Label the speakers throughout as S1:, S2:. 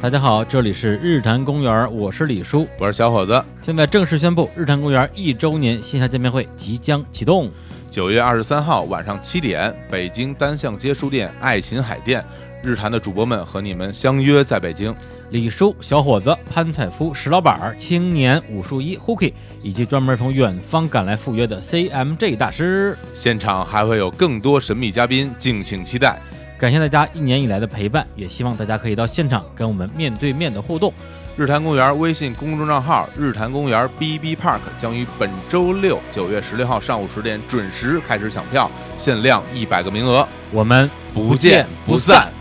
S1: 大家好，这里是日坛公园，我是李叔。
S2: 我是小伙子。
S1: 现在正式宣布，日坛公园一周年线下见面会即将启动。
S2: 九月二十三号晚上七点，北京单向街书店爱琴海店，日坛的主播们和你们相约在北京。
S1: 李叔、小伙子、潘采夫、石老板、青年武术一 Hooky，以及专门从远方赶来赴约的 CMJ 大师。
S2: 现场还会有更多神秘嘉宾，敬请期待。
S1: 感谢大家一年以来的陪伴，也希望大家可以到现场跟我们面对面的互动。
S2: 日坛公园微信公众账号“日坛公园 BB Park” 将于本周六九月十六号上午十点准时开始抢票，限量一百个名额，
S1: 我们
S2: 不见不散。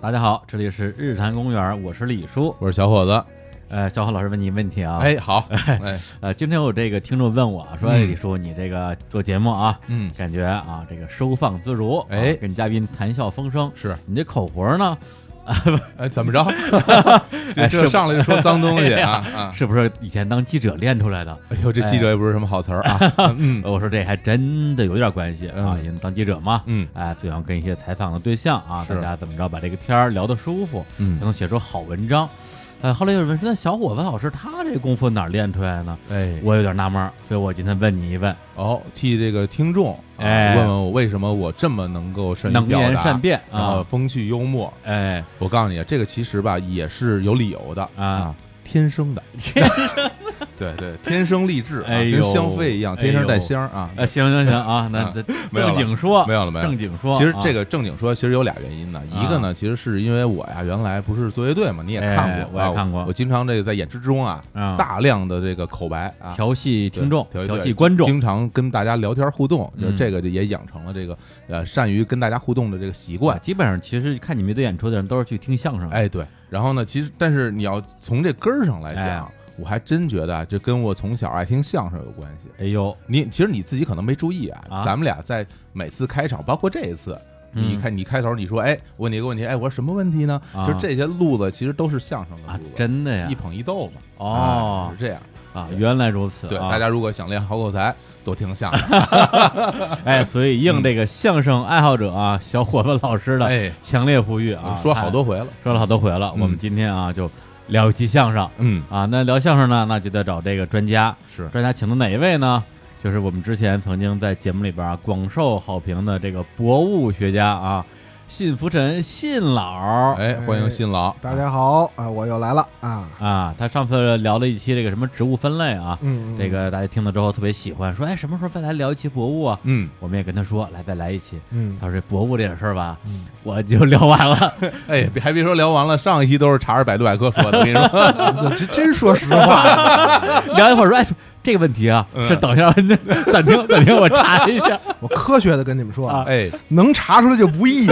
S1: 大家好，这里是日坛公园，我是李叔。
S2: 我是小伙子。
S1: 呃，小虎老师问你一个问题啊，，
S2: 哎，好，哎，
S1: 呃，今天有这个听众问我说，哎
S2: 嗯
S1: 李叔你这个做节目啊，
S2: 嗯，
S1: 感觉啊这个收放自如，啊
S2: 哎
S1: 跟嘉宾谈笑风生，
S2: 是，
S1: 你这口活呢，
S2: 哎，怎 么着？这
S1: 哎是
S2: 这上来就说脏东西啊啊！
S1: 哎是不是以前当记者练出来的？呃
S2: 哎呦，这记者也不是什么好词儿啊。 嗯
S1: 我说这还真的有点关系啊，
S2: 嗯
S1: 因为当记者嘛，
S2: 嗯
S1: 哎，最好跟一些采访的对象啊，
S2: 是
S1: 大家怎么着把这个天儿聊得舒服，
S2: 嗯
S1: 才能写出好文章。呃，后来有人问说，那小伙子老师他这功夫哪儿练出来呢？
S2: 哎，
S1: 我有点纳闷儿，所以我今天问你一问，
S2: 哦，替这个听众啊
S1: 哎
S2: 问问我为什么我这么能够善于
S1: 能
S2: 表
S1: 言
S2: 达
S1: 善，辩
S2: 然后
S1: 啊，
S2: 风趣幽默。
S1: 哎，
S2: 我告诉你，啊这个其实吧也是有理由的
S1: 啊，
S2: 天生的，
S1: 天
S2: 生对对，天生丽质啊，
S1: 哎呦
S2: 跟香妃一样，天生带
S1: 哎呦
S2: 香啊。
S1: 呃，行行行啊，那
S2: 啊
S1: 这
S2: 没有
S1: 正
S2: 了
S1: 经说，
S2: 没有了没有了
S1: 正经说，啊
S2: 其实这
S1: 个
S2: 个正经说，其实有俩原因呢。一个呢，其实是因为我呀，原来不是作乐队嘛，你也看
S1: 哎
S2: 过，
S1: 我也
S2: 啊
S1: 看过
S2: 我经常这个在演出中啊，
S1: 嗯
S2: 大量的这个口白啊，
S1: 调戏
S2: 对
S1: 听众、
S2: 调
S1: 调
S2: 对
S1: 戏观众，
S2: 经常跟大家聊天互动，就是
S1: 嗯
S2: 这个就也养成了这个呃善于跟大家互动的这个习
S1: 哇，
S2: 惯。
S1: 基本上其实看你们队演出的人都是去听相声的，
S2: 哎，对。然后呢，其实但是你要从这根儿上来
S1: 哎
S2: 讲，我还真觉得啊，这跟我从小爱听相声有关系。
S1: 哎呦，
S2: 你其实你自己可能没注意啊，
S1: 啊
S2: 咱们俩在每次开场，包括这一次，
S1: 嗯
S2: 你看你开头你说，哎，我问你一个问题，哎，我说什么问题呢？
S1: 啊
S2: 就是这些路子其实都是相声的
S1: 啊
S2: 路子，，
S1: 真的呀
S2: 一，捧一逗嘛。
S1: 哦
S2: 啊是这样。
S1: 啊，原来如此，
S2: 对，
S1: 啊
S2: 大家如果想练好口才，多听相声。
S1: 哎，所以应这个相声爱好者啊，小伙子老师的
S2: 哎，
S1: 强烈呼吁啊，
S2: 说好多回了。
S1: 哎说了好多回了，
S2: 嗯
S1: 我们今天啊就聊一期相声
S2: 嗯，
S1: 啊，那聊相声呢，那就得找这个专家，
S2: 是
S1: 专家请的哪一位呢？就是我们之前曾经在节目里边啊广受好评的这个博物学家啊，信福臣信老儿
S2: 哎，欢迎新郎。
S3: 大家好啊，我又来了啊，
S1: 啊，他上次聊了一期这个什么植物分类啊，
S3: 嗯，嗯
S1: 这个大家听了之后特别喜欢，说哎什么时候再来聊一期博物啊？
S2: 嗯，
S1: 我们也跟他说来再来一期，
S3: 嗯
S1: 他说这博物这点事儿吧，
S3: 嗯
S1: 我就聊完了。
S2: 哎，别还别说聊完了，上一期都是查着百度百科说的，我跟你说，
S3: 这真说实话，啊
S1: 聊一会儿说，哎，这个问题啊，
S2: 嗯
S1: 是等一下 暂停，暂停，我查一 下，
S3: 我科学的跟你们说啊，
S2: 哎，
S3: 能查出来就不易。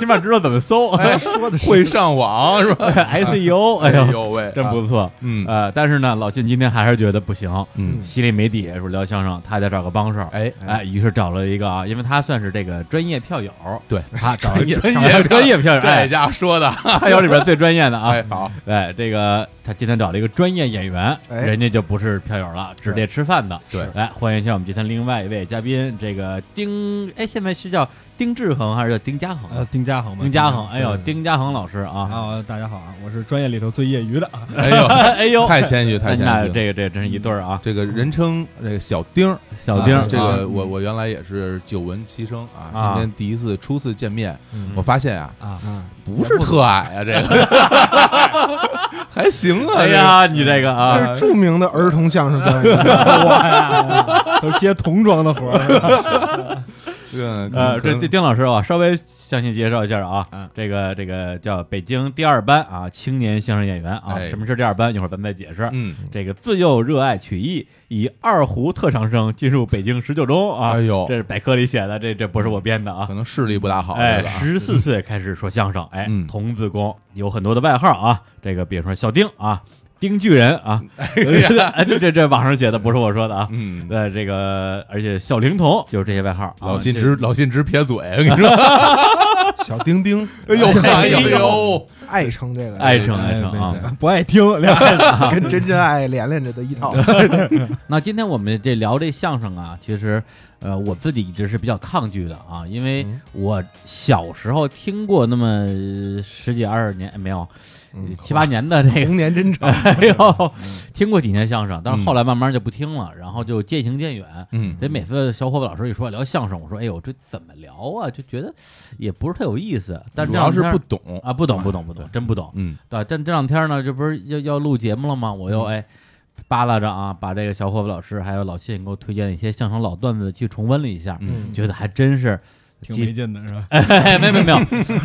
S1: 起码知道怎么搜。
S2: 哎
S3: 说的是
S2: 会上网是吧？
S1: SEO，哎
S2: 哎
S1: 呦，
S2: 呦喂，
S1: 真不错。
S2: 嗯
S1: 呃，但是呢，老信今天还是觉得不行，
S2: 嗯
S1: 心里没底，说聊相声，他得找个帮手。
S2: 哎
S1: 哎，于是找了一个啊，因为他算是这个专业票友，
S2: 对，
S1: 他找了一个
S2: 专业
S1: 专业票友，
S2: 这
S1: 哎，
S2: 家伙说的，
S1: 票友里边最专业的啊。
S2: 哎，好，
S1: 哎，这个他今天找了一个专业演员，
S3: 哎
S1: 人家就不是票友了，直接吃饭的。
S2: 对
S1: 来欢迎一下我们今天另外一位嘉宾，这个丁，哎，现在是叫丁志恒还是叫丁家恒？啊
S4: 呃，丁家恒嘛，
S1: 丁家恒，哎呦，
S4: 对对对
S1: 丁家恒老师啊，
S4: 啊，大家好啊，我是专业里头最业余的 啊，
S2: 哎呦，
S1: 哎呦，
S2: 太谦虚，太
S1: 那你俩
S2: 谦虚了。嗯
S1: 这个这个真是一对儿啊，
S2: 这个人称这个小丁儿，
S1: 小丁
S2: 啊
S1: 儿，
S2: 这
S1: 啊
S2: 个我我原来也是久闻其声啊，
S1: 啊嗯
S2: 今天第一次初次见面，
S4: 嗯
S2: 我发现啊，
S4: 啊，
S3: 啊，
S2: 不是特矮啊，这个 还行啊，
S1: 哎呀，你这个
S3: 这
S1: 啊
S3: 是，著名的儿童相声表
S4: 啊
S3: 演，
S4: 都接童装的活儿，
S2: 这个，
S1: 呃，
S2: 嗯，
S1: 这这丁老师啊，稍微详细介绍一下啊
S4: 嗯，
S1: 这个这个叫北京第二班啊，青年相声演员啊，
S2: 哎
S1: 什么是第二班？一会儿咱们再解释。
S2: 嗯，
S1: 这个自幼热爱曲艺，以二胡特长生进入北京十九中啊，
S2: 哎呦
S1: 这是百科里写的，这这不是我编的啊
S2: 可。能视力不大好，
S1: 哎，
S2: 这个啊
S1: 十四岁开始说相声，哎，
S2: 嗯
S1: 童子功有很多的外号啊，这个比如说小丁啊、丁巨人啊，哎 这这这网上写的不是我说的啊。
S2: 嗯，
S1: 对这个，而且小灵童就是这些外号啊。
S2: 老信直老信直撇嘴， 我跟 你说，
S3: 小丁丁，
S2: 哎呦哎呦
S3: 呦，爱称这个，
S1: 爱称爱
S4: 哎
S1: 称
S4: 没
S1: 啊。
S4: 事不爱听，俩人
S3: 跟真真爱连连着的一套。
S1: 那今天我们这聊这相声啊，其实，呃，我自己一直是比较抗拒的啊，因为
S2: 嗯
S1: 我小时候听过那么十几二十年哎没有呃
S3: 嗯
S1: 七八年的这个，
S3: 童年真长，
S1: 哎呦，
S2: 嗯
S1: 听过几年相声，但是后来慢慢就不听了，然后就渐行渐远。
S2: 嗯
S1: 所以每次小伙伴老师一说聊相声，我说哎呦这怎么聊啊？就觉得也不是特有意思。但
S2: 主
S1: 这
S2: 要
S1: 两
S2: 是
S1: 天
S2: 不懂，
S1: 啊，不懂不懂不懂，真不懂。
S2: 嗯
S1: 对，但这两天呢，这不是要要录节目了吗？我又哎扒拉着啊，把这个小伙子老师还有老信给我推荐的一些相声老段子去重温了一下，
S2: 嗯
S1: 觉得还真是
S4: 挺没劲的是吧？
S1: 哎，没有没有没有，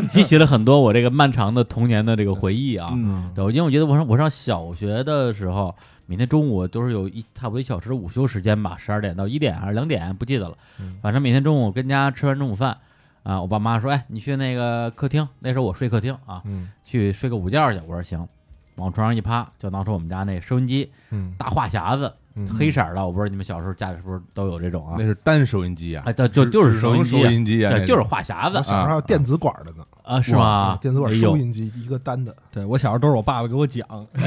S1: 激起了很多我这个漫长的童年的这个回忆啊。
S4: 嗯，
S1: 对，因为我觉得我上我上小学的时候，每天中午都是有一差不多一小时的午休时间吧，十二点到一点还是两点，不记得了。反正每天中午跟家吃完中午饭，啊，我爸妈说，哎，你去那个客厅，那时候我睡客厅啊，
S3: 嗯
S1: 去睡个午觉去。我说行，往床上一趴，就拿出我们家那收音机
S3: 嗯，
S1: 大话匣子，
S3: 嗯
S1: 黑色儿的，我不知道你们小时候家里是不是都有这种啊
S2: 那？是单收音机啊
S1: 哎，，对，就
S2: 只
S1: 就是
S2: 只
S1: 收音
S2: 能收
S1: 机啊，
S2: 音机啊，
S1: 对
S2: 那
S1: 就是
S2: 种
S1: 话匣
S3: 我
S1: 子
S3: 小时候还有电子管的呢，
S1: 啊，是吗？
S3: 电子管
S1: 哎呦
S3: 收音机一个单的，
S4: 对我小时候都是我爸爸给我讲，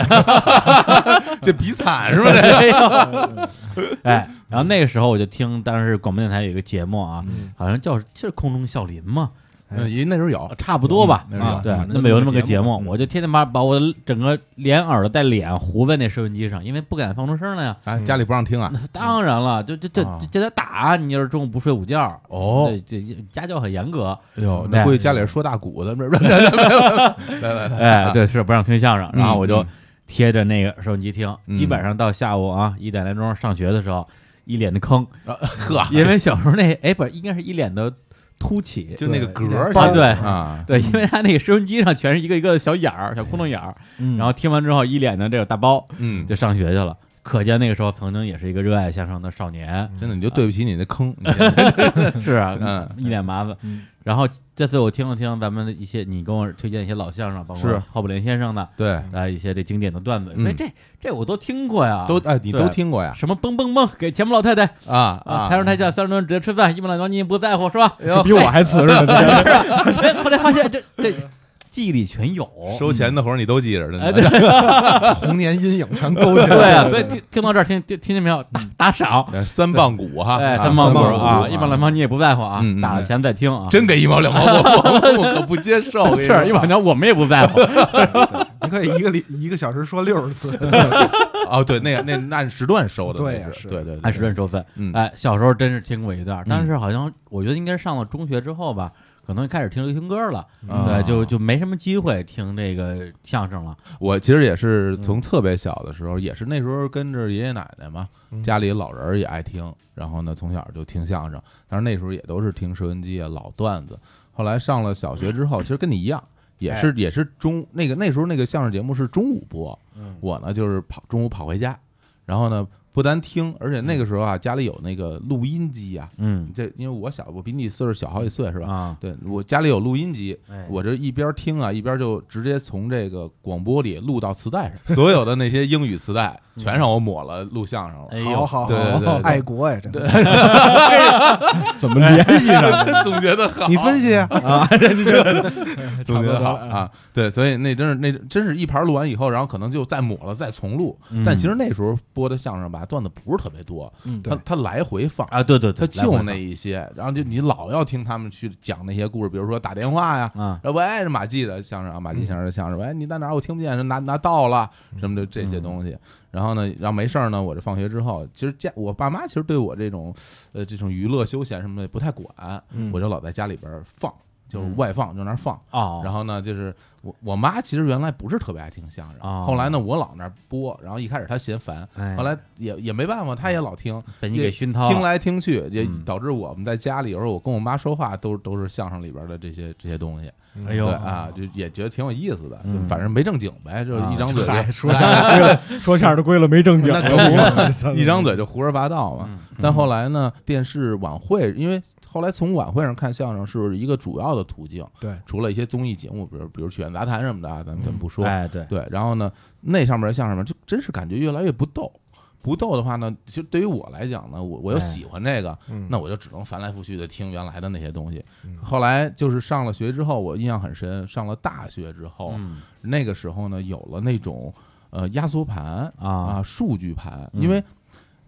S2: 这 比惨是吧？这
S1: 哎呦，哎，然后那个时候我就听当时广播电台有一个节目啊，好像叫是空中笑林嘛，
S2: 嗯，因为那时候有，
S1: 差不多吧
S2: 嗯那，是
S1: 啊，对
S4: 反，正
S1: 那么有那么个
S4: 节
S1: 节
S4: 目
S1: 目，我就天天把把我的整个连耳朵带脸糊在那收音机上，因为不敢放出声来呀。
S2: 哎，家里不让 听啊，
S1: 当然了，就就这
S2: 啊
S1: 这这得打，你要是中午不睡午觉，
S2: 哦
S1: 对这家教很严格，
S2: 哎呦，
S1: 对
S2: 那估计家里是说大鼓的，不是 不是，
S1: 哎，对，是不让听相声，然后我就
S2: 啊嗯
S1: 贴着那个收音机听，
S2: 嗯
S1: 基本上到下午啊一点来钟上学的时候，一脸的坑，
S2: 呵，
S1: 因为小时候那哎不是应该是一脸的凸起，
S2: 就那个格儿
S1: 啊对
S2: 啊，
S1: 对，因为他那个收音机上全是一个一个的小眼儿、小窟窿眼儿，
S4: 然
S1: 然后听完之后一脸的这个大包
S2: 嗯，
S1: 就上学去了。可见那个时候曾经也是一个热爱相声的少年，
S2: 真的你就对不起你那坑， 你
S1: 是啊
S2: 嗯，
S1: 一脸麻子
S4: 嗯。
S1: 然后这次我听了听咱们的一些，你跟我推荐一些老相声，包括
S2: 是
S1: 浩布林先生的
S2: 对，
S1: 啊一些这经典的段子，
S2: 嗯
S1: 哎，这这我都听过呀，
S2: 都哎你
S1: 对
S2: 都听过呀
S1: 什么蹦蹦蹦给钱穆老太太
S2: 啊哎
S1: 啊，台上台下三十多人直接吃饭，一本老牛你也不在乎是吧？
S4: 这比我还瓷实呢，这
S1: 哎后来发现这 这记忆里全有，
S2: 收钱的活儿你都记着，真
S1: 哦哎
S2: 的。
S1: 对
S3: 童年阴影全勾起来
S1: 对啊，
S3: 了。
S1: 所以听听到这儿，听听听见没有？打打赏，
S2: 哎三棒鼓哈，
S1: 哎，
S2: 啊
S1: 三
S2: 三
S1: 毛
S2: 鼓
S1: 五啊，一毛两毛你也不在乎啊
S2: 嗯嗯，
S1: 打了钱再听啊。
S2: 真给一毛两毛，我我我可不接受。我跟你啊 说
S1: 是一毛两毛我们也不在乎，
S3: 你可以一个礼一个小时说六十次，
S2: 哦，对，那个那那按时段收的，
S3: 对
S1: 啊
S3: 呀
S2: 那
S3: 是
S2: 对对，对
S1: 按时段收费。
S2: 嗯
S1: 哎，小时候真是听过一段，但是好像我觉得应该是上了中学之后吧，可能开始听流行歌了，
S2: 嗯
S1: 对，就就没什么机会听这个相声了。
S2: 我其实也是从特别小的时候，也是那时候跟着爷爷奶奶嘛，
S3: 嗯
S2: 家里老人儿也爱听，然后呢从小就听相声，但是那时候也都是听收音机啊、老段子。后来上了小学之后，其实跟你一样，也是也是中那个那时候那个相声节目是中午播，我呢就是跑中午跑回家，然后呢不单听，而且那个时候啊家里有那个录音机啊，
S1: 嗯
S2: 这因为我小，我比你岁数小好几岁是吧？
S1: 啊，
S2: 对我家里有录音机，
S1: 哎
S2: 我这一边听啊，一边就直接从这个广播里录到磁带上，所有的那些英语磁带全让我抹了录相声了。
S1: 嗯哎
S3: 好
S1: 呦，
S3: 好
S2: 对对对
S3: 好，
S2: 对
S3: 爱国呀，真的。
S4: 怎么联系上 的？
S2: 总觉得好，
S3: 你分析啊，
S2: 总觉得好
S4: 差不多
S2: 啊，对，所以那真是那真是一盘录完以后，然后可能就再抹了，再重录。
S1: 嗯
S2: 但其实那时候播的相声吧，段子不是特别多，
S4: 嗯
S2: 他
S3: 对
S2: 他来回放。
S1: 啊，对对
S2: 他
S1: 对，来
S2: 就
S1: 回
S2: 那一些，然后就你老要听他们去讲那些故事，比如说打电话呀，
S1: 放啊，
S2: 然后喂，这马季的相声啊，马季先生的相声，喂，你在哪儿？我听不见，拿拿到了什么的这些东西。然后呢，然后没事儿呢，我这放学之后，其实家我爸妈其实对我这种呃这种娱乐休闲什么的也不太管，
S1: 嗯
S2: 嗯我就老在家里边儿放，就是外放，就那儿放。
S1: 哦，
S2: 然后呢，就是我我妈其实原来不是特别爱听相
S1: 哦
S2: 声，后来呢，我老那儿播，然后一开始她嫌烦，
S1: 哎
S2: 后来也也没办法，她也老听，
S1: 被你给熏陶
S2: 听
S1: 了，
S2: 来听去，也
S1: 嗯
S2: 导致我们在家里有时候我跟我妈说话都都是相声里边的这些这些东西。
S1: 哎呦
S2: 对啊，就也觉得挺有意思的，
S1: 嗯
S2: 就反正没正经呗，就是一张嘴
S4: 嗨，
S2: 就
S4: 说相声归了说相声的归了没正经
S2: 那可不，
S4: 真 的
S2: 一张嘴就胡说八道嘛。
S1: 嗯
S2: 但后来呢，电视晚会，因为后来从晚会上看相声是一个主要的途径，
S3: 对
S2: 除了一些综艺节目，比如比如全本杂谈什么的啊，咱们咱们不说。
S1: 哎，对，
S2: 对，然后呢，那上面的相声嘛，就真是感觉越来越不逗。不逗的话呢，其实对于我来讲呢，我我又
S1: 哎
S2: 喜欢这个，
S3: 嗯
S2: 那我就只能翻来覆去的听原来的那些东西。
S3: 嗯
S2: 后来就是上了学之后，我印象很深。上了大学之后，啊
S1: 嗯
S2: 那个时候呢，有了那种呃压缩盘啊、
S1: 啊，
S2: 数据盘，
S1: 嗯
S2: 因为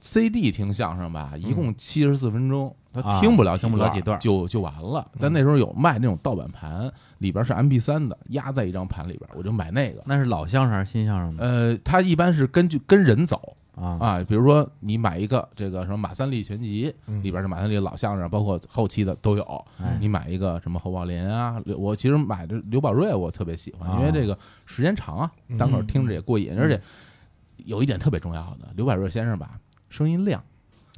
S2: CD 听相声吧，一共七十四分钟，
S1: 啊
S2: 他听不了
S1: 听不了几
S2: 几
S1: 段嗯
S2: 段儿就就完了。但那时候有卖那种盗版盘，里边是 MP 三的，压在一张盘里边，我就买那个。
S1: 那是老相声还是新相声呢？
S2: 呃，它一般是根据跟人走
S1: 啊
S2: 啊，比如说你买一个这个什么马三立全集，里边是马三立老相声，包括后期的都有。
S1: 嗯哎
S2: 你买一个什么侯宝林啊，刘我其实买的刘宝瑞我特别喜
S1: 啊
S2: 欢，因为这个时间长啊，
S1: 嗯
S2: 单口听着也过瘾，而且有一点特别重要的，刘宝瑞先生吧，声音亮，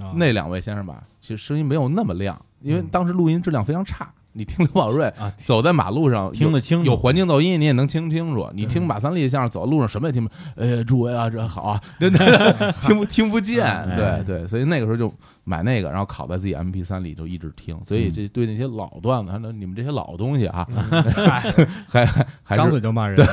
S4: 啊
S2: 那两位先生吧，其实声音没有那么亮，因为当时录音质量非常差。你听刘宝瑞
S1: 嗯啊
S2: 走在马路上，
S1: 听得清楚
S2: 有环境噪音，你也能听清楚。你听马三立的相声，走在路上什么也听不。呃，诸位啊，这好啊，真的听不听不见。对对，所以那个时候就买那个，然后拷在自己 MP 三里，就一直听。所以这对那些老段子，还有你们这些老东西啊，还还还
S4: 张
S2: 是
S4: 嘴就骂人，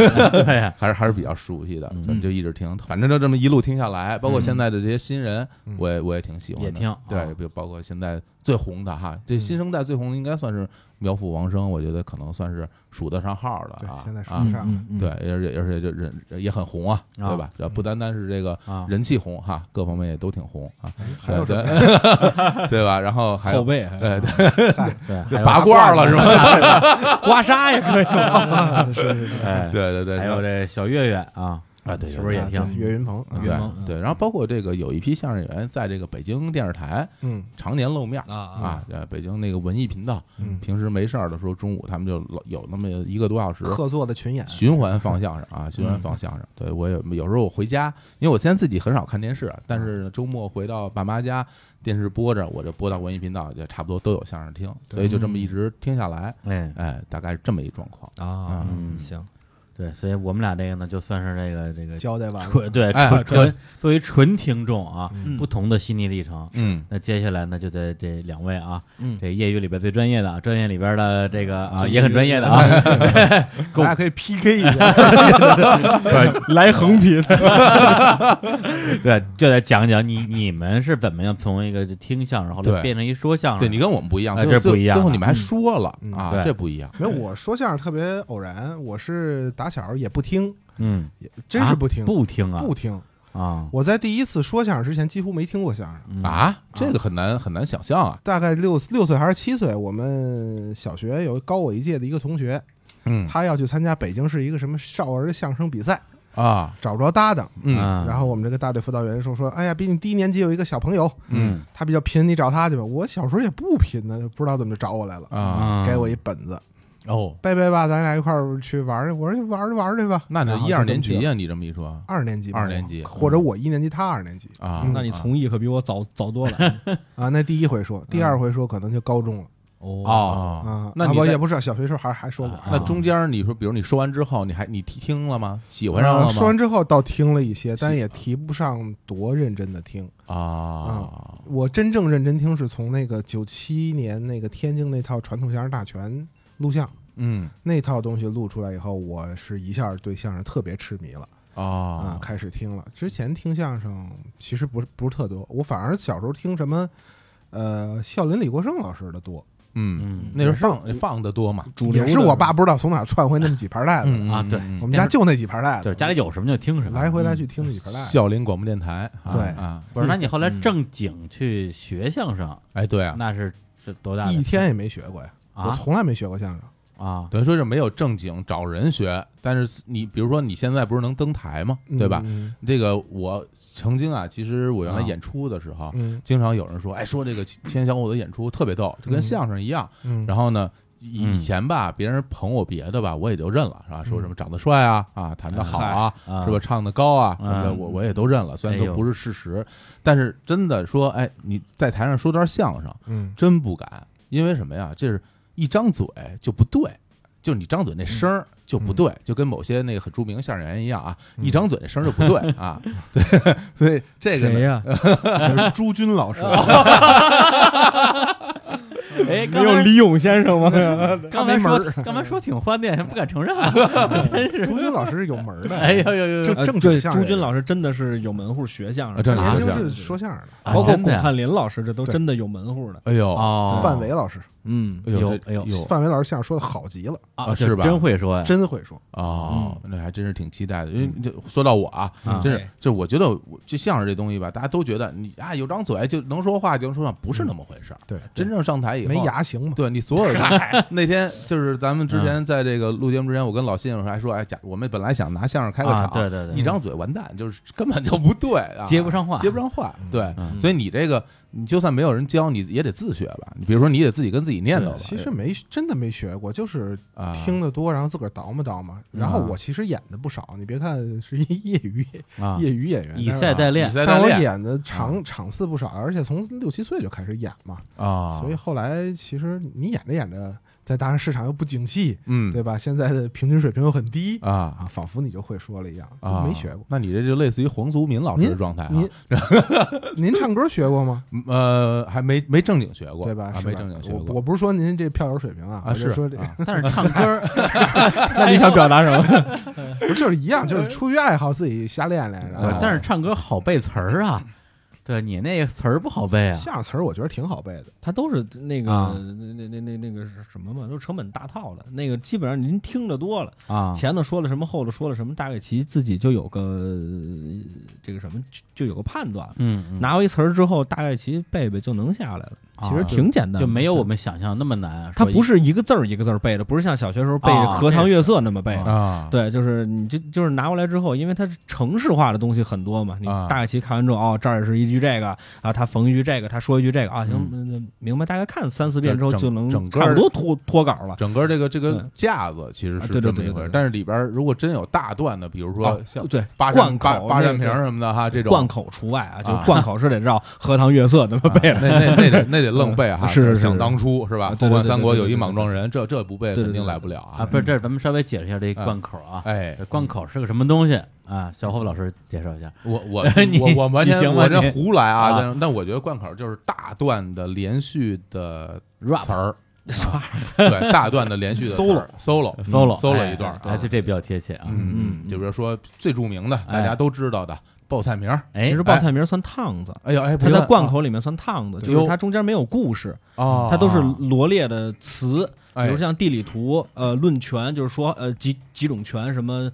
S1: 哎呀，
S2: 还是还是比较熟悉的
S1: 嗯，
S2: 咱们就一直听。反正就这么一路听下来，包括
S1: 嗯
S2: 现在的这些新人
S3: 嗯，
S2: 我也我也挺喜欢的。
S1: 也听啊
S2: 对，比如包括现在最红的哈，这新生代最红的应该算是苗阜、王声，我觉得可能算是数得上号的
S3: 对
S2: 啊。
S3: 现在数
S2: 啊
S3: 得
S1: 嗯
S3: 上
S1: 嗯嗯
S2: 对，而且而且就人也很红啊，
S1: 啊
S2: 对吧？这不单单是这个
S1: 啊，
S2: 人气红哈，各方面也都挺红啊，
S3: 还有什
S2: 对
S1: 哎
S3: 么？
S2: 对 对吧？然后还
S4: 后
S2: 有
S4: 背
S2: 对对，
S1: 对，还
S2: 就
S1: 有
S2: 拔罐了是吧？
S4: 刮痧也可以。
S3: 是是是，
S1: 哎
S2: 对，对对，
S1: 还
S2: 然
S1: 有
S2: 后
S1: 这小岳岳啊，
S2: 呃啊，对，
S1: 是不是也
S3: 啊
S1: 听
S3: 对岳云鹏啊
S1: 岳云鹏嗯
S2: 对对，然后包括这个有一批相声演员在这个北京电视台
S3: 嗯
S2: 常年露面儿
S4: 啊
S2: 啊，呃，北京那个文艺频道，
S3: 嗯，
S2: 平时没事儿的时候，中午他们就老有那么一个多小时。
S3: 客座的群演，
S2: 循环放相声啊，循环放相声。对我也有时候我回家，因为我现在自己很少看电视，但是周末回到爸妈家，电视播着，我就播到文艺频道，就差不多都有相声听，所以就这么一直听下来，
S1: 哎，
S2: 哎，大概是这么一状况。
S4: 啊
S1: 嗯
S4: 行，
S1: 对，所以我们俩这个呢，就算是这个这个
S3: 交代完了，
S1: 纯对纯
S2: 哎对
S1: 纯作为纯听众啊，不同的心理历程。
S2: 嗯，
S1: 那接下来呢，就得这两位啊，
S4: 嗯
S1: 这业余里边最专业的啊，专业里边的这个啊
S4: 专业
S1: 也很专业的啊，
S3: 咱俩可以 PK 一下，
S4: 来横批的，
S1: 对，就得讲讲你你们是怎么样从一个听相声后来
S2: 对
S1: 变成一说相声
S2: 对
S1: 的，
S2: 你跟我们不一样，
S1: 哎
S2: 最
S1: 这
S2: 后
S1: 不一样
S2: 最后
S1: 了
S2: 你们还说了
S3: 嗯
S2: 啊
S1: 嗯，对
S2: 这不一样。
S3: 没有，我说相声特别偶然，我是打小也不听，
S1: 嗯，
S3: 也真是不听，
S1: 啊不听啊
S3: 不听。
S1: 啊
S3: 我在第一次说相声之前，几乎没听过相声。
S1: 嗯
S2: 啊，这个很难很难想象啊。
S3: 大概六六岁还是七岁，我们小学有高我一届的一个同学，
S2: 嗯
S3: 他要去参加北京市一个什么少儿相声比赛，
S2: 啊，
S3: 找不着搭档。
S2: 嗯
S1: 啊
S3: 然后我们这个大队辅导员说说，哎呀，比你低年级有一个小朋友，
S1: 嗯
S3: 他比较贫，你找他去吧。我小时候也不贫呢，不知道怎么就找我来了，
S2: 啊
S3: 给我一本子，
S2: 哦，
S3: 拜拜吧，咱俩一块儿去玩儿去。我说玩儿玩儿去吧。
S2: 那
S3: 然
S2: 你
S3: 后
S2: 一
S3: 就
S2: 二
S3: 这么
S2: 年级
S3: 去了，
S2: 呀？你这么一说啊
S3: 二年级吧，
S2: 二年级嗯
S3: 或者我一年级，他二年级
S2: 啊
S3: 嗯，
S4: 那你从艺可比我早早多了。
S3: 啊。那第一回说，第二回说可能就高中了
S1: 哦
S2: 啊
S3: 啊。
S2: 嗯那
S3: 啊
S2: 你
S3: 不
S2: 在
S3: 也不是小学时候还还说过啊，
S2: 那中间你说，比如你说完之后，你还你听听了吗？喜欢上了
S3: 啊
S2: 吗？
S3: 说完之后倒听了一些，但也提不上多认真的听。
S2: 啊，
S3: 我真正认真听是从那个九七年那个天津那套传统相声大全录像
S2: 嗯
S3: 那套东西录出来以后，我是一下对相声特别痴迷了啊
S2: 啊，
S3: 开始听了。之前听相声其实不是不是特多，我反而小时候听什么。呃，笑林李国盛老师的多，
S2: 嗯，
S1: 嗯
S2: 那时候放放的多嘛，
S4: 主
S3: 也
S4: 流的
S3: 是我爸不知道从哪串回那么几盘带子，
S2: 嗯
S1: 啊对
S3: 我们家就那几盘带子，
S1: 对，家里有什么就听什么，
S3: 来回来去听那几盘带子。
S2: 孝林广播电台，嗯啊
S3: 对
S2: 啊，
S1: 不是？那你后来正经去学相声，
S2: 哎对啊，
S1: 那是是多大的
S3: 一天也没学过呀，我
S1: 啊
S3: 从来没学过相声。
S1: 啊？
S2: 等于说是没有正经找人学，但是你比如说你现在不是能登台吗？对吧？
S3: 嗯
S2: 这个我曾经啊，其实我原来
S1: 啊
S2: 演出的时候，
S3: 嗯
S2: 经常有人说，哎，说这个青年小伙子演出特别逗，就跟
S3: 嗯
S2: 相声一样。
S3: 嗯，
S2: 然后呢，以前吧，别人捧我别的吧，我也就认了，是吧？说什么长得帅啊，啊，弹得好啊，
S1: 啊
S2: 是吧？唱得高啊，
S1: 嗯
S2: 什么的，我我也都认了，虽然
S1: 哎呦
S2: 都不是事实，但是真的说，哎，你在台上说段相声，
S3: 嗯
S2: 真不敢，因为什么呀？这是一张嘴就不对，就你张嘴
S1: 嗯
S2: 那声儿就不对，就跟某些那个很著名相声演员一样啊，
S1: 嗯
S2: 一张嘴那声儿就 不对啊。
S3: 嗯
S2: 对，所以这个
S4: 谁
S2: 呢，
S4: 呀？
S3: 朱军老师，
S1: 哎，
S4: 没
S1: 刚
S4: 有
S1: 才
S4: 李勇先 生吗？
S1: 刚才说
S3: 他没门
S1: 刚才说挺欢电，不敢承认，啊真是。
S3: 朱军老师是有门儿的，
S1: 哎呦呦呦呦！
S3: 正正
S4: 呃对，
S3: 经相
S4: 朱
S3: 声
S4: 军老师真的是有门户学相
S2: 啊这
S4: 声，
S2: 哪
S3: 年
S2: 是
S3: 轻
S2: 这样
S3: 是说相声的，
S1: 啊
S4: 包括
S1: 真
S4: 巩
S1: 的呀
S4: 汉林老师，这都
S3: 对
S4: 真的有门户的。
S2: 哎呦，
S1: 哦，
S3: 范伟老师，
S1: 嗯，
S2: 哎
S1: 有
S2: 呦这
S1: 有
S2: 有
S3: 范伟老师相声说的好极了，
S1: 啊，
S2: 啊
S1: 这
S2: 是吧
S1: 真会说呀！
S3: 真会说。
S2: 哦，那还真是挺期待的。因为这说到我啊
S1: 嗯，
S2: 真是
S4: 对
S2: 就是我觉得我这相声这东西吧，大家都觉得你啊有张嘴就能说话就能说话，不
S1: 嗯
S2: 是那么回事儿。
S3: 对，
S2: 真正上台以后，啊
S3: 没牙行嘛，
S2: 对你所有的那天就是咱们之
S3: 嗯
S2: 前在这个录节目之前，我跟老信还说，哎，假我们本来想拿相声开个
S1: 啊
S2: 场，
S1: 对对对
S2: 一张嘴完蛋，就是根本就不对啊，
S1: 接不上话
S2: 接不上话，
S3: 嗯
S2: 对，
S1: 嗯
S2: 所以你这个你就算没有人教，你也得自学吧，你比如说你也自己跟自己念叨吧，
S3: 其实没真的没学过，就是
S2: 啊，
S3: 听得多，然后自个儿倒磨倒磨。然后
S2: 啊
S3: 我其实演的不少，你别看是一业余
S1: 啊，
S3: 业余演员，
S1: 以
S3: 但是
S1: 赛代
S2: 你
S1: 练
S2: 啊在
S3: 但我
S2: 练
S3: 演的场场次不少，而且从六七岁就开始演嘛，
S2: 啊，
S3: 所以后来其实你演着演着，在大人市场又不景气，
S2: 嗯，
S3: 对吧？现在的平均水平又很低
S2: 啊
S3: 啊，仿佛你就会说了一样，就
S2: 啊，
S3: 没学过。
S2: 那你这就类似于黄祖民老师的
S3: 您
S2: 状态啊
S3: 您，您唱歌学过吗？
S2: 嗯呃，还没没正经学过，
S3: 对吧？
S2: 啊
S3: 是
S2: 没
S3: 吧
S2: 正经学
S3: 我
S2: 过
S3: 我不是说您这票友水平啊，
S2: 啊，
S3: 我就是说这
S2: 啊
S1: 但是唱歌儿
S4: 那你想表达什么？
S3: 不是就是一样，就是出于爱好自己瞎练练，然
S1: 对
S3: 后
S1: 但是唱歌好背词儿啊，对你那个词儿不好背啊。
S3: 相声词儿我觉得挺好背的。
S4: 他都是那个
S1: 啊
S4: 那那那那那个是什么嘛，都是成本大套的。那个基本上您听着多了，
S1: 啊，
S4: 前头说了什么，后头说了什么，大概其自己就有个呃这个什么，就就有个判断了。
S1: 嗯，
S4: 拿回词儿之后，大概其背背就能下来了，
S1: 啊
S4: 其实挺简单的，
S1: 就没有我
S4: 对。
S1: 们想象那么难。
S4: 它
S1: 说一
S4: 不是一个字儿一个字儿背的，不是像小学时候背
S1: 啊
S4: 荷塘月色那么背的。
S2: 啊，
S4: 对，就是你就就是拿过来之后，因为它是城市化的东西很多嘛，你
S2: 啊
S4: 大概其看完之后，哦，这儿是一句这个啊，他缝一句这个，他说一句这个啊，行
S1: 嗯，
S4: 嗯明白，大概看三四遍之后
S2: 整
S4: 就能
S2: 整个
S4: 差不多脱脱稿了。
S2: 整个这个这个
S4: 对
S2: 架子其实
S4: 啊
S2: 是
S4: 对
S2: 这
S4: 对
S2: 么
S4: 对
S2: 一
S4: 对
S2: 回事，
S4: 对
S2: 但是里边如果真有大段的，比如说像
S4: 哦对，
S2: 八扇
S4: 贯
S2: 八
S4: 口
S2: 八
S4: 那
S2: 扇屏
S4: 个
S2: 什么的哈，这种
S4: 贯口除外啊，就
S2: 啊
S4: 贯口是得绕荷塘月色那么
S2: 啊
S4: 背了。
S2: 那那那得那得愣背哈，
S4: 是 是是
S2: 想当初是吧
S4: 啊？
S2: 后
S4: 对对对
S2: 冠三国
S4: 对对
S2: 有一
S4: 对对
S2: 莽撞人，这这不背
S4: 对对
S2: 肯定
S4: 对
S2: 来不了啊
S1: 啊，！不是这，咱们稍微解释一下这贯口啊。
S2: 哎
S1: 这，贯口是个什么东西啊？小伙子老师介绍一下。
S2: 我 我
S1: 你
S2: 我我完
S1: 你
S2: 全
S1: 行吗
S2: 我这胡来啊！
S1: 啊
S2: 但但我觉得贯口就是大段的连续的
S1: rap
S2: 词儿， 对，大段的连续的
S1: Solo
S2: solo 嗯
S1: solo
S2: solo
S1: 哎
S2: 一段儿
S1: 哎，
S2: 啊
S1: 就这比较贴切啊。
S2: 嗯嗯，就比如说最著名的，大
S4: 哎
S2: 家都知道的报菜名儿，
S1: 哎，
S4: 其实
S2: 哎
S4: 报菜名算趟子，
S2: 哎呦哎，
S4: 它
S2: 不
S4: 在
S2: 行
S4: 贯口里面算趟子，
S2: 对
S4: 就是它中间没有故事，
S2: 哦，
S4: 它都是罗列的词，比
S2: 哎
S4: 如像地理图、呃论拳，就是说呃几几种拳什么。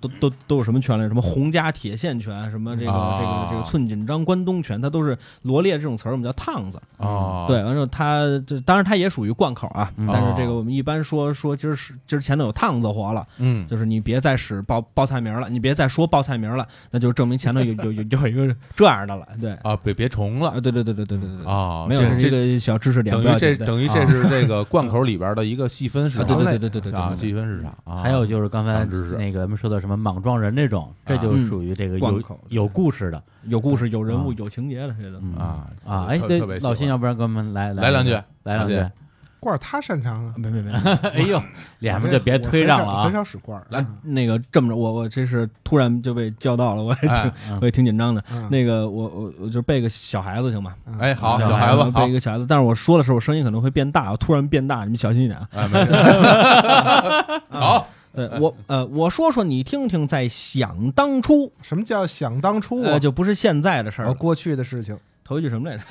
S4: 都都都有什么拳来着？什么洪家铁线拳，什么这个、
S2: 啊
S4: 这个这个寸锦章关东拳，它都是罗列这种词儿，我们叫趟子。
S2: 哦，
S4: 对，完之后它这当然它也属于贯口啊，
S1: 嗯
S4: 但是这个我们一般说说今儿是今儿前头有趟子活了，
S2: 嗯，
S4: 就是你别再使报报菜名了，你别再说报菜名了，那就证明前头有有有有一个这样的了。对，
S2: 啊，别别重了
S4: 啊，对对对对对对对对，
S2: 啊，
S4: 没有
S2: 这
S4: 是一个小知识点，
S2: 等
S4: 不要
S2: 于这
S4: 紧对
S2: 等于这是这个贯口里边的一个细分市
S4: 啊，对
S2: 场
S4: 对对对对对
S2: 啊，
S4: 对对
S2: 细分市场啊，
S1: 还有就是刚才
S2: 长知识啊
S1: 那个咱们说的什么莽撞人这种，这就属于这个
S4: 贯
S1: 有
S4: 口
S1: 有故事的
S4: 有故事、有人物、
S1: 啊
S4: 有情节的，这都
S1: 嗯
S2: 啊
S1: 啊。
S2: 特
S1: 哎，对
S2: 特别，喜欢
S1: 老辛，要不然给我们来
S2: 来两句，
S1: 来两句。
S3: 罐儿他擅长啊，
S4: 没没没。
S1: 哎呦， 脸上就别
S3: 我很
S1: 推让
S3: 少
S1: 了
S3: 很
S1: 啊。
S3: 少使罐儿。
S2: 来
S3: 啊
S4: 那个这么着，我我这是突然就被叫到了，我也
S2: 哎
S4: 挺我也挺紧张的。
S3: 嗯
S4: 那个我我我就背个小孩子行吗？
S2: 哎，好，
S1: 小
S2: 小
S1: 孩
S2: 孩
S1: 子
S2: 子
S4: 背
S2: 好
S4: 一，嗯个小孩子，但是我说的时候，我声音可能会变大，我突然变大，你们小心一点啊。
S2: 哎，没事好，
S4: 呃，我呃，我说说你听听，在想当初，
S3: 什么叫想当初啊
S4: 呃，？就不是现在的事儿
S3: 哦
S4: 了。
S3: 过去的事情，
S4: 头一句什么来着？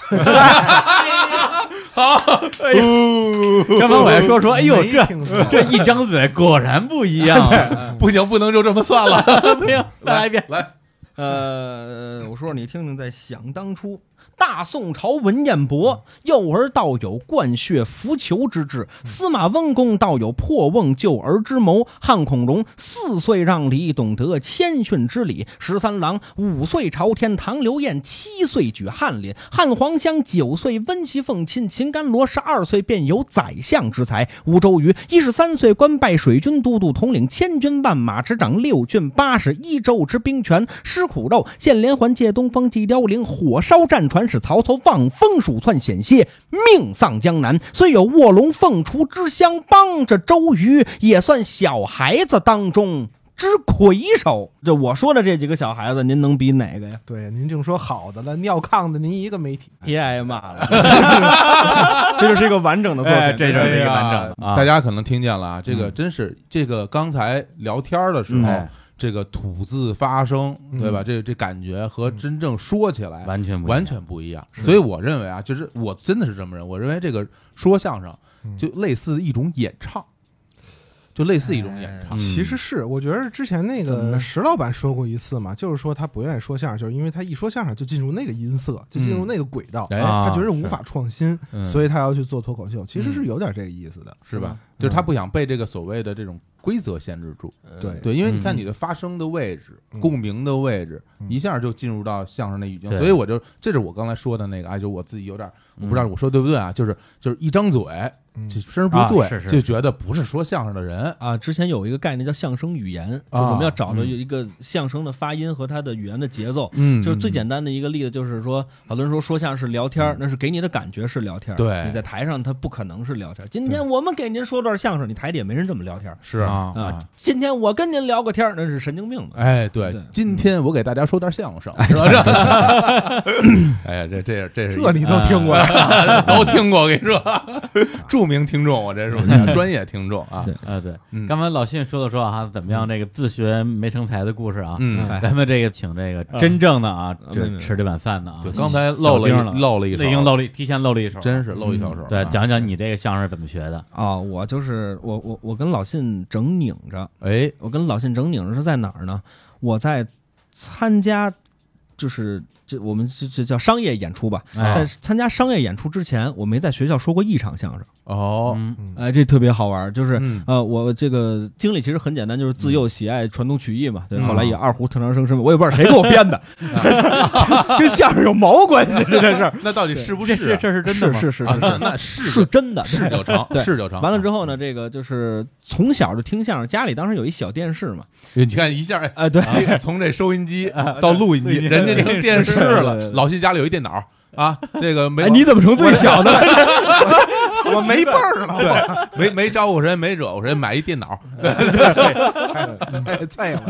S1: 刚才我还说说，哎呦，
S3: 没
S1: 这
S3: 听说
S1: 这一张嘴果然不一样。
S2: 不行，不能就这么算了，
S1: 不行，再来一遍。
S2: 来，
S4: 呃，我说说你听听，在想当初，大宋朝文彦博，幼儿道有灌血扶裘之志；司马温公道有破瓮救儿之谋；汉孔融四岁让梨，懂得谦逊之礼；十三郎五岁朝天，唐刘晏七岁举翰林；汉黄香九岁温席奉亲，秦甘罗十二岁便有宰相之才；吴周瑜一十三岁官拜水军都督，统领千军万马，执掌六郡八十一州之兵权。吃苦肉，献连环，借东风，祭凋零，火烧战船，使曹操望风鼠窜，险些命丧江南。虽有卧龙凤雏之相帮，这周瑜也算小孩子当中之魁首。这我说的这几个小孩子，您能比哪个呀？
S3: 对，您净说好的了，尿炕的您一个没提。
S4: 别挨骂了。
S5: 这就是一个完整的作品。
S1: 哎这就是一个完整的啊
S2: 大家可能听见了啊，这个
S1: 嗯
S2: 真是这个刚才聊天儿的时
S1: 嗯
S2: 候
S1: 哎，
S2: 这个吐字发声，
S3: 嗯
S2: 对吧？这这感觉和
S4: 嗯
S2: 真正说起来
S1: 完全不一样
S2: 完全不一样。所以我认为啊，就是我真的是这么认为，我认为这个说相声
S3: 嗯
S2: 就类似一种演唱，就类似一种演
S1: 嗯。
S2: 唱
S3: 其实是，我觉得之前那
S4: 怎么
S3: 个
S4: 呢
S3: 石老板说过一次嘛，就是说他不愿意说相声，就是因为他一说相声就进入那个音色，就进入那个轨道，
S2: 哎
S1: 啊
S3: 他觉得无法创新，
S2: 嗯
S3: 所以他要去做脱口秀，其实是有点这个意思的。
S2: 是吧？就是他
S1: 嗯
S2: 不想被这个所谓的这种规则限制住。
S3: 对
S2: 对，因为你看
S1: 嗯
S2: 你的发声的位置、
S3: 嗯
S2: 共鸣的位置，
S3: 嗯
S2: 一下就进入到相声的语境，
S1: 对嗯
S2: 所以我就这是我刚才说的那个，哎，就我自己有点
S1: 我
S2: 我不知道我说对不对啊，就是就是一张嘴，这声儿不对，
S1: 啊是是
S2: 就觉得不是说相声的人。
S4: 啊，之前有一个概念叫相声语言，就
S2: 啊
S4: 是我们要找到
S1: 嗯
S4: 有一个相声的发音和它的语言的节奏。
S2: 嗯
S4: 就是最简单的一个例子，就是说，好多人说说相声是聊天儿，那是给你的感觉是聊天
S2: 嗯
S4: 儿。
S2: 对
S4: 你在台上他不可能是聊天儿。今天我们给您说段相声，你台里也没人这么聊天儿
S2: 是，
S1: 啊
S4: 啊。今天我跟您聊个天儿，那是神经病的。
S2: 哎，对
S4: 对，
S2: 今天我给大家说段相声，是吧？ 哎呀，这这这是
S3: 这你都听过，
S2: 都听过，我跟你说，著名听众，我这是我专业听众啊
S4: 对，
S1: 啊，对
S2: 嗯，
S1: 刚才老信说了说哈，怎么样这个自学没成才的故事啊？
S2: 嗯
S4: 嗨
S1: 咱们这个请这个真正的啊，
S4: 没
S1: 这
S4: 没
S1: 吃这碗饭的啊
S2: 对，，刚才漏了
S1: 小丁了
S2: 一漏了一手，
S1: 已经露了一，提前露了一手，
S2: 真是露一小手。
S1: 对
S2: 啊，
S1: 讲讲你这个相声怎么学的？
S4: 啊，我就是我我我跟老信整拧着，
S2: 哎，
S4: 我跟老信整拧着是在哪儿呢？我在参加，就是这我们这这叫商业演出吧，
S2: 啊
S1: 哎
S4: 在参加商业演出之前，我没在学校说过一场相声。
S2: 哦，
S1: 嗯
S4: 哎，这特别好玩，就是。
S2: 嗯
S4: 呃，我这个经历其实很简单，就是自幼喜爱传统曲艺嘛。对，
S2: 嗯
S4: 后来以二胡特长生身份，我也不知道谁给我编 的，
S2: 啊
S4: 跟相声有毛关系？这件事儿
S2: 那到底是不
S1: 这
S2: 是
S1: 这
S2: 啊？
S1: 事儿是真的吗？
S4: 是是是
S2: 啊，那
S4: 是
S2: 那是
S4: 是真的。
S2: 是就成，
S4: 对
S2: 是就成。
S4: 完了之后呢，这个就是从小就听相声，家里当时有一小电视嘛。
S2: 你看一下，哎
S4: 哎，对，
S2: 从这收音机到录音机，
S1: 录音机
S2: 人家这电视了
S4: 对对对。
S2: 老信家里有一电脑啊，这个没
S4: 哎，你怎么成最小的？
S3: 我没伴儿了，
S2: 没没招呼谁，没惹过谁，买一电脑，
S3: 我哎再了。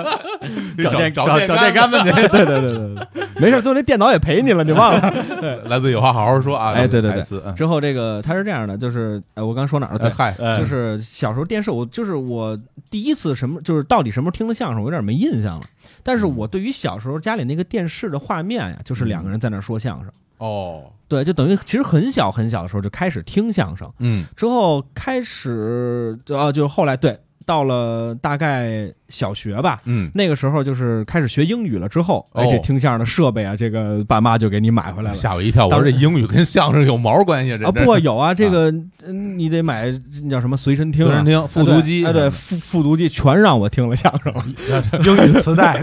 S1: 找电
S2: 找
S1: 找
S2: 电
S1: 电杆
S2: 杆
S1: 子去。
S4: 对对对对对，没事，最后那电脑也陪你了，你忘了？
S2: 来自有话好好说啊。
S4: 哎对对对
S2: 台词，嗯
S4: 之后这个他是这样的，就是哎，我刚说哪儿了？对
S2: 哎，嗨，
S1: 哎
S4: 就是小时候电视，我就是我第一次什么，就是到底什么时候听的相声，我有点没印象了。但是我对于小时候家里那个电视的画面呀，就是两个人在那儿说相声，
S2: 哦，
S4: 对，就等于其实很小很小的时候就开始听相声，
S2: 嗯
S4: 之后开始就啊，就是后来对，到了大概小学吧。
S2: 嗯，
S4: 那个时候就是开始学英语了之后，哎，
S2: 哦
S4: 这听相声的设备啊，这个爸妈就给你买回来了。
S2: 吓我一跳，我
S4: 当
S2: 说这
S4: 时
S2: 英语跟相声有毛关系？这这
S4: 啊，不过有啊，这个嗯你得买那叫什么随身听、
S2: 私
S4: 啊
S2: 人，听复读机，嗯
S4: 哎，对，复复读机全让我听了相 声了，
S3: 英语磁带，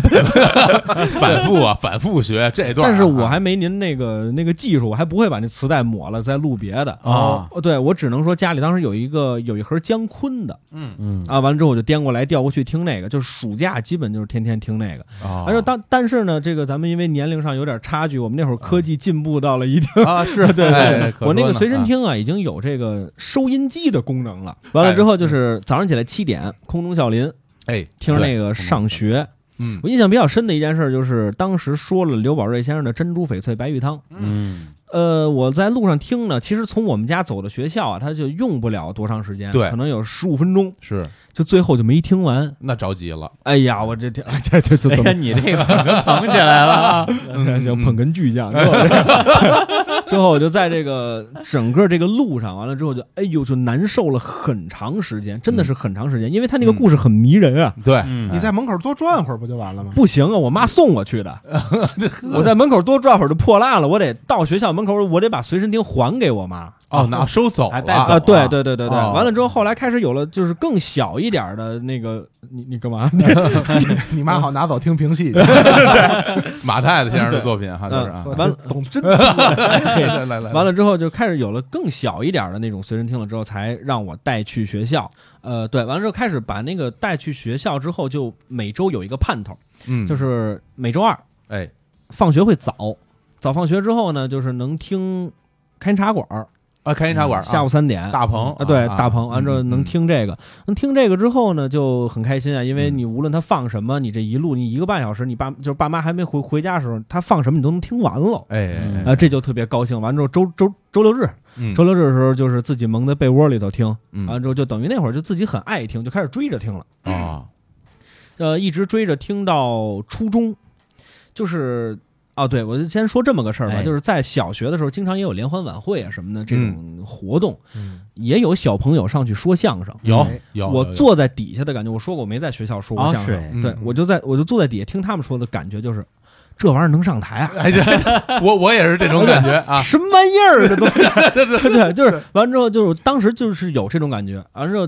S2: 反复啊，反复学这段啊。
S4: 但是我还没您那个那个技术，我还不会把那磁带抹了再录别的
S1: 啊。
S4: 哦对，我只能说家里当时有一个有一盒姜昆的
S2: 嗯
S1: 嗯
S4: 啊，完了之后我就颠过来调过去听那个，就是暑假基本就是天天听那个。
S2: 啊
S4: 而且当但是呢，这个咱们因为年龄上有点差距，我们那会儿科技进步到了一定。
S2: 啊是对
S4: 对，我那个随身听啊，已经有这个收音机的功能了。完了之后就是早上起来七点，空中笑林，
S2: 哎
S4: 听着那
S2: 对
S4: 个上学，
S2: 嗯
S4: 我印象比较深的一件事就是，当时说了刘宝瑞先生的珍珠翡翠白玉汤。
S1: 嗯
S4: 呃，我在路上听呢，其实从我们家走到学校啊，他就用不了多长时间，
S2: 对
S4: 可能有十五分钟，
S2: 是
S4: 就最后就没听完。
S2: 那着急了，
S4: 哎呀，我这这这这这
S1: 哎
S4: 怎
S1: 呀，
S4: 么
S1: 你 这个捧起来了啊！
S4: 就捧哏 巨匠？之后之后我就在这个整个这个路上，完了之后就哎呦，就难受了很长时间，真的是很长时间，因为他那个故事很迷人啊。
S2: 对，
S1: 嗯
S3: 你在门口多转会儿不就完了 吗？
S4: 不行啊，我妈送我去的。我在门口多转会儿就破烂了，我得到学校门口，我得把随身听还给我妈。
S2: 哦，那收走
S1: 还
S2: 了
S1: 带走
S4: 啊，对对对对对，
S2: 哦
S4: 完了之后，后来开始有了就是更小一点儿的那个，你你干嘛？
S3: 你妈好拿走听评戏去，
S2: 马太太先生的作品哈，就是啊，
S3: 我
S4: 完了
S3: 懂 真
S2: 来来来，
S4: 嗯完了之后就开始有了更小一点儿的那种随身听了之后，才让我带去学校。呃，对，完了之后开始把那个带去学校之后，就每周有一个盼头，
S2: 嗯，
S4: 就是每周二
S2: 哎，
S4: 放学会早，早放学之后呢，就是能听开茶馆儿。
S2: 啊，开心茶馆，
S4: 下午
S2: 午
S4: 三点。
S2: 大鹏
S4: 啊，对，
S2: 啊
S4: 大鹏，完之后
S2: 嗯
S4: 能
S2: 嗯
S4: 听这个，能听这个之后呢，就很开心啊，因为
S2: 嗯
S4: 你无论他放什么，你这一路你一个半小时，你爸就是爸妈还没回回家的时候，他放什么你都能听完了，
S2: 哎哎哎
S1: 嗯
S4: 啊，这就特别高兴。完之后周周周六日，
S2: 嗯
S4: 周六日的时候就是自己蒙在被窝里头听，
S2: 嗯
S4: 完之后就等于那会儿就自己很爱听，就开始追着听了，
S2: 啊，
S4: 呃，一直追着听到初中，就是。哦，对，我就先说这么个事儿吧，
S1: 哎
S4: 就是在小学的时候，经常也有联欢晚会啊什么的
S2: 嗯
S4: 这种活动，
S3: 嗯
S4: 也有小朋友上去说相声。
S2: 有
S3: 哎
S2: 有，
S4: 我
S2: 有有
S4: 坐在底下的感觉，我说过我没在学校说过
S1: 哦
S4: 相
S1: 是
S4: 声，
S1: 哎
S2: 嗯
S4: 对
S3: 嗯
S4: 我就在我就坐在底下听他们说的感觉就是，这玩意儿能上台啊？
S2: 哎，这 我我也是这种感觉啊，
S4: 什么玩意儿这都， 对，就是完之后就是当时就是有这种感觉，完之后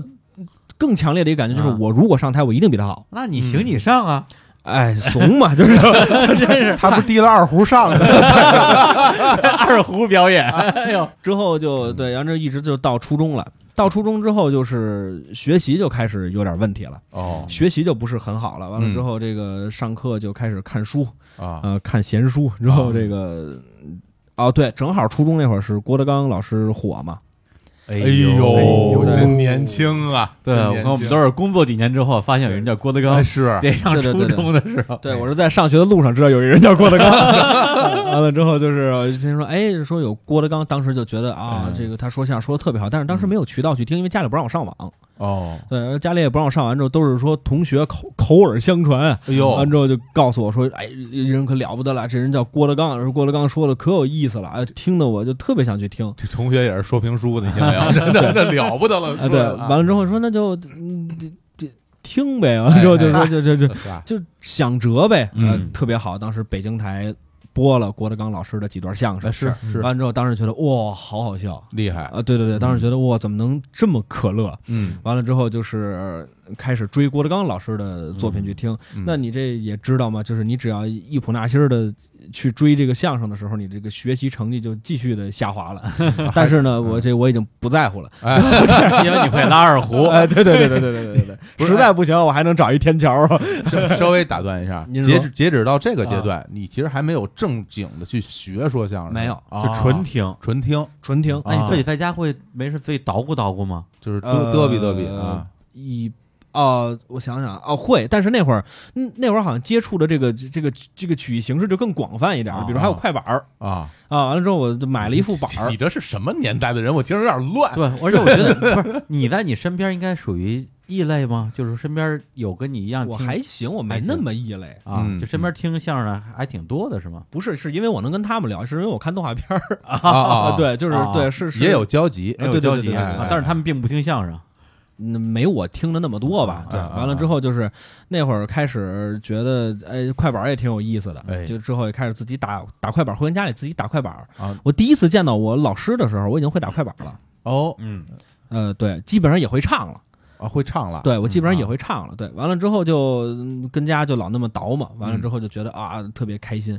S4: 更强烈的一个感觉就是
S1: 啊
S4: 我如果上台，我一定比他好。
S1: 那你行你上啊，
S4: 哎，怂嘛，就是 真是
S3: 他不提了二胡上来了，
S1: 二胡表演，
S4: 哎呦，之后就对，然后这一直就到初中了。到初中之后，就是学习就开始有点问题了，
S2: 哦
S4: 学习就不是很好了。完了
S2: 嗯
S4: 之后，这个上课就开始看书，
S2: 啊，
S4: 呃，看闲书。之后这个，哦，对，正好初中那会儿是郭德纲老师火嘛，
S2: 哎
S3: 哎呦
S2: 真年轻啊，
S1: 对，我看我们都
S2: 是
S1: 是工作几年之后，发现有人叫郭德纲，
S2: 哎是
S1: 得上
S4: 对对
S1: 初
S4: 对对
S1: 中的时候，
S4: 哎对，我是在上学的路上知道有一人叫郭 德纲，完了之后就是我就听说，哎，说有郭德纲，当时就觉得啊
S2: 哎
S1: 嗯，
S4: 这个他说相声说的特别好，但是当时没有渠道去听，因为家里不让我上网，
S2: 哦，
S4: 对，家里也不让我上完之后，都是说同学口 口耳相传，
S2: 哎呦
S4: 完之后就告诉我说，哎，人可了不得了，这人叫郭德纲，说郭德纲说的可有意思了，哎，听得我就特别想去听。
S2: 这同学也是说评书的，你听没有？真的，这了不得了，
S4: 啊，对，完了之后说那就嗯，这这听呗，完了
S2: 哎
S4: 之后就
S2: 哎
S4: 说就就
S2: 后
S4: 就就想辙呗，
S1: 嗯
S4: 呃特别好。当时北京台播了郭德纲老师的几段相声，
S2: 哎是是嗯
S4: 完之后，当时觉得哇，好好笑
S2: 厉害，
S4: 啊！对对对，当时觉得哇，怎么能这么可乐？
S2: 嗯，
S4: 完了之后就是呃开始追郭德纲老师的作品去听。
S2: 嗯
S4: 那你这也知道吗？就是你只要一普纳新儿的去追这个相声的时候，你这个学习成绩就继续的下滑 了。但是呢，我这我已经不在乎了。
S2: 哎，
S1: 因为你会拉二胡，
S4: 哎，对对对对对对对对
S2: 不是哎
S4: 对，实在不行，我还能找一天桥啊。
S2: 稍稍微打断一下，
S4: 您说
S2: 截止截止到这个阶段，你其实还没有正经的去学说相声，
S4: 没有
S2: 啊，
S1: 是纯听。
S2: 纯听，
S4: 纯听
S1: 那你自
S2: 啊
S1: 己在家会没事自己捣鼓捣鼓吗？
S2: 就是嘚
S4: 呃
S2: 嘚比嘚比啊，
S4: 一哦，我想想啊、哦，会，但是那会儿，嗯那会儿好像接触的这个这个这个曲艺形式就更广泛一点了，
S1: 啊
S4: 比如还有快板儿
S2: 啊，
S4: 啊。完了之后，我就买了一副板
S2: 你
S4: 儿
S2: 你，这是什么年代的人？我听着有点乱。啊
S1: 对，而且我觉得 不是你在你身边应该属于异类吗？就是身边有跟你一样
S4: 我
S1: 听
S4: 还行，我没
S1: 还行
S4: 那么异类。
S1: 啊
S2: 嗯，
S1: 就身边听相声的还挺多的是吗？
S4: 不是，是因为我能跟他们聊，是因为我看动画片儿
S2: 啊啊，啊，
S4: 对，就是
S1: 啊
S4: 对，是是
S2: 也有交集
S4: 啊对对对对对
S2: 哎哎
S1: 啊但是他们并不听相声，
S4: 嗯没我听的那么多吧
S2: 啊？
S4: 对，
S2: 啊
S4: 完了之后就是那会儿开始觉得，哎，快板儿也挺有意思的，
S2: 哎
S4: 就之后也开始自己打打快板儿，回家里自己打快板儿。
S2: 啊
S4: 我第一次见到我老师的时候，我已经会打快板儿了。
S2: 哦
S1: 嗯，
S4: 呃，对，基本上也会唱了，
S2: 啊，会唱了，
S4: 对我基本上
S2: 嗯
S4: 也会唱了，对，完了之后就嗯跟家就老那么倒嘛，完了
S2: 嗯
S4: 之后就觉得啊特别开心，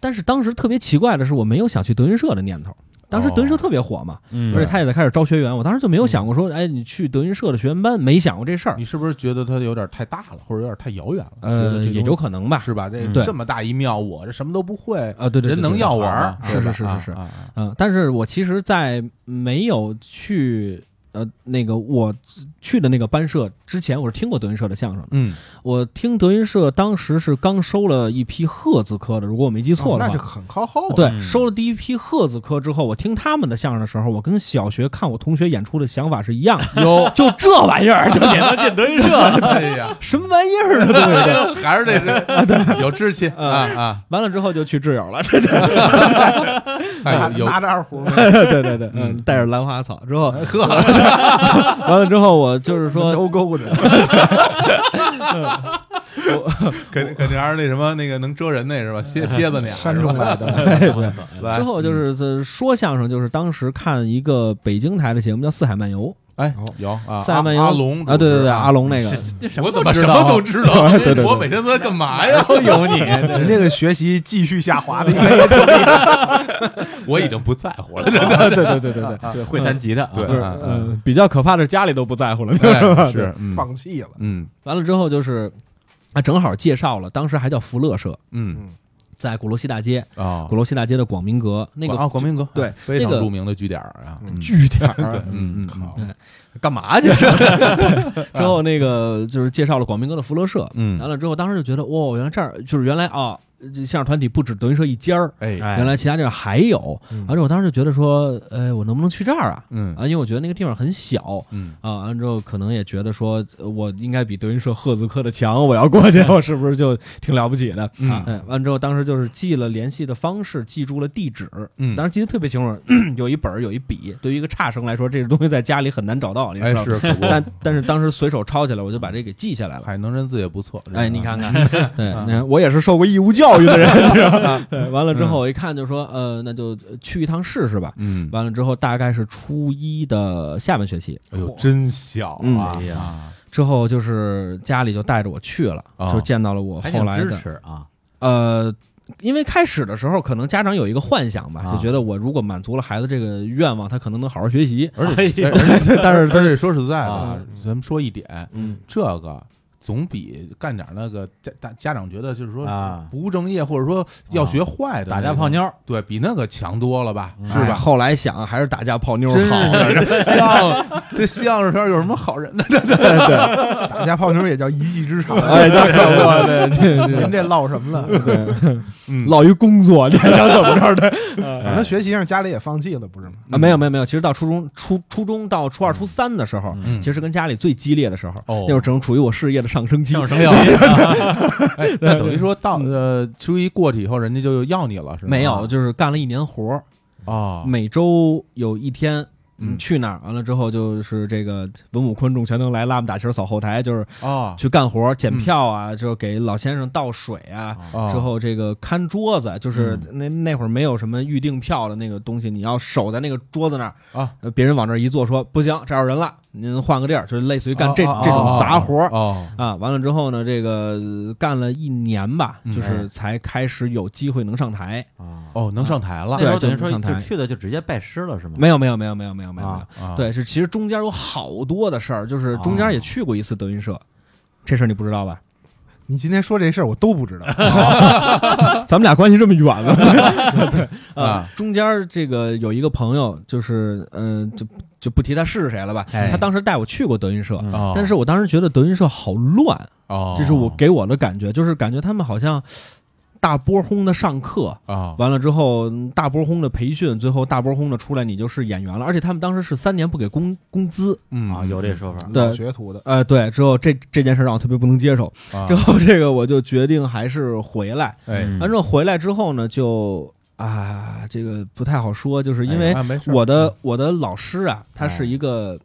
S4: 但是当时特别奇怪的是，我没有想去德云社的念头。当时德云
S2: 哦
S4: 社特别火嘛，
S1: 嗯
S4: 而且他也在开始招学员，我当时就
S2: 嗯
S4: 没有想过说，哎，你去德云社的学员班，没想过这事儿
S2: 你，是不是觉得它有点太大了，或者有点太遥远了？觉
S4: 呃，
S2: 得这
S4: 也
S2: 东
S4: 有
S2: 西
S4: 可能吧，
S2: 是吧？这
S1: 嗯
S4: 对
S2: 这么大一庙，我这什么都不会，
S4: 啊，对对，对
S2: 人能
S4: 对
S2: 要玩儿
S4: 好
S2: 吗？
S4: 玩儿
S2: 吧
S4: 是是是是
S2: 啊啊啊
S4: 嗯，但是我其实，在没有去呃那个我去的那个班社之前，我是听过德云社的相声的。
S2: 嗯，
S4: 我听德云社当时是刚收了一批赫字科的，如果我没记错的
S3: 哦那
S4: 话。
S3: 就很靠后了。
S4: 对，
S1: 嗯
S4: 收了第一批赫字科之后，我听他们的相声的时候，我跟小学看我同学演出的想法是一样的。，
S2: 有
S4: 就这玩意儿，就演到进德 云社，
S2: 哎呀，
S4: 什么玩意儿啊？对不对？
S2: 还是 得是有志气啊啊，
S4: 完了之后就去挚友了。
S2: 哎有有
S3: 拿着二胡，
S4: 对对对，嗯，带着兰花草之后，
S2: 哎
S4: 完了之后我就是 说，
S3: 勾勾的，
S2: 肯肯定还是那什么那个能遮人那是吧？ 蝎蝎子脸
S3: 山中来的，
S2: 来
S4: 之后就是这说相声，就是当时看一个北京台的节目叫《四海漫游
S2: 哎
S3: 哦
S2: 有啊，》，
S4: 四海漫游
S2: 阿龙
S4: 啊，对对对，阿
S2: 龙
S4: 龙那个，
S1: 这什
S2: 主持，
S1: 么
S2: 我怎么
S1: 知
S2: 什
S1: 道
S2: 么
S1: 啊
S2: 都知 道？
S4: 对对对
S2: 我每天都在干嘛呀？
S1: 都有你，
S2: 啊
S3: 人这个学习继续下滑的一个，
S2: 我已经不在乎了，真的
S4: 对对对对对，
S1: 对会弹吉他，
S2: 对
S4: 不是，
S2: 嗯
S4: 嗯，比较可怕的是家里都不 在乎了。
S2: 哎是嗯
S3: 放弃了。
S2: 嗯
S4: 完了之后就是，啊，正好介绍了，当时还叫福乐社，
S2: 嗯
S4: 在鼓楼西大街，
S2: 啊
S4: 鼓，楼西大街的广明阁那个
S2: 啊，广 明阁
S4: 对
S2: 非常
S4: 那个
S2: 著名的据点儿啊，
S3: 嗯
S4: 据点儿
S2: 对，嗯嗯
S3: 好，
S4: 干嘛去？ 之后那个就是介绍了广明阁的福乐社，
S2: 嗯
S4: 完了之后，当时就觉得，哇，原来这儿就是原来啊，这相声团体不止德云社一家儿，
S2: 哎，
S1: 哎
S4: 原来其他地儿还有。
S3: 嗯
S4: 完了之后，我当时就觉得说，哎，我能不能去这儿啊？
S2: 嗯
S4: 啊，因为我觉得那个地方很小。
S2: 嗯，
S4: 啊，完了之后可能也觉得说，呃我应该比德云社赫兹科的强，我要过去，我是不是就挺了不起的？
S2: 嗯
S4: 哎，完了之后，当时就是记了联系的方式，记住了地址，
S2: 嗯
S4: 当时记得特别清楚， 有一本儿有一笔。对于一个差生来说，这个东西在家里很难找到，你知
S2: 哎
S4: 道吗？
S2: 是，可不，
S4: 但但是当时随手抄起来，我就把这给记下来了。
S2: 海能认字也不错，
S4: 哎，你看看，对，
S1: 啊
S4: 那我也是受过义务教育的人，你知道吧？ 对完了之
S1: 嗯
S4: 后，我一看就说，呃，那就去一趟试试吧。
S2: 嗯，
S4: 完了之后，大概是初一的下半学期
S2: 哎呦，真小
S4: 嗯
S2: 啊
S1: 哎呀
S2: 啊，
S4: 之后，就是家里就带着我去了，
S2: 哦
S4: 就见到了我
S1: 还
S4: 后
S1: 挺
S4: 来
S1: 支
S4: 的
S1: 持啊，
S4: 呃。因为开始的时候，可能家长有一个幻想吧，
S1: 啊
S4: 就觉得我如果满足了孩子这个愿望，他可能能好好学习。
S2: 而
S1: 哎
S2: 且
S1: 呦
S2: 而且， 但是但是说实在的
S1: 啊，
S2: 咱们说一点，
S4: 嗯，
S2: 这个总比干点那个家大家长觉得就是说
S1: 啊
S2: 不务正业，或者说要学坏的
S1: 打
S2: 那
S1: 架
S2: 种
S1: 泡，妞儿，
S2: 对比那个强多了吧？是
S4: 哎
S2: 吧？
S4: 后来想，还是打架泡妞
S2: 真
S4: 好。
S2: 是这相这相声圈有什么好人 的？
S3: 打架泡妞也叫一技之长，
S4: 哎，那可不，对对 对
S3: 您这唠什么了？
S1: 嗯
S4: 落于工作，你还想怎么着的？
S3: 反正学习上家里也放弃了，不是吗？
S1: 嗯
S4: 啊，没有没有没有，其实到初中初初中到初二初三的时候，
S1: 嗯
S2: 嗯
S4: 其实跟家里最激烈的时候，
S2: 哦
S4: 那会儿正处于我事业的上升期。
S1: 上升
S2: 没有，哎， 那等于说到呃初一过去以后，人家就要你了，是吗？
S4: 没有，就是干了一年活儿，
S2: 啊，
S4: 每周有一天。
S2: 嗯
S4: 嗯，去那儿完了之后，就是这个文武昆众全能来，拉姆打旗儿扫后台，就是
S2: 啊
S4: 去干活儿、检票啊，就是给老先生倒水啊，
S2: 啊
S4: 之后这个看桌子，就是
S2: 嗯
S4: 那那会儿没有什么预订票的那个东西，你要守在那个桌子那儿
S2: 啊，
S4: 呃别人往这儿一坐说不行，这儿有人了，您换个地儿，就是类似于干这
S2: 啊啊
S4: 这种杂活儿
S2: 哦，
S4: 啊。完了之后呢，这个呃干了一年吧，
S2: 嗯
S4: 就是才开始有机会能上台。
S1: 啊，
S2: 哦，能上台了
S1: 那时候
S4: 对
S1: 等于
S4: 就
S1: 说
S4: 上
S1: 就
S4: 台
S1: 去的就直接拜师了是吗？
S4: 没有没有没有没有没有没有没有
S1: 啊，
S2: 啊，
S4: 对，是其实中间有好多的事儿，就是中间也去过一次德云社。这事儿你不知道吧？
S3: 你今天说这事儿我都不知道，
S4: 咱们俩关系这么远了，
S2: 啊
S4: 啊，中间儿这个有一个朋友，就是嗯、呃，就就不提他是谁了吧。
S1: 哎
S4: 他当时带我去过德云社，
S1: 嗯
S2: 哦，
S4: 但是我当时觉得德云社好乱，
S2: 哦，
S4: 这是我给我的感觉，就是感觉他们好像大波轰的上课。
S2: 啊
S4: 完了之后，嗯大波轰的培训，最后大波轰的出来，你就是演员了。而且他们当时是三年不给工工资，
S2: 嗯
S1: 啊，有这说法，
S4: 对
S3: 老学徒的，
S4: 呃，对。之后这这件事让我特别不能接受。
S2: 啊
S4: 之后这个我就决定还是回来。
S2: 哎，
S1: 嗯
S4: 完之后回来之后呢，就啊，这个不太好说，就是嗯因为
S2: 哎没事
S4: 我的我的老师啊，他
S1: 哎
S4: 是一个，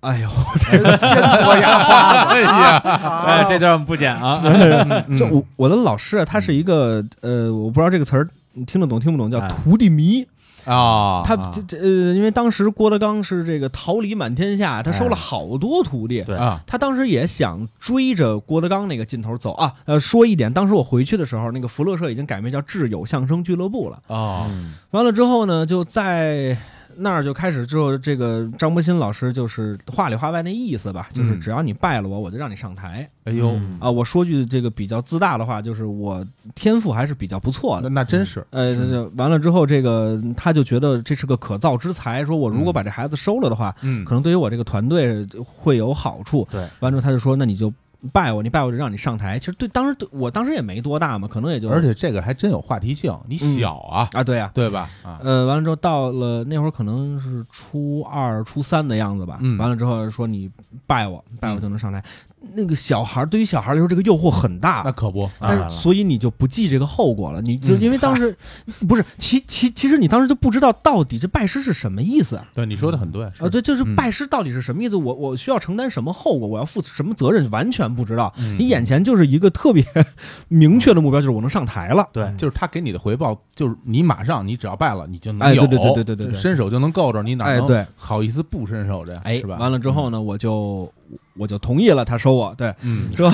S4: 哎 呦，
S3: 先做牙花
S2: 哎
S3: 子，哦
S1: 哎，这段不剪啊，
S4: 这嗯我我的老师啊，他是一个呃，我不知道这个词儿你听得懂听不懂，叫
S1: 哎
S4: 徒弟迷。
S2: 啊，
S4: 他
S2: 啊
S4: 这这呃，因为当时郭德纲是这个桃李满天下，他收了
S1: 哎
S4: 好多徒弟。
S1: 对
S2: 啊
S4: 他当时也想追着郭德纲那个劲头走啊，呃，说一点，当时我回去的时候，那个福乐社已经改名叫挚友相声俱乐部了。
S2: 啊
S1: 嗯
S4: 完了之后呢，就在那儿就开始之后，这个张伯鑫老师就是话里话外那意思吧，就是
S2: 嗯
S4: 只要你拜了我，我就让你上台
S2: 哎呦，
S1: 嗯
S4: 啊。我说句这个比较自大的话，就是我天赋还是比较不错
S2: 那
S4: 的。
S2: 那真是
S4: 呃，那就完了之后，这个他就觉得这是个可造之才，说我如果
S2: 嗯
S4: 把这孩子收了的话，
S2: 嗯
S4: 可能对于我这个团队会有好处。
S1: 对，
S4: 完之后他就说，那你就拜我，你拜我就让你上台。其实对，当时对我当时也没多大嘛，可能也就
S2: 而且这个还真有话题性，你小啊，
S4: 啊，对呀、
S2: 对吧？啊，
S4: 呃，完了之后到了那会儿可能是初二、初三的样子吧。
S2: 嗯
S4: 完了之后说你拜我，拜我就能上台。那个小孩儿对于小孩儿来说，这个诱惑很
S2: 那
S4: 大。
S2: 可不，
S1: 当然
S4: 但
S1: 了
S4: 是，所以你就不计这个后果了，你就
S2: 啊嗯
S4: 因为当时、不是，其其其实你当时就不知道到底这拜师是什么意思啊？
S2: 对你说的很对
S4: 啊，，对，就是
S2: 嗯
S4: 拜师到底是什么意思？我我需要承担什么后果？我要负什么责任？完全不知道。
S2: 是
S4: 你眼前就是一个特别 明确的目标，就是我能上台了。
S1: 对，
S2: 就是他给你的回报，就是你马上你只要拜了，你就能
S4: 哎
S2: 有，
S4: 对对对对对对对
S2: 伸手就能够着，你哪
S4: 哎
S2: 能
S4: 对
S2: 好意思不伸手这，
S4: 哎，
S2: 是吧？
S4: 完了之后呢，我就我就同意了，他收我，对，
S2: 嗯，
S4: 是吧？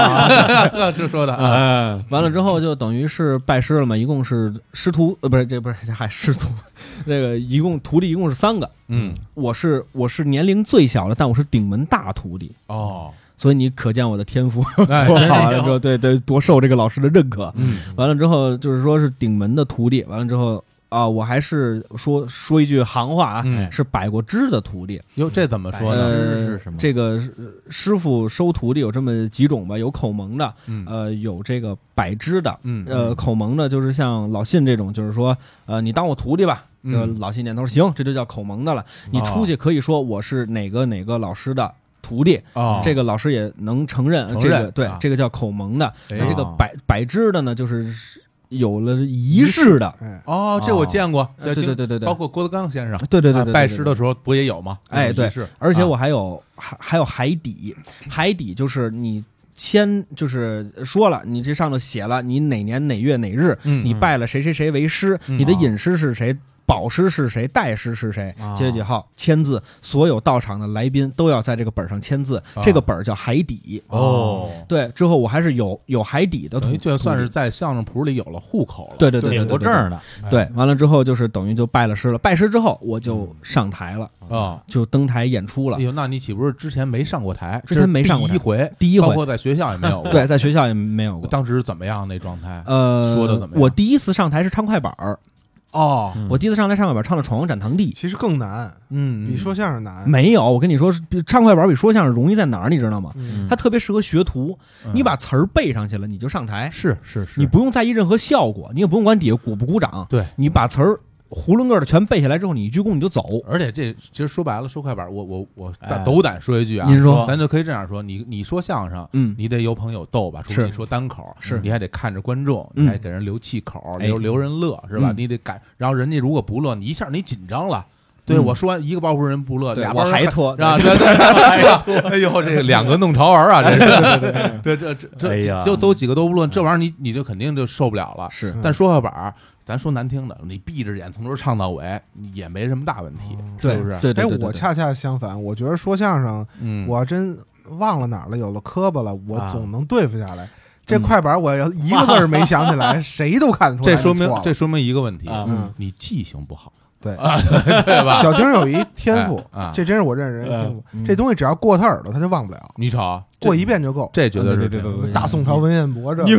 S2: 啊 这说的
S4: 嗯
S2: 啊，
S1: 哎，
S4: 完了之后就等于是拜师了嘛，一共是师徒呃不是这不是还师徒， 那个一共徒弟一共是三个，
S2: 嗯，
S4: 我是我是年龄最小的，但我是顶门大徒弟，
S2: 哦，
S4: 所以你可见我的天 赋
S2: 哎
S4: 多
S2: 真
S4: 好
S2: 有
S4: 了之后，对对，多受这个老师的认可。
S2: 嗯，
S4: 完了之后就是说是顶门的徒弟，完了之后啊，我还是说说一句行话啊，
S2: 嗯
S4: 是百过枝的徒弟。
S2: 哟，这怎么说呢？
S1: 知
S4: 呃，
S1: 是什么
S4: 这个是师傅收徒弟有这么几种吧，有口蒙的，
S2: 嗯
S4: 呃，有这个百支的。
S2: 嗯
S4: 呃，口蒙的就是像老信这种，就是说，呃，你当我徒弟吧。
S2: 嗯
S4: 这老信点头，行，这就叫口蒙的了。你
S2: 哦
S4: 出去可以说我是哪个哪个老师的徒弟，
S2: 哦，
S4: 这个老师也能承认。
S2: 承
S4: 这
S2: 认
S4: 个对，
S2: 啊
S4: 这个叫口蒙的。
S2: 哎
S4: 那这个
S1: 哦
S4: 百百支的呢，就是有了仪式的，
S3: 哎，
S2: 哦，这我见过，
S4: 对对对对对
S2: 包，括郭德纲先生，
S4: 对对对
S2: 啊
S4: 对对，
S2: 拜
S4: 对
S2: 师的时候不也有吗？
S4: 哎
S2: 这种仪
S4: 对
S2: 式，
S4: 而且
S2: 啊
S4: 我还有还、还有海底，海底就是你签，就是说了，你这上头写了，你哪年哪月哪日，
S2: 嗯
S4: 你拜了谁谁谁为师，
S2: 嗯
S4: 你的
S1: 啊
S4: 隐师是谁。保师是谁？代师是谁？
S2: 哦
S1: 啊
S4: 几月几号签字？所有到场的来宾都要在这个本上签字。
S2: 啊
S4: 这个本儿叫海底。
S2: 哦，
S4: 对，之后我还是有有海底的徒
S2: 等于
S4: 弟，
S2: 就算是在相声谱里有了户口了。
S4: 嗯对对对对
S1: 领
S4: 对
S1: 过
S4: 对
S1: 证儿的
S4: 对，
S2: 哎
S4: 完了之后就是等于就拜了师了。拜师之后，我就上台了，
S2: 啊，
S4: 就登台演出了
S2: 嗯哎。呦，那你岂不是之前没上过台？
S4: 之前没上过台
S2: 这是第一回，
S4: 第一
S2: 包
S4: 回，
S2: 括在学校也没 有过。
S4: 对，在学校也没有过。
S2: 当时怎么样那状态？
S4: 呃，
S2: 说得怎么样
S4: 我第一次上台是唱快板儿，
S2: 哦，
S1: 嗯
S4: 我第一次上台唱快板儿唱的《闯王斩堂弟》。
S3: 其实更难，
S2: 嗯
S3: 比说相声难。
S4: 没有，我跟你说，比唱快板儿比说相声容易在哪儿，你知道吗？
S3: 嗯，
S4: 它特别适合学徒，
S2: 嗯
S4: 你把词儿背上去了，你就上台，
S2: 是是是，
S4: 你不用在意任何效果，你也不用管底下鼓不鼓掌，
S2: 对，
S4: 你把词儿囫囵个儿的全背下来之后，你一鞠躬你就走。
S2: 而且这其实说白了，说快板，我我我
S1: 哎
S2: 大斗胆说一句啊，
S4: 您说
S2: 咱就可以这样说，你你说相声，
S4: 嗯，
S2: 你得有朋友逗吧，除非
S4: 是
S2: 你说单口，
S4: 是
S2: 你还得看着观众，
S4: 嗯
S2: 你还给人留气口，
S4: 哎
S2: 留留人乐是吧？
S4: 嗯
S2: 你得感，然后人家如果不乐，你一下你紧张了。对
S4: 嗯
S2: 我说完一个包袱人不乐，
S4: 对
S2: 俩包
S4: 我
S2: 袱
S4: 还 拖，
S2: 啊， 对对，对 哎呦，这个两个弄潮儿啊，这是， 这这
S1: 哎
S2: 这
S1: 呀
S2: 这就都几个都不论，这玩意儿你你就肯定就受不了了。
S4: 是
S3: 嗯
S2: 但说话板儿，咱说难听的，你闭着眼从头唱到尾也没什么大问题，
S4: 对
S2: 是不是？
S4: 对对
S3: 哎
S4: 对，，对
S3: 我恰恰相反，我觉得说相声，
S2: 嗯，
S3: 我真忘了哪儿了，有了磕巴了，我
S1: 啊
S3: 总能对付下来。这
S4: 嗯
S3: 快板我要一个字儿没想起来，谁都看得出
S2: 这
S3: 来是
S2: 说明
S3: 错了。
S2: 这说明一个问题，
S1: 啊
S3: 嗯
S2: 你记性不好，
S3: 对
S2: 啊 对吧？
S3: 小丁儿有一天赋
S2: 哎啊，
S3: 这真是我认识人的天赋
S1: 嗯。
S3: 这东西只要过他耳朵，他就忘不了，
S2: 你瞅这
S3: 过一遍就够。
S2: 这绝对是这样
S4: 对
S3: 大宋朝文彦博这
S5: 你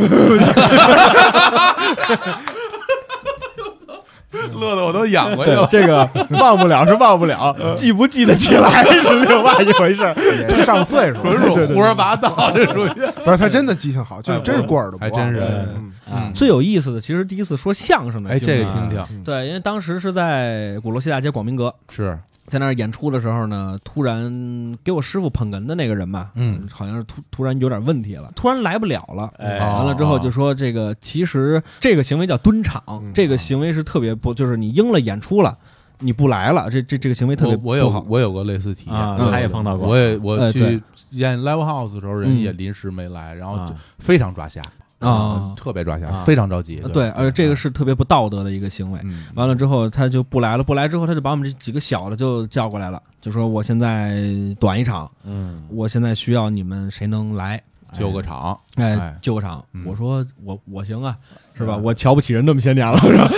S2: 乐的我都痒过去
S5: 对
S2: 了。
S5: 这个忘不了是忘不了，记不记得起来是另外一回事儿。
S3: 也上岁数
S2: 纯
S3: 了，
S2: 属胡说八道，这属于
S3: 不是他真的记性好，就
S2: 哎
S3: 是真是过耳朵不
S2: 还
S3: 忘，
S2: 真是
S3: 嗯
S1: 啊，
S4: 最有意思的，其实第一次说相声的
S2: 哎，
S4: 经历，啊
S2: 这个听听
S4: 对，因为当时是在鼓楼西大街广明阁，
S2: 是
S4: 在那儿演出的时候呢，突然给我师傅捧哏的那个人嘛，
S2: 嗯，
S4: 好像是突突然有点问题了，突然来不了了。
S1: 哎
S4: 完了之
S2: 哦
S4: 后就说这个，其实这个行为叫蹲场，
S3: 嗯
S4: 这个行为是特别不，就是你应了演出了，你不来了，这这这个行为哎特别
S2: 我
S4: 不
S2: 我有
S4: 好。
S2: 我有过类似体验，
S1: 啊
S2: 对
S1: 他也碰到过
S2: 我也我
S4: 哎
S2: 去
S4: 对
S2: 演 live house 的时候，人
S4: 嗯
S2: 也临时没来，然后就
S1: 啊
S2: 非常抓瞎嗯
S4: 啊
S2: 特别抓瞎，
S1: 啊
S2: 非常着急。
S4: 对，而且这个是特别不道德的一个行为。
S2: 嗯
S4: 完了之后他就不来了，不来之后他就把我们这几个小的就叫过来了，就说我现在短一场，
S1: 嗯，
S4: 我现在需要你们谁能来。
S2: 救个场，
S4: 哎
S2: 哎，
S4: 救场
S2: 嗯！
S4: 我说我我行啊，是吧？
S2: 嗯
S4: 我瞧不起人那么些年了，是吧？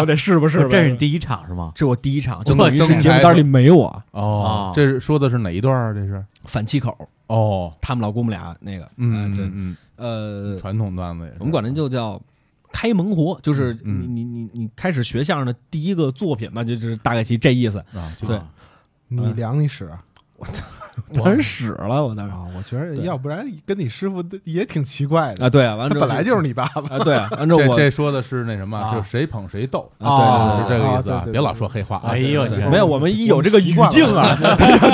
S4: 我得试吧试吧。
S1: 这是你第一场是吗？
S4: 这是我第一场，就
S2: 我
S4: 等于
S2: 这
S4: 是
S2: 么
S4: 节目
S2: 才
S4: 单里没我
S2: 哦
S1: 啊，
S2: 这是说的是哪一段啊？这是
S4: 反气口，
S2: 哦，
S4: 他们老姑母俩那个，
S2: 嗯
S4: 哎对，
S2: 嗯，嗯
S4: 呃，
S2: 传统段子也是，
S4: 我们管那就叫开门活，就是你
S2: 嗯
S4: 你你你开始学相声的第一个作品吧，就就是大概其这意思。
S2: 啊，就
S4: 对
S3: 你量你使啊！
S4: 当时屎了，我当时
S3: 我觉得
S4: 哎对
S3: 要不然跟你师傅也挺奇怪的
S4: 啊，，对啊，完
S3: 他
S4: 了之后
S3: 本来就是你爸爸。
S4: 啊，对啊，完了之
S2: 这
S4: 后我
S2: 这说的是那什么，
S1: 啊
S2: 是谁捧谁逗，
S4: 啊
S2: 是这个意思
S3: 啊对对对
S2: 别老说黑话啊。
S1: 哎呦
S2: 对
S1: 你看
S4: 没有，我们一有这个语境啊，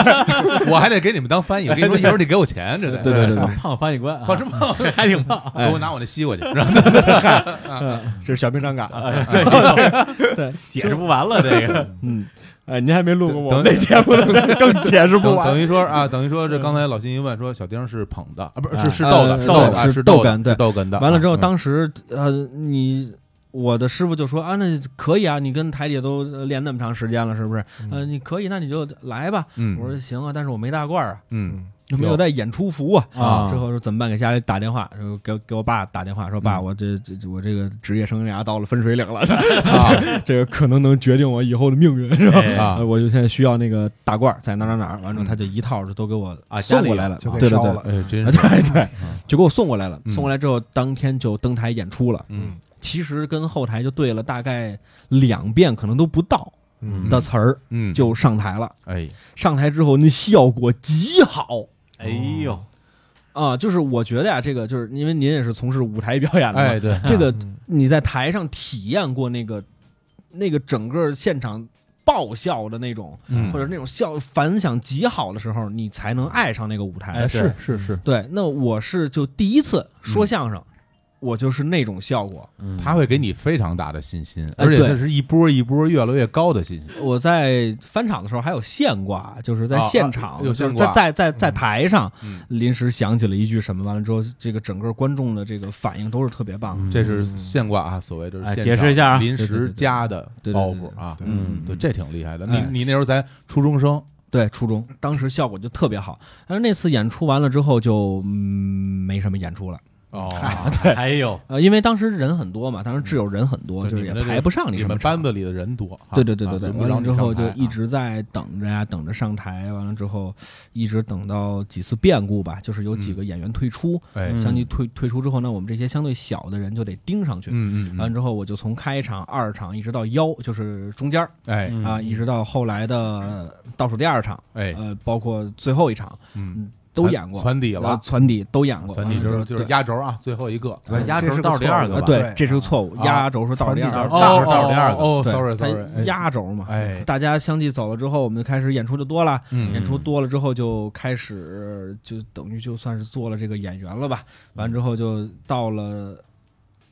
S2: 我还得给你们当翻译，我 跟你说，一会儿得给我钱，这得
S4: 对对对对，
S1: 胖翻译官啊，
S2: 胖什么？
S1: 还挺胖，
S2: 给我拿我那西 瓜去，是吧
S5: 这是小兵张
S4: 啊
S5: 嘎，
S1: 解释不
S2: 哦
S1: 完了这个。
S5: 嗯，哎，您还没录过我
S2: 等
S5: 们那节目呢，更解释不
S2: 等
S5: 完。
S2: 等于说啊，等于说这刚才老金一问说，小丁是捧的啊，不是
S1: 哎
S2: 是是逗的，
S4: 呃
S2: 逗的啊
S4: 是
S2: 是
S4: 逗
S2: 的
S4: 哏对
S2: 是逗哏的。
S4: 完了之后，
S2: 嗯
S4: 当时呃，你我的师傅就说啊，那可以啊，你跟台姐都呃练那么长时间了，是不是？呃，你可以，那你就来吧。
S2: 嗯
S4: 我说行啊，但是我没大褂儿啊。
S2: 嗯
S4: 有没有带演出服啊？
S1: 啊
S4: 之后说怎么办？给家里打电话，说给给我爸打电话，说爸，
S1: 嗯
S4: 我这这我这个职业生涯到了分水岭了， 这这个可能能决定我以后的命运，是吧？
S1: 哎
S2: 啊
S4: 呃我就现在需要那个大褂儿在哪儿哪儿哪儿，完了之后他就一套就都给我
S1: 啊家
S4: 送
S1: 里
S4: 过来
S1: 有
S4: 了，
S3: 就
S4: 对
S3: 给
S4: 对
S3: 烧
S4: 对
S3: 了，。
S2: 哎，真
S4: 啊，
S2: 是，
S4: 对对
S2: 嗯，
S4: 就给我送过来了。
S2: 嗯
S4: 送过来之后，当天就登台演出了。
S2: 嗯
S4: 其实跟后台就对了大概两遍，可能都不到
S1: 嗯
S4: 的词儿，
S2: 嗯，
S4: 就上台了。
S2: 哎，
S4: 上台之后，那效果极好
S1: 哎呦，
S4: 啊！就是我觉得呀、这个就是因为您也是从事舞台表演的嘛，
S2: 哎， 对，
S4: 这个
S3: 嗯
S4: 你在台上体验过那个那个整个现场爆笑的那种，
S2: 嗯
S4: 或者那种笑反响极好的时候，你才能爱上那个舞台。
S1: 哎
S2: 是是是，
S4: 对，那我是就第一次说相声，我就是那种效果。
S1: 嗯
S2: 他会给你非常大的信心，
S4: 哎
S2: 而且
S4: 对
S2: 这是一波一波越来越高的信心。
S4: 我在翻场的时候还有现挂，就是在
S2: 啊
S4: 现
S2: 啊
S4: 场，
S2: 有
S4: 就是
S2: 现
S4: 在
S2: 挂
S4: 在在在台上、
S2: 嗯
S4: 临时想起了一句什么，完了之后，这个整个观众的这个反应都是特别棒的。
S1: 嗯
S2: 这是现挂啊，所谓就是
S1: 哎
S2: 现
S1: 解释
S2: 场
S1: 一下啊
S2: 临
S4: 对对对
S2: 时
S4: 对
S2: 加的
S4: 对对
S2: 包
S4: 对
S2: 袱啊，
S3: 对
S1: 嗯
S2: 对，
S1: 对
S2: 这挺厉害的。
S4: 哎
S2: 你你那时候才初中生，
S4: 对，初中当时效果就特别好，但是那次演出完了之后就、嗯、没什么演出了。
S2: 哦，
S1: 对，哎呦，
S4: 呃，因为当时人很多嘛，当时挚友人很多，
S2: 嗯对
S4: 就是
S2: 你
S4: 也
S2: 们的
S4: 排不上
S2: 你
S4: 你什么
S2: 们
S4: 场
S2: 班子里的人多，啊
S4: 对对对对
S2: 啊
S4: 对，
S2: 轮不
S4: 完
S2: 着
S4: 了
S2: 你
S4: 之
S2: 上
S4: 后就
S2: 台
S4: 一
S2: 啊
S4: 直在等着呀，等着上台，完了之后一直等到几次变故吧，就是有几
S2: 嗯
S4: 个演员退出，
S2: 哎，
S1: 嗯
S2: 嗯
S4: 相继退退出之后呢，我们这些相对小的人就得盯上去。
S2: 嗯嗯
S4: 完了之后，我就从开场、二场一直到幺，就是中间儿
S2: 哎
S1: 嗯
S4: 啊，一直到后来的倒数第二场，
S2: 哎，
S4: 呃，包括最后一场
S2: 嗯，
S4: 都
S2: 攒
S4: 演过，
S2: 攒底
S4: 呃
S2: 了，
S4: 船底都演过，
S2: 攒底
S4: 完了
S2: 就是
S4: 之后
S2: 就是
S4: 对
S2: 压轴啊，最后一个。
S1: 对压
S3: 这
S1: 轴
S3: 是个
S1: 到了第二
S3: 错误
S1: 个
S4: 啊
S1: 吧
S4: 对，这是个错误，
S2: 啊
S4: 压轴是到
S3: 传
S4: 了第
S3: 递到
S4: 二场，
S3: 大
S2: 哦
S3: 是到
S1: 第二个
S2: 哦
S4: 对
S2: ，sorry
S4: 他
S2: sorry，
S4: 压轴嘛，
S2: 哎
S4: 大家相继走了之后，我们就开始演出就多了，
S2: 嗯
S4: 演出多了之后就开始就等于就算是做了这个演员了吧，完之后就到了。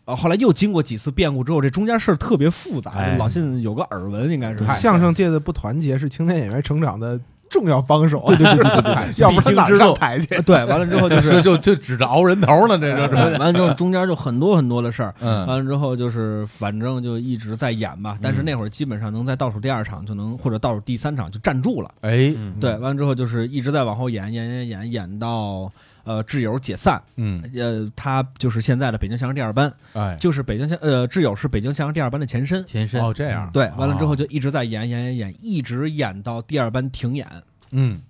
S4: 啊，后来又经过几次变故之后，这中间事儿特别复杂。
S1: 哎
S4: 老信有个耳闻，应该是
S2: 嗨
S3: 相声界的不团结是青年演员成长的重要帮手，啊
S4: 对对对对对
S3: 要不然哪儿上台去？
S4: 对对。完了之后就
S2: 这
S4: 是
S2: 是，就就指着熬人头呢，这就是
S4: 完了之后中间就很多很多的事儿。
S2: 嗯
S4: 完了之后就是，反正就一直在演吧。但是那会儿基本上能在倒数第二场就能，或者倒数第三场就站住了。
S2: 哎
S1: 嗯
S4: 对，完了之后就是一直在往后演，演演演演到呃挚友解散，
S2: 嗯
S4: 呃，他就是现在的北京相声第二班，
S2: 哎
S4: 就是北京相呃挚友是北京相声第二班的前身。
S1: 前身
S2: 哦这样
S4: 嗯对，完了之后
S2: 哦
S4: 就一直在演演演演，一直演到第二班停演，
S2: 嗯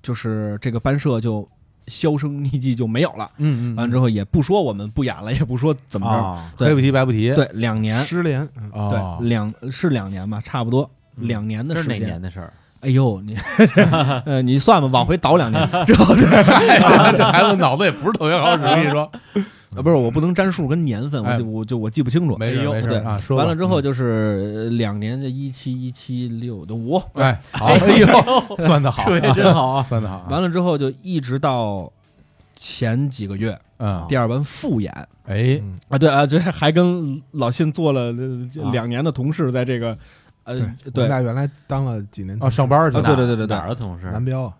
S4: 就是这个班社就销声匿迹就没有了。
S2: 嗯嗯，哦
S4: 完了之后也不说我们不演了，也不说怎么着，
S1: 啊
S2: 黑不提白不提，
S4: 对，两年，
S3: 失联，嗯
S2: 哦
S4: 对，两是两年吧，差不多。
S1: 嗯
S4: 两年的
S1: 这
S4: 时
S1: 是哪
S4: 间，
S1: 年的事儿？
S4: 哎呦， 你呃，你算吧，往回倒两 年之后，
S2: 哎这孩子脑子也不是特别好使，我跟你 说，
S4: 呃，不是，我不能沾数跟年份，我
S2: 哎
S4: 就我就我记不清楚。
S2: 没事没事
S4: 哎对
S2: 啊，说吧
S4: 完了之后，就是呃两年的一七一七六的五，
S2: 嗯哎， 好，哎呦，算的好，
S1: 数学 真好啊！
S2: 算的好，
S4: 完了之后就一直到前几个月
S2: 嗯，
S4: 第二班复演
S2: 哎，
S3: 嗯
S4: 啊，对啊，这还跟老信做了呃
S1: 啊
S4: 两年的同事，在这个呃
S3: 我们
S4: 对啊
S3: 俩原来当了几年
S2: 啊，上班去
S4: 对
S2: 了，
S4: 对对对对
S1: 哪儿的同事？
S3: 南标，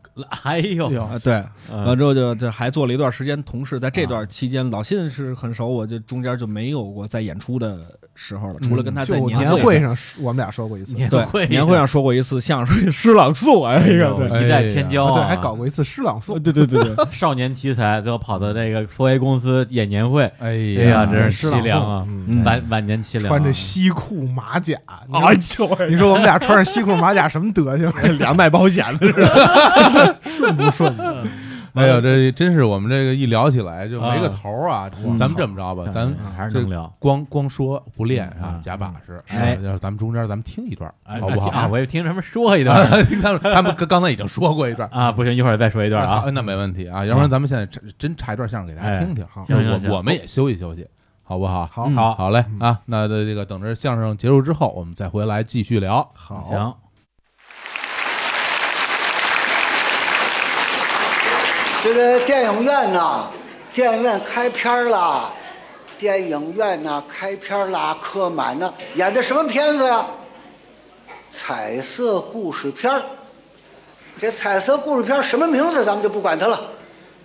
S1: 哎呦，
S2: 哎呦
S4: 啊对，
S1: 嗯
S4: 完了之后就这还做了一段时间同事，在这段期间老信是很熟，我就中间就没有过在演出的时候了，除了跟他在
S3: 嗯就
S4: 年
S3: 年
S4: 会
S3: 上说我们俩说过一次，
S1: 年
S4: 对
S1: 会
S4: 年会上说过一次相声诗朗诵，哎
S1: 哎
S4: 呀
S1: 呦，
S4: 对。
S1: 一代天骄
S3: 啊
S1: 啊，
S3: 对，还搞过一次诗朗诵，
S4: 对对对对，
S1: 少年奇才，最后跑到这个 4A 公司演年会，
S2: 哎
S1: 哎呀，
S2: 呀，
S1: 真是凄凉啊！
S3: 嗯
S4: 嗯
S1: 晚晚年凄凉啊，
S3: 穿着西裤马甲，你说
S5: 哎呦，
S3: 你说我们俩穿着西裤马甲什么德行？
S5: 俩卖保险的是，
S2: 哎呀，这真是我们这个一聊起来就没个头儿啊！咱们这么着吧，
S1: 嗯
S2: 咱
S1: 还是能聊。
S2: 光光说不练啊
S1: 嗯，
S2: 假把式。
S4: 是
S2: 哎要是咱们中间咱们听一段，
S1: 哎
S2: 好不
S1: 啊，
S2: 好？
S1: 我也听什么说一 段
S2: 啊听他们他们刚刚才已经说过一段，
S1: 啊，不行，一会儿再 说一段
S2: 好
S1: 啊。哎
S2: 那没问题啊。要不然咱们现在真真插一段相声给大家听听，
S3: 好
S1: 行行行
S2: 我我们也休息休息，好不好？
S3: 好
S1: 嗯好
S2: 好嘞啊！那这这个等着相声结束之后，我们再回来继续聊。
S3: 好，
S1: 行，
S6: 这个电影院呐，电影院开片儿啦，电影院呐开片儿啦，客满呐，演的什么片子呀？彩色故事片儿。这彩色故事片儿什么名字咱们就不管它了，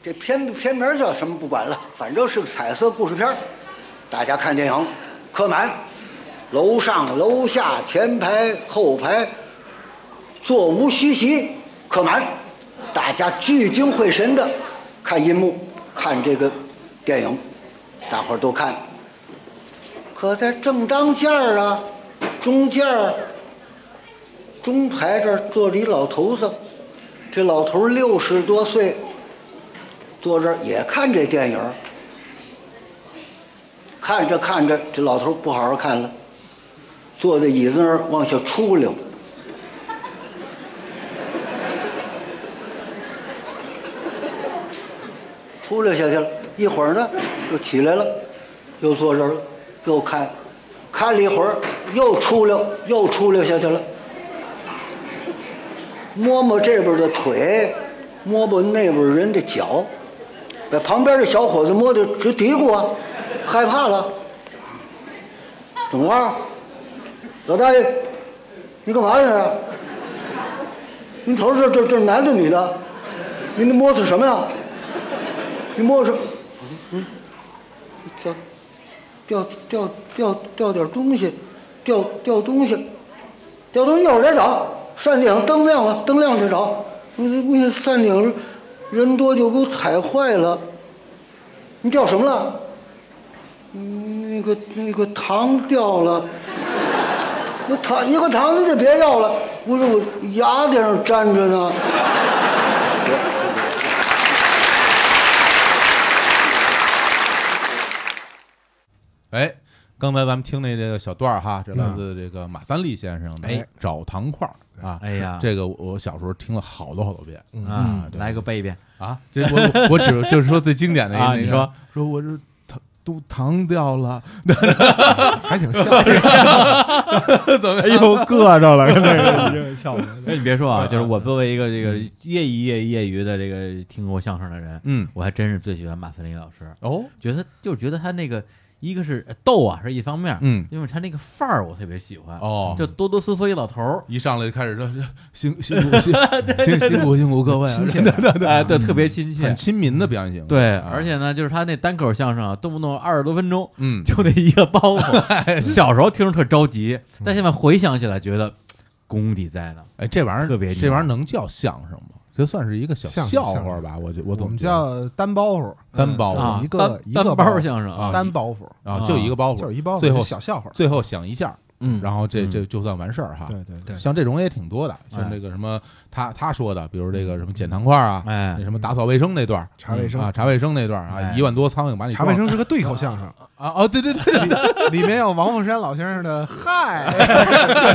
S6: 这片片名儿叫什么不管了，反正是个彩色故事片儿。大家看电影，客满，楼上楼下前排后排，座无虚席，客满。大家聚精会神的看银幕，看这个电影，大伙儿都看。可在正当间儿啊，中间儿，中排这儿坐着一老头子，这老头六十多岁，坐这儿也看这电影儿。看着看着，这老头不好好看了，坐在椅子那儿往下出溜。出溜下去了，一会儿呢又起来了，又坐这儿了，又看，看了一会儿又出溜，又出溜下去了。摸摸这边的腿，摸摸那边人的脚，把旁边的小伙子摸得直嘀咕啊，害怕了。怎么了？老大爷，你干嘛呀？你瞅瞅这这这男的女的，你那摸的什么呀？你摸什么？嗯，这掉掉掉掉点东西，掉掉东西，掉东西一会儿再找。山顶灯亮了，灯亮再找。我这我这山顶人多就给我踩坏了。你掉什么了？嗯，那个那个糖掉了。我糖一个糖你就别要了，我说我牙顶上粘着呢。
S2: 哎，刚才咱们听那这个小段儿哈，这来自这个马三立先生的《找糖块儿》啊，
S1: 哎呀
S2: 这个我我小时候听了好多好多遍
S1: 啊
S2: 嗯，对
S1: 来个背一遍，
S2: 啊，这我我我只就是说最经典的一
S1: 啊
S2: 那
S1: 你
S2: 个
S1: 说
S2: 说我这糖都糖掉了，
S3: 还挺像。
S5: 哎呦，硌着了，这个已经笑了。
S1: 哎，你别说啊，就是我作为一个这个业余业余业余的这个听过相声的人，
S2: 嗯
S1: 我还真是最喜欢马三立老师，
S2: 哦，
S1: 觉得就是觉得他那个一个是逗啊是一方面，
S2: 嗯
S1: 因为他那个范儿我特别喜欢，
S2: 哦
S1: 就哆哆嗦嗦一老头 儿，
S2: 一上来就开始说辛辛苦辛辛辛苦辛苦各位啊，亲切
S1: 哎，对，特别亲切
S2: 很，亲民的表演形式，
S1: 对，
S2: 啊
S1: 而且呢，就是他那单口相声啊，动不动二十多分钟，
S2: 嗯
S1: 就那一个包 袱，小时候听着特着急，
S2: 嗯
S1: 但现在回想起来觉得功底在呢，
S2: 哎，这玩意儿
S1: 特别厉害
S2: 这玩意儿能叫相声吗？这算是一个小
S3: 相声
S2: 笑
S3: 相
S2: 话
S3: 声
S2: 吧？我觉我
S3: 我
S2: 怎么
S3: 们
S2: 觉得
S3: 叫单包袱，
S2: 单包
S1: 啊
S2: 袱
S3: 一个
S1: 单
S3: 一个
S1: 单
S3: 包
S1: 包
S3: 袱
S1: 相声啊，
S3: 单包袱
S2: 啊，就一个包袱，
S3: 就是一包袱，
S2: 最后
S3: 小笑话。
S2: 最后想一下，
S4: 嗯
S2: 然后这
S1: 嗯
S2: 这就算完事儿哈。
S3: 对对对，
S2: 像这种也挺多的，像这个什么他他说的，比如这个什么捡糖块儿啊，
S1: 哎
S2: 那什么打扫卫生那段儿
S3: 查卫生
S2: 啊，查卫生那段儿
S1: 哎
S2: 啊，一万多苍蝇把你
S3: 查卫
S2: 撞
S3: 生是个对口相声，
S2: 啊哦，对对对，
S3: 里面有王凤山老先生的“嗨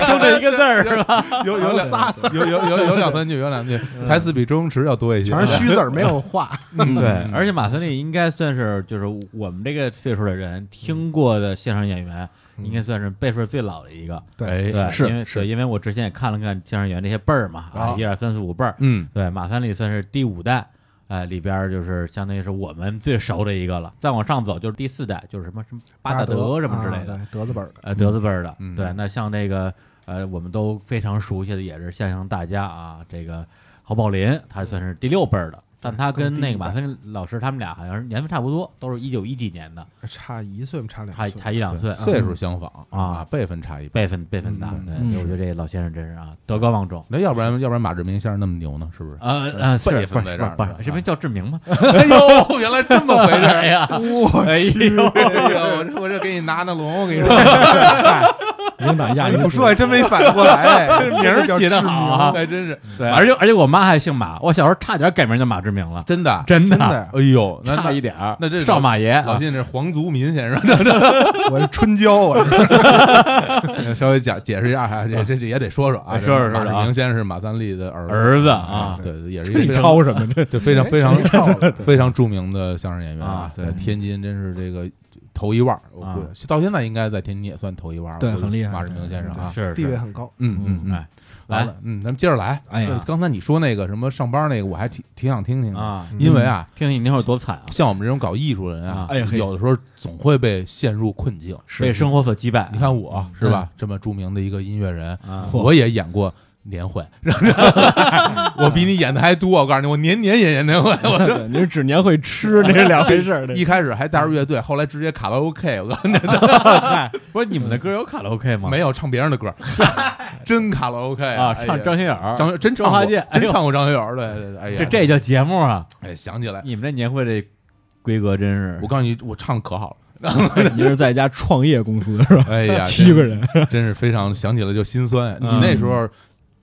S1: 就这一个字儿是吧？
S2: 有有两
S3: 仨字
S2: 有有有有两三句，有两句台词比周星驰要多一”，些，
S3: 全是虚字儿，没有话。
S2: 嗯
S1: 对，而且马三立应该算是就是我们这个岁数的人
S2: 嗯
S1: 听过的相声演员，应该算是辈分最老的一个。
S2: 对哎
S1: 对，
S2: 嗯是
S1: 因为对因为我之前也看了看相声演员这些辈儿嘛，啊
S2: 啊，
S1: 一二三四五辈儿，
S2: 嗯
S1: 对，马三立算是第五代，呃，里边儿就是相当于是我们最熟的一个了。再往上走就是第四代，就是什么什么巴大德什么之类的，
S3: 啊，对德字辈儿的。
S1: 呃，德字辈儿的。
S2: 嗯
S1: 对，那像这个呃，我们都非常熟悉的也是相声大家啊，这个侯宝林，他算是第六辈儿的。但他跟那个马三立老师他们俩好像是年份差不多，都是一九一几年的，
S3: 差一岁嘛，差两
S1: 差
S3: 岁，
S1: 差一两岁，啊
S2: 对岁数相仿
S1: 啊
S2: 辈分差一辈。
S1: 辈分辈分大。
S3: 嗯
S1: 对，
S4: 嗯
S1: 所以我觉得这老先生真是啊，德高望重。
S2: 那要不然要不然马志明先生那么牛呢？是不是？
S1: 呃呃，是
S2: 辈
S1: 不
S2: 分
S1: 是不
S2: 在这
S1: 是
S2: 儿
S1: 不
S2: 呢
S1: 是，这不叫志明 吗？
S2: 哎呦，原来这么回事儿
S1: 哎 呀，
S3: 我
S1: 哎呦，
S2: 哎呦，我这我这给你拿那龙，我跟你 说，
S5: 领导压
S3: 哎
S5: 力
S3: 你不说还真没反应过来，哎
S1: 名儿起得好 啊！
S2: 还真是
S1: 对，而且而且我妈还姓马，我小时候差点改名叫马志明了，
S2: 真的。
S1: 真
S3: 真的呀
S2: 哎呦，那
S1: 差
S2: 那
S1: 一点儿。
S2: 那这
S1: 少马爷
S2: 老
S1: 啊，
S2: 信这是皇族民先生，
S3: 我是春娇，啊我是
S2: 稍微讲解释一下哈，这这这也得说说啊，
S1: 哎说说
S2: 马
S1: 说
S2: 志
S1: 说啊
S2: 明先生是马三立的儿
S1: 儿子啊，
S2: 对，也是一个
S5: 你
S2: 非常
S5: 抄什么？这
S2: 这 非常 非常
S3: 谁唱的
S2: 非常著名的相声演员
S1: 啊
S2: 在
S1: 对啊
S2: 天津真是这个头一腕儿，我估计到现在应该在天津也算头一腕儿，
S4: 对
S2: 我估计
S4: 很厉害
S2: 马志明先生啊，
S1: 是
S3: 地位很高。
S2: 嗯嗯嗯，
S1: 哎，来
S2: 了，嗯，咱们接着来。
S4: 哎呀
S2: 对刚才你说那个什么上班那个，我还挺挺想听听的，
S1: 啊，
S2: 因为啊，
S1: 听听你那会儿多惨啊，
S2: 像我们这种搞艺术人
S1: 啊
S2: 啊，
S5: 哎呀嘿
S2: 有的时候总会被陷入困境，
S1: 被生活所击败。
S2: 你看我是吧，这么著名的一个音乐人，
S1: 嗯啊，
S2: 我也演过年会，然后 我比你演的还多，我告诉你，我年年演演年会，我
S5: 对您是指年会吃，那是两回事儿。这
S2: 一开始还带着乐队，后来直接卡拉 OK，我告诉你，
S1: 不是你们的歌有卡拉 OK 吗？
S2: 没有唱别人 的歌，真卡拉 OK
S1: 啊，
S2: 哎呀
S1: 唱张学友儿，
S2: 张真
S1: 周
S2: 唱
S1: 华
S2: 过
S1: 健哎
S2: 真
S1: 呦
S2: 唱过张学友，对对，对哎呀，
S1: 这这叫节目啊！
S2: 哎想起来，
S1: 你们这年会这规格真是
S2: 我告诉你，我唱可好了，
S5: 您是在一家创业公司是吧？
S2: 哎 呀，
S5: 七个人，
S2: 真真是非常想起来就心酸。
S1: 嗯
S2: 你那时候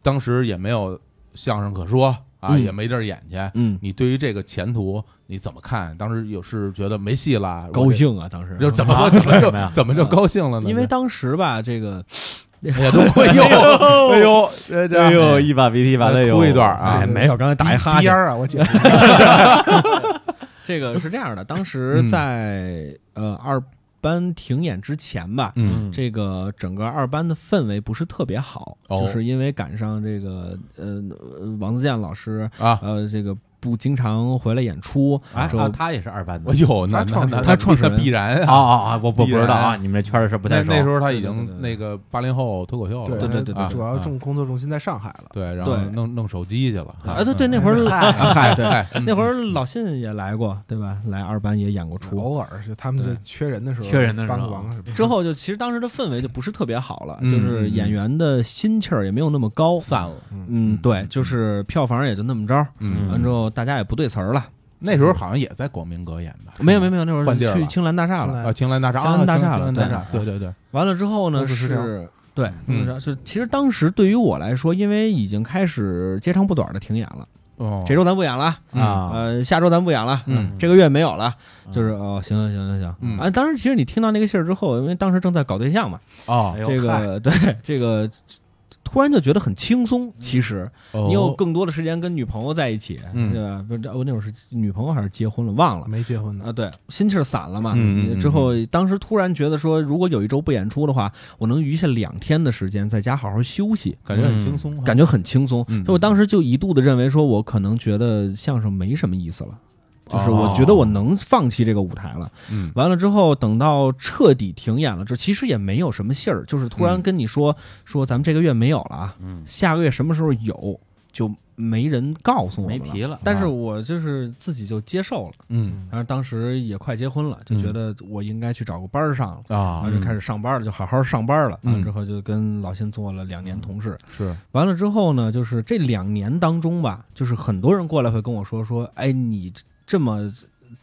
S2: 当时也没有相声可说啊，
S5: 嗯
S2: 也没地儿演去，
S5: 嗯，
S2: 你对于这个前途你怎么看？当时有是觉得没戏了，
S5: 高，兴啊，当时
S2: 就怎么
S1: 啊
S2: 我 怎么
S1: 为什么呀
S2: 就怎么就高兴了呢？
S4: 因为当时吧，这个
S2: 哎 呀，都 快呦， 哎呦，这这
S1: 哎呦，一把鼻涕一把泪哟，嗯
S2: 哭一段啊
S5: 哎，没有，刚才打一哈
S3: 鼻
S5: 欠，
S3: 烟儿啊，我姐夫
S4: 这个是这样的，当时
S2: 嗯
S4: 在呃二班停演之前吧，
S2: 嗯，
S4: 这个整个二班的氛围不是特别好，
S2: 哦
S4: 就是因为赶上这个呃呃王自健老师
S2: 啊，
S4: 呃这个不经常回来演出，
S1: 啊
S4: 这
S1: 啊，他也是二班的
S2: 哎呦，那
S3: 他创始
S2: 那那
S3: 人
S4: 他创始人
S2: 那必然
S1: 啊
S2: 啊，
S1: 啊啊！我我不
S2: 必
S1: 知道啊，
S2: 然
S1: 你们这圈儿是不
S2: 那
S1: 太熟。啊
S2: 那时候他已
S4: 对对
S2: 经
S4: 对对
S2: 那个八零后脱口秀了，
S3: 对
S4: 对对
S2: 啊
S3: 主要
S2: 啊
S3: 重工作重心在上海了。
S2: 对，然后
S4: 对
S2: 弄弄手机去了哎
S4: 啊对对，那会儿
S3: 嗨
S2: 嗨，对，嗯
S4: 那会儿老信也来过，对吧？来二班也演过出。
S2: 哦
S3: 偶尔就他们就缺人的时候，
S1: 缺人的时候
S3: 帮个忙啊什么的
S4: 之后就其实当时的氛围就不是特别好了，
S2: 嗯
S4: 就是演员的心气儿也没有那么高。
S2: 散了，
S4: 嗯，对，就是票房也就那么着。
S2: 嗯，
S4: 完之后大家也不对词儿了，
S2: 那时候好像也在光明阁演吧？
S4: 没有没有没有，那会
S2: 嗯换地
S4: 儿
S2: 儿
S4: 去
S2: 了
S4: 青蓝大厦了。
S2: 啊，青蓝大厦，
S4: 青蓝
S2: 啊
S4: 大厦
S2: 青
S4: 了
S2: 蓝大
S4: 对
S2: 厦，对对对，
S4: 完了之后呢
S3: 都是食堂
S4: 是。对，
S2: 嗯
S4: 就是就其实当时对于我来说，因为已经开始接长不短的停演了，
S2: 哦
S4: 这周咱不演了，
S1: 啊，
S4: 呃，下周咱不演了，
S2: 嗯
S4: 这个月没有了，就是哦，行行行行
S2: 嗯
S4: 行，啊，当时其实你听到那个信儿之后，因为当时正在搞对象嘛，
S2: 哦
S1: 哎呦
S4: 这个对这个，突然就觉得很轻松，其实
S2: 哦
S4: 你有更多的时间跟女朋友在一起，
S2: 嗯
S4: 对吧？不是，哦我那会儿是女朋友还是结婚了，忘了。
S3: 没结婚呢，
S4: 啊，对，心气儿散了嘛。
S2: 嗯嗯
S4: 之后，当时突然觉得说，如果有一周不演出的话，我能余下两天的时间在家好好休息，
S2: 感觉很轻松哈，
S4: 嗯感觉很轻松。
S2: 嗯
S4: 所以我当时就一度的认为说，我可能觉得相声没什么意思了。就是
S2: 哦
S4: 我觉得我能放弃这个舞台了。
S2: 嗯
S4: 完了之后，等到彻底停演了之后，其实也没有什么信儿，就是突
S2: 嗯
S4: 然跟你说、说咱们这个月没有了啊，
S1: 嗯
S4: 下个月什么时候有，就没人告诉我
S1: 没
S4: 们了
S1: 皮了。啊
S2: 啊
S4: 但是我就是自己就接受了。
S2: 嗯
S4: 然后当时也快结婚了，就觉得我应该去找个班儿上了，然
S2: 啊
S1: 嗯
S4: 后就开始上班了，就好好上班了。
S2: 嗯
S4: 完了之后就跟老辛做了两年同事。
S2: 是
S4: 完了之后呢，就是这两年当中吧，就是很多人过来会跟我说说，哎，你这么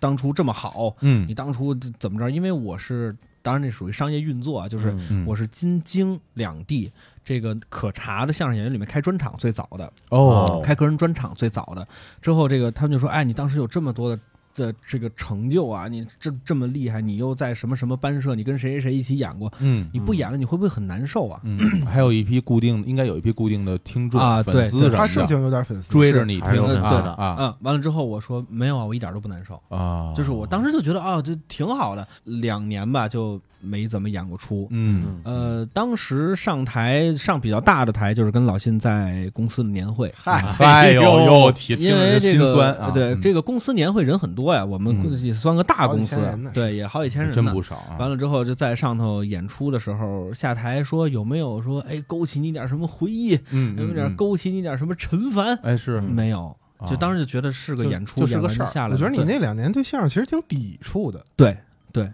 S4: 当初这么好，
S2: 嗯
S4: 你当初怎么着？因为我是，当然这属于商业运作啊，就是
S1: 嗯
S2: 嗯
S4: 我是京津两地这个可查的相声演员里面开专场最早的，
S2: 哦
S4: 开个人专场最早的。之后这个他们就说：“哎，你当时有这么多的的这个成就啊，你这这么厉害，你又在什么什么班社，你跟谁谁谁一起演过，
S2: 嗯
S4: 你不演了，你会不会很难受啊？”
S2: 嗯，还有一批固定，应该有一批固定的听众
S4: 啊
S2: 粉
S4: 对
S2: 丝
S4: 对
S2: 什
S3: 他
S2: 么
S3: 正
S2: 的，
S3: 经有点粉丝，
S2: 追着你
S1: 还是
S2: 听
S1: 有
S4: 粉丝
S2: 啊
S4: 的
S2: 啊
S4: 嗯，完了之后我说没有啊，我一点都不难受，
S2: 啊，
S4: 就是我当时就觉得啊，这挺好的，两年吧就没怎么演过出。
S2: 嗯
S4: 呃，当时上台上比较大的台就是跟老信在公司的年会，啊
S3: 嗨，
S2: 哎呦 呦，听听
S4: 因
S2: 着
S4: 为
S2: 就
S4: 这
S2: 心
S4: 个
S2: 酸啊，
S4: 对这
S2: 个
S4: 个公司年会人很多呀，我
S2: 嗯
S4: 们估计算个大公司
S3: 好
S4: 啊
S3: 几千人呢，
S4: 对，也好几千人呢。
S2: 真不少啊，
S4: 完了之后就在上头演出的时候下台说有没有说哎勾起你点什么回忆，
S2: 嗯，嗯
S4: 有没有点，勾起你点什么尘烦？
S2: 嗯哎是
S4: 没有，就当时就觉得是个
S2: 就
S4: 演出，
S2: 就是
S4: 演
S2: 个
S4: 完
S2: 事儿
S4: 下来
S3: 我
S4: 了，
S3: 觉得你
S4: 对
S3: 那两年对相声其实挺抵触的，
S4: 对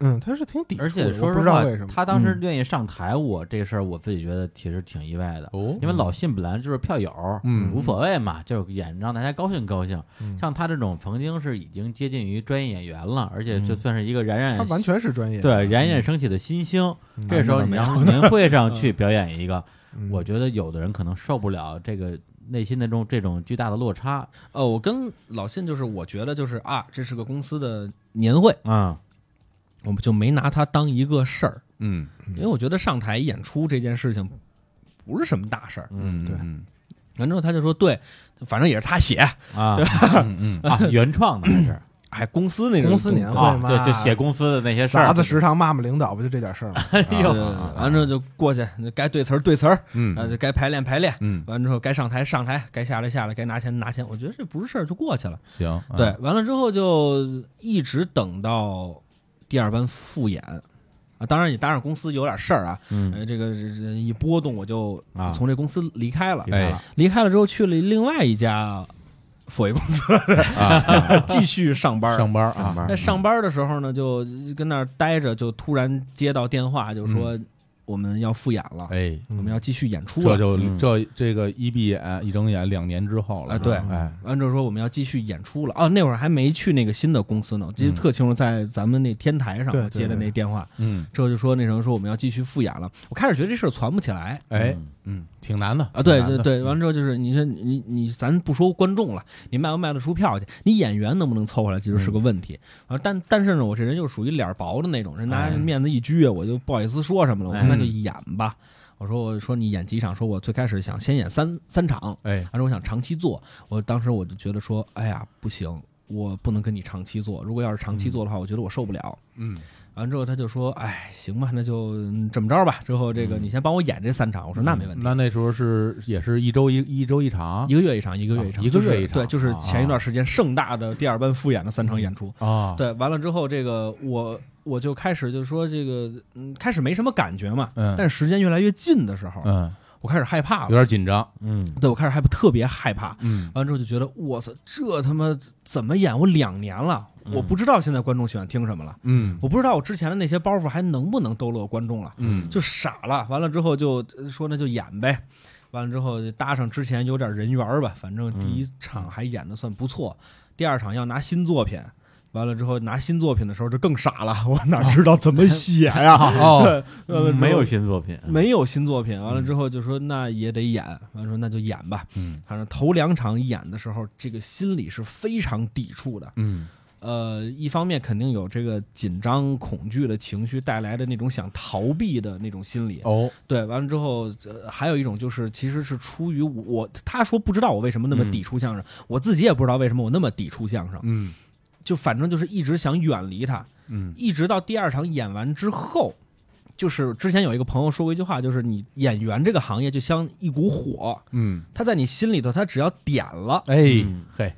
S3: 嗯，他是挺抵触的，
S1: 而且说
S3: 我
S1: 实
S3: 不知
S1: 话
S3: 道为什，么。
S1: 他当时愿意上台，我这事儿我自己觉得其实挺意外的，
S2: 哦
S1: 因为老信本来就是票友，
S2: 嗯
S1: 无所谓嘛，就是演让大家高兴高兴。
S3: 嗯
S1: 像他这种曾经是已经接近于专业演员了，而且就算是一个冉
S5: 哎
S1: 冉
S3: 他完全是专业，
S1: 对冉冉升起的新星，
S3: 嗯
S1: 这时候你让年会上去表演一个，
S3: 嗯，
S1: 我觉得有的人可能受不了这个内心的这种这种巨大的落差。
S4: 呃，我跟老信就是我觉得就是啊，这是个公司的年会，
S1: 嗯，
S4: 我们就没拿它当一个事儿，
S2: 嗯
S4: 因为我觉得上台演出这件事情不是什么大事儿。
S2: 嗯
S3: 对
S2: 嗯
S4: 完之后他就说对，反正也是他写，
S1: 啊
S2: 嗯嗯
S1: 啊，原创的还是
S4: 哎，公司那种
S3: 公司年会
S1: 啊，
S3: 嘛，
S1: 对，就写公司的那些事儿，
S3: 砸子食堂骂骂领导，不就这点事儿吗？
S1: 哎呦
S4: 对，完之后就过去，就该对词儿对词儿，
S2: 嗯
S4: 啊，
S2: 嗯
S4: 就该排练排练，
S2: 嗯
S4: 完之后该上台上台，该下来下来，该拿钱拿钱。我觉得这不是事儿，就过去了。
S2: 行啊
S4: 对，完了之后就一直等到第二班复演，啊，当然也当然公司有点事儿啊，
S1: 嗯
S4: 呃，这个这这一波动我就
S1: 啊
S4: 从这公司离开了，
S1: 哎
S4: 离开了之后去了另外一家佛爷公 司
S2: 啊，
S4: 继续上班儿。
S2: 上班
S1: 上
S2: 啊，
S1: 班
S4: 在上班的时候呢，就跟那儿待着，就突然接到电话，就说我们要复演了，
S2: 嗯哎，
S4: 我们要继续演出
S2: 这
S4: 了。
S2: 就
S1: 嗯
S2: 这这个一闭眼一睁眼两年之后了，
S4: 啊对
S2: 哎，
S4: 完之后说我们要继续演出了。哦，那会儿还没去那个新的公司呢，我记得特清楚，在咱们那天台上
S3: 对
S4: 我接的
S3: 对对
S4: 那电话。
S2: 嗯，
S4: 之后就说那什么说我们要继续复演了。我开始觉得这事儿攒不起来
S2: 哎，嗯，挺难的
S4: 啊，对
S2: 挺难
S4: 对
S2: 的
S4: 对，完之后就是你说你你咱不说观众了，你卖不卖得出票去，你演员能不能凑合来，其实是个问题啊。但但是呢，我这人又属于脸儿薄的那种，人拿
S1: 哎
S4: 面子一拘，我就不好意思说什么了，我说
S1: 哎
S4: 那就演吧。我说我说你演几场，说我最开始想先演三三场，
S2: 哎，
S4: 而且我想长期做，我当时我就觉得说，哎呀，不行，我不能跟你长期做。如果要是长期做的话，我觉得我受不了。
S2: 嗯，
S4: 完之后他就说，哎，行吧，那就嗯这么着吧。之后这
S2: 嗯
S4: 个你先帮我演这三场，我说那没问题，
S2: 那那时候是也是一周一一周一场
S4: 一个月一场，一个月一场，
S2: 嗯啊一啊个
S4: 就是
S2: 月一场
S4: 对，就是前一段时间盛大的第二班复演的三场演出。
S2: 啊，
S4: 对，完了之后，这个我我就开始就说这个，嗯，开始没什么感觉嘛，
S2: 嗯
S4: 但是时间越来越近的时候，
S2: 嗯，
S4: 我开始害怕
S2: 有
S4: 了，
S2: 点紧张，
S1: 嗯
S4: 对我开始害怕，特别害怕，
S2: 嗯
S4: 完之后就觉得，我操，这他妈怎么演？我两年了，我不知道现在观众喜欢听什么了，
S2: 嗯
S4: 我不知道我之前的那些包袱还能不能逗乐观众了，
S2: 嗯，
S4: 就傻了。完了之后就呃说那就演呗，完了之后就搭上之前有点人缘儿吧，反正第一场还演的算不错，第二场要拿新作品。完了之后拿新作品的时候就更傻了，我哪知道怎么写呀、
S2: 哦，
S4: 完了之后
S1: 没有新作品，
S2: 嗯
S4: 没有新作品，完了之后就说那也得演，完了说那就演吧。
S2: 嗯
S4: 反正头两场演的时候，这个心里是非常抵触的。
S2: 嗯
S4: 呃，一方面肯定有这个紧张、恐惧的情绪带来的那种想逃避的那种心理。
S2: 哦，
S4: 对，完了之后，呃还有一种就是其实是出于我，他说不知道我为什么那么抵触相声，我自己也不知道为什么我那么抵触相声，
S2: 嗯
S4: 就反正就是一直想远离他。
S2: 嗯
S4: 一直到第二场演完之后，就是之前有一个朋友说过一句话，就是你演员这个行业就像一股火，
S2: 嗯，
S4: 它在你心里头，它只要点了，
S2: 哎
S1: 嗯
S2: 嘿，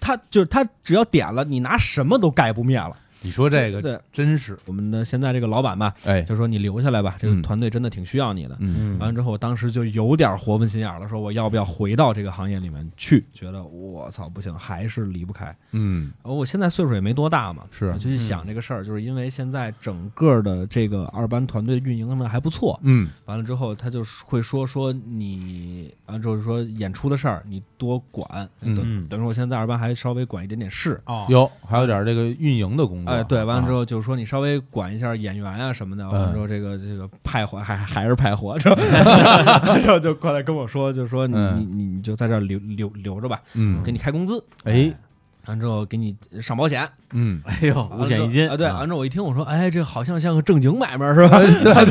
S4: 它就是它只要点了，你拿什么都盖不灭了。
S2: 你说这
S4: 对
S2: 个真是
S4: 我们的现在这个老板吧，
S2: 哎，
S4: 就说你留下来吧，这
S2: 嗯
S4: 个团队真的挺需要你的。
S2: 嗯
S1: 嗯
S4: 完了之后，我当时就有点活不心眼了，说我要不要回到这个行业里面去？觉得我操不行，还是离不开。
S2: 嗯
S4: 呃我现在岁数也没多大嘛，
S2: 是
S4: 我就去想这个事儿，就是因为现在整个的这个二班团队运营的还不错，
S2: 嗯
S4: 完了之后他就会说说你，完了之后说演出的事儿你多管，
S2: 嗯
S4: 等等于我现在在二班还稍微管一点点事。
S1: 哦，
S2: 有还有点这个运营的工作，啊
S4: 哎，对，完了之
S2: 后
S4: 后就是说你稍微管一下演员啊什么的，
S2: 嗯
S4: 完了之后这个这个派活还还是派活，之后 之后就过来跟我说，就说你
S2: 嗯
S4: 你你你就在这儿留留留着吧，
S2: 嗯
S4: 给你开工资，
S2: 哎
S4: 完了之后给你上保险，
S2: 嗯，
S1: 哎呦，五险一金
S4: 啊！对，完之后我一听，我说，哎，这好像像个正经买卖是吧？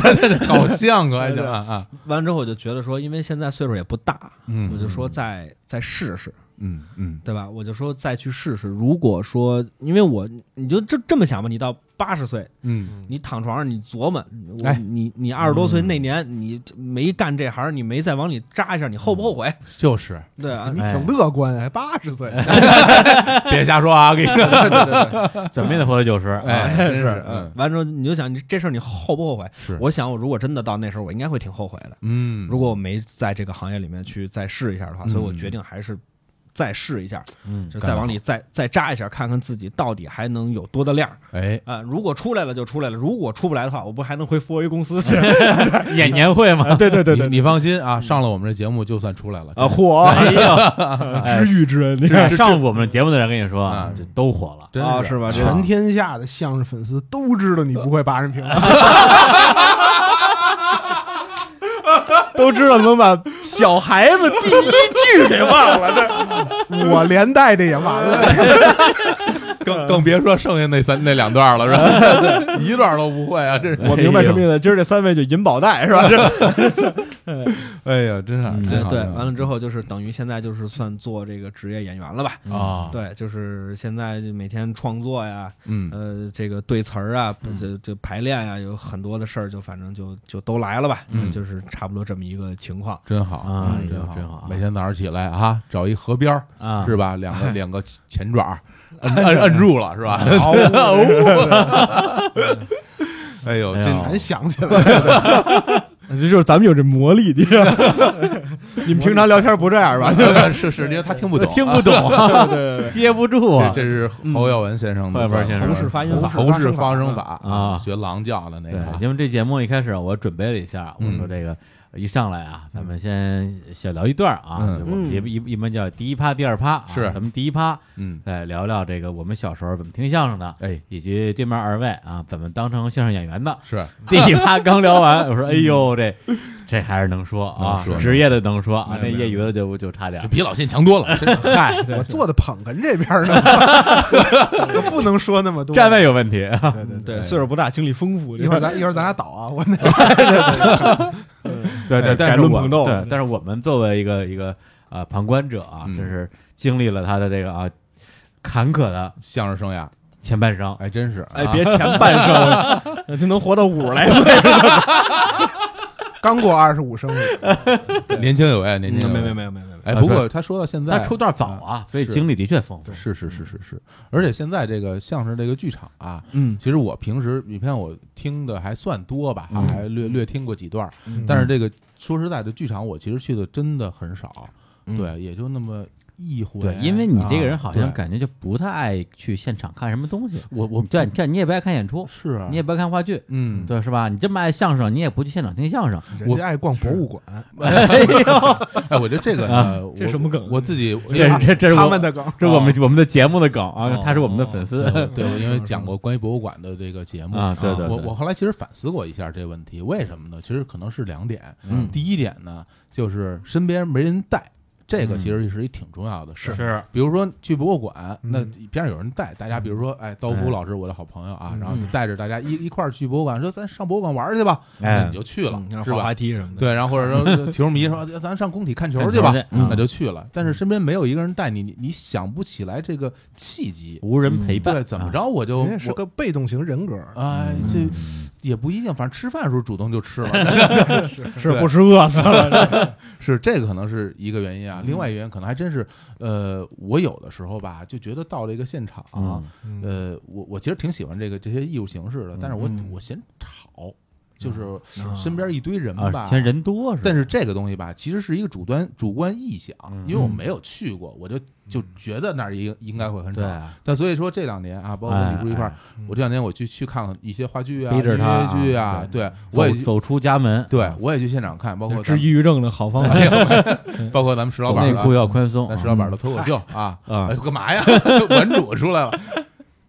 S2: 好像可还行啊啊，
S4: 完之后我就觉得说，因为现在岁数也不大，
S2: 嗯
S4: 我就说再再试试，
S2: 嗯嗯
S4: 对吧？我就说再去试试。如果说，因为我你就这这么想吧，你到八十岁，
S2: 嗯
S4: 你躺床上，你琢磨，我
S2: 哎
S4: 你你二十多岁那年，你没干这行，你没再往里扎一下，你后不后悔？
S2: 嗯就是
S4: 对啊
S1: 哎
S5: 哎
S3: 你，挺乐观，还八十岁，
S2: 别瞎说啊，我跟你说，
S4: 对对对对
S1: 怎么也得活到九十，啊，
S2: 哎是
S4: 嗯
S2: 嗯
S4: 完之后你就想，你这事儿你后不后悔？
S2: 是
S4: 我想，我如果真的到那时候，我应该会挺后悔的。
S2: 嗯，
S4: 如果我没在这个行业里面去再试一下的话，
S2: 嗯
S4: 所以我决定还是再试一下，
S1: 嗯
S4: 就再往里再再扎一下，看看自己到底还能有多大量啊、
S2: 哎
S4: 如果出来了就出来了，如果出不来的话，我不还能回佛威公司去？
S1: 嗯演年会嘛，
S4: 对对对嗯
S2: 你，你放心啊，上了我们这节目就算出来了
S4: 啊，火
S1: 哎呦，
S4: 知遇之恩，你看
S1: 这上我们节目的人跟你说啊，
S2: 嗯
S1: 就都火了，
S2: 真
S4: 啊是吧？这
S3: 全天下的相声粉丝都知道你不会八人平。
S5: 都知道能把小孩子第一句给忘 了，
S3: 我连带这也完
S5: 哎
S3: 了。
S2: 更更别说剩下那三那两段了，是吧？ 一段都不会啊，真是。
S5: 我
S1: 哎
S5: 明白什么意思。今儿这三位就银保带是吧？这
S2: 哎呀，真是
S1: 嗯
S2: 真好
S4: 对，
S2: 真好
S4: 完了之后就是等于现在就是算做这个职业演员了吧？
S2: 啊，
S4: 嗯对，就是现在就每天创作呀，
S2: 嗯
S4: 呃，这个对词儿啊，这这排练啊，有很多的事儿，就反正就就都来了吧，
S2: 嗯
S4: 就是差不多这么一个情况。
S2: 真好
S1: 啊
S2: 嗯
S1: 哎呦
S2: 真好，
S1: 真好啊
S2: 每天早上起来啊，找一河边儿
S1: 啊，
S2: 是吧？两个两个前 爪儿摁摁摁住了是吧？哎呦，
S1: 哎
S2: 真
S1: 呦
S3: 全想起来了。
S5: 这 就是咱们有这魔力，你知道吗？你们平常聊天不这样吧？
S2: 是是是，因为他听不懂，
S1: 听 不懂啊，
S5: 对对对，
S1: 接不住啊
S2: 这这。是侯耀文先生
S1: 侯
S2: 的
S1: 耀文先生
S2: 对
S1: 侯氏
S5: 发音法
S2: 侯氏发声法
S1: 啊
S2: 学狼叫的那
S1: 对
S2: 个，，啊
S1: 因为这节目一开始我准备了一下，我
S2: 嗯
S1: 说这个一上来啊，咱们先小聊一段啊，
S2: 嗯
S1: 就我们一一一般叫第一趴、第二趴啊，
S2: 是
S1: 咱们第一趴
S2: 嗯，
S1: 再聊聊这个我们小时候怎么听相声的，
S2: 哎，
S1: 以及对面二位啊怎么当成相声演员 的。
S2: 是
S1: 第一趴刚聊完，我说哎呦这这还是能说啊
S2: 嗯能，说
S1: 职业的能说啊，那
S2: 没有
S1: 业余的就就差点
S2: 这。比老信强多
S1: 哎
S2: 了，真的
S5: 嗨，对
S3: 我坐的捧哏这边呢， 我不能说那么多。
S1: 站位有问题，
S3: 对对对，
S5: 对，岁数不大，经历丰富，
S3: 一会儿咱一会儿咱俩倒啊，我那
S1: 对
S2: 哎
S1: 对，但
S5: 改
S1: 是
S5: 论
S1: 我
S5: 捧逗
S1: 对，但是我们作为一个一个呃旁观者啊，
S2: 嗯
S1: 真是经历了他的这个啊坎坷的
S2: 相声生涯，
S1: 前半 生，
S2: 哎，真是，
S5: 哎，
S2: 啊
S5: 别前半生了， 就能活到五十来岁，
S3: 刚过二十五生日，
S2: 年轻有为，年轻有为
S5: 没没没有没有没有，
S2: 哎，
S1: 啊
S2: 不过他说到现在，
S1: 他出道嗯早啊，所以
S2: 是
S1: 经历的确丰富。
S2: 是是是是是，而且现在这个相声这个剧场啊，
S5: 嗯，
S2: 其实我平时你看我听的还算多吧，
S1: 嗯
S2: 还略略听过几段儿，但是这个说实在的，剧场我其实去的真的很少，
S5: 嗯
S2: 对，也就那么一回。
S1: 对，因为你这个人好像
S2: 啊对
S1: 感觉就不太爱去现场看什么东西。
S2: 我我
S1: 对，你看你也不爱看演出，
S2: 是啊，
S1: 你也不爱看话剧，
S2: 嗯，
S1: 对，是吧？你这么爱相声，你也不去现场听相声，
S3: 人家爱逛博 物馆，
S1: 哎呦，
S2: 哎，我觉得这个
S1: 啊
S2: 呢，
S5: 这
S2: 我
S5: 什么梗
S2: 我自己因为
S1: 这这这是
S3: 他
S1: 我
S3: 们的梗。
S1: 这是我们我们的节目的梗啊
S5: 哦，
S1: 他是我们的粉丝
S2: 对对，我因为讲过关于博物馆的这个节目
S1: 啊对对
S2: 我
S1: 对
S2: 我后来其实反思过一下这个问题，为什么呢？其实可能是两点，
S1: 嗯
S2: 第一点呢，就是身边没人带。这个其实是一挺重要的事，
S1: 嗯是
S2: 比如说去博物馆，
S3: 嗯
S2: 那边上有人带大家，比如说，哎，刀夫
S1: 哎
S2: 老师，我的好朋友啊，
S3: 嗯
S2: 然后带着大家一一块儿去博物馆，说咱上博物馆玩儿去吧，
S1: 哎
S2: 那你就去了，
S5: 嗯
S2: 是
S5: 滑
S2: 吧
S5: 滑？梯什么的，
S2: 对，然后或者 说球迷说哎咱上工体看球
S1: 看
S2: 去吧
S1: 球去，嗯
S2: 那就去了。但是身边没有一个人带你，你你想不起来这个契机，
S1: 无人陪伴，
S2: 嗯对，怎么
S1: 啊？
S2: 着我就
S3: 人家是
S2: 我
S3: 个被动型人格，
S2: 哎，这
S1: 嗯
S2: 也不一定，反正吃饭的时候主动就吃了，
S5: 是不是饿死了？
S2: 是这个可能是一个原因啊，
S1: 嗯
S2: 另外一个原因可能还真是，呃，我有的时候吧，就觉得到了一个现场，
S1: 嗯
S2: 呃，我我其实挺喜欢这个这些艺术形式的，但是我、
S5: 嗯
S2: 我嫌吵，就是身边一堆人吧，
S1: 啊啊，嫌人多是吧？嗯
S2: 但是这个东西吧，其实是一个主观主观臆想，因为我没有去过，我就就觉得那儿应应该会很吵
S1: 对。啊，
S2: 但所以说这两年啊，包括跟你不是一块儿，
S1: 哎
S2: 我这两年我去去看了一些话剧啊、
S1: 逼
S2: 音
S1: 着他啊
S2: 乐剧啊，对
S1: 走
S2: 我也去
S1: 走出家门，啊
S2: 对
S3: 啊
S2: 我也去现场看，包括
S5: 治
S2: 咱
S5: 抑郁症的好方法
S2: 没，有没 有包括咱们石老
S1: 走
S2: 板
S1: 内
S2: 的
S1: 裤要宽松
S2: 咱
S1: 啊，
S2: 石老板的脱口秀啊，
S1: 啊
S2: 哎呦干嘛呀？ 文主出来了，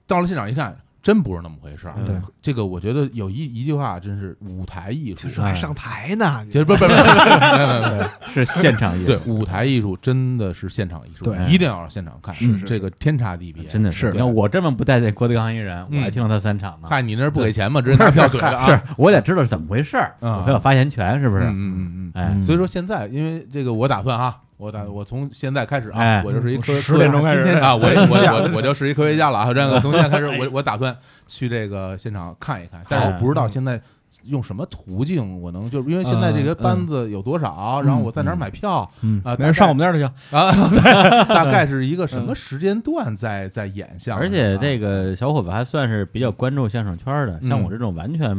S2: 到了现场一看，真不是那么回事儿。
S1: 对，
S2: 这个我觉得有一一句话，真是舞台艺术啊
S3: 就，
S4: 哎
S3: 是还上台呢，
S2: 其实不不不，没有没有没有
S1: 是现场
S2: 对
S1: 演，
S2: 舞台艺术真的是现场艺术，
S3: 对
S2: 一定要现场看，
S1: 是是
S2: 这个天差地别，
S1: 真的是。你
S2: 对
S1: 看我这么不待见郭德纲一人，我
S2: 嗯
S1: 还听了他三场呢。
S2: 嗨，你那是不给钱吗？直接拿票怼的 啊！
S1: 是我得知道是怎么回事儿，
S2: 嗯
S1: 我才有发言权，是不
S2: 嗯
S1: 是？
S2: 嗯嗯
S1: 哎
S2: 嗯。，所以说现在，因为这个，我打算哈，我打我从现在开始啊
S1: 哎，
S2: 我就是一科
S5: 十点钟开始
S2: 科 啊，我我我我就是一科学家了啊！这个从现在开始，我我打算去这个现场看一看，但是我不知道
S1: 嗯
S2: 现在。用什么途径我能就是因为现在这个班子有多少，然后我在哪儿买票
S1: 嗯
S5: 没
S2: 啊？大概
S5: 人上我们那儿就行。
S2: 啊，大概是一个什么时间段在在演相
S1: 而
S2: 声？
S1: 且这
S2: 个
S1: 个小伙子还算是比较关注相声圈儿的，
S2: 嗯
S1: 像我这种完全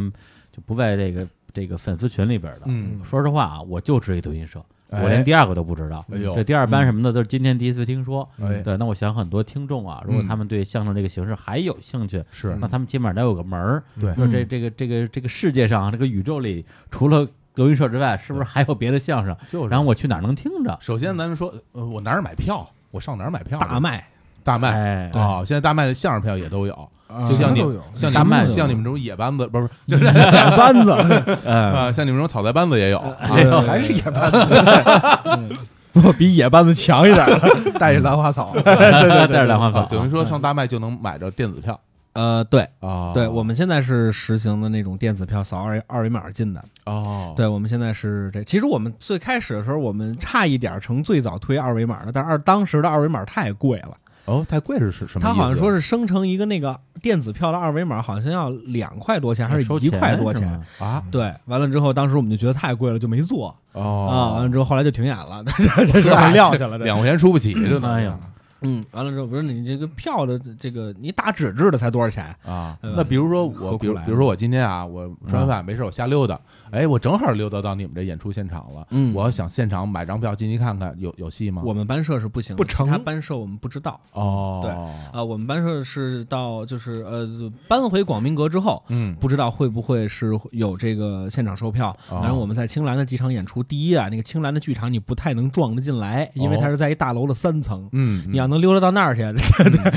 S1: 就不在这个这个粉丝群里边的。
S2: 嗯
S1: 说实话啊，我就知一德云社，
S2: 哎
S1: 我连第二个都不知道。
S2: 哎呦
S1: 这第二班什么的都是今天第一次听说。
S2: 哎
S1: 对，那我想很多听众啊，如果他们对相声这个形式还有兴趣，
S2: 是哎
S1: 那他们起码得有个门儿。
S2: 对
S1: 就是这这个这个这个世界上这个宇宙里，除了德云社之外，是不是还有别的相声？
S2: 就是
S1: 嗯然后我去哪儿能听着？
S2: 首先，咱们说，呃，我哪儿买票？我上哪儿买票？
S5: 大麦，
S2: 大麦
S1: 哎，
S2: 哦，现在大麦的相声票也都有，就
S3: 什
S2: 像
S3: 么
S2: 你
S3: 都有。
S2: 像你
S1: 大麦
S2: 们
S1: 都有
S2: 像你们这种野班子，不是不是
S5: 班子，
S1: 嗯，
S2: 啊，像你们这种草台班子也有。
S5: 嗯
S1: 哎呦
S3: 还是野蛮，
S5: 我比野班子强一点儿。
S3: 带着兰花 草，
S1: 带着兰花
S2: 啊
S1: 坊，
S2: 等于说上大麦就能买着电子票
S5: 呃，对，
S2: 啊
S5: 对，我们现在是实行的那种电子票，扫二维二维码进的。
S2: 哦，
S5: 对，我们现在是这。其实我们最开始的时候，我们差一点成最早推二维码的，但是二当时的二维码太贵了，
S2: 哦，太贵是是什么意思？啊
S5: 他好像说
S2: 是
S5: 是生成一个那个电子票的二维码，好像要两块多钱还是
S1: 收
S5: 一块多
S1: 是
S5: 钱
S1: 吗？
S2: 啊
S5: 对，完了之后，当时我们就觉得太贵了，就没做啊。完
S2: 哦 嗯
S5: 了之后，后来就停演了，这事儿撂下了。这
S2: 两块钱出不起，真的。
S1: 哎呀，
S4: 嗯，完了之后，不是你这个票的这个你打纸质的才多少钱？
S2: 啊，
S4: 呃
S2: 那比如说
S4: 何
S2: 我，
S4: 苦
S2: 比如
S4: 来
S2: 比如说我今天啊，我吃完饭没事，我瞎溜达，哎，我正好溜达到你们这演出现场了，
S4: 嗯
S2: 我要想现场买张票进去看看，有有戏吗？
S4: 我们班社是不行的，
S3: 不成
S4: 其他班社我们不知道。
S2: 哦，
S4: 啊、我们班社是到就是呃搬回广明阁之后，
S2: 嗯
S4: 不知道会不会是有这个现场售票。
S2: 哦
S4: 反正我们在青兰的几场演出，第一啊，那个青兰的剧场你不太能撞得进来，因为它是在一大楼的三层。
S2: 嗯，哦嗯
S4: 你要能溜达到那儿去，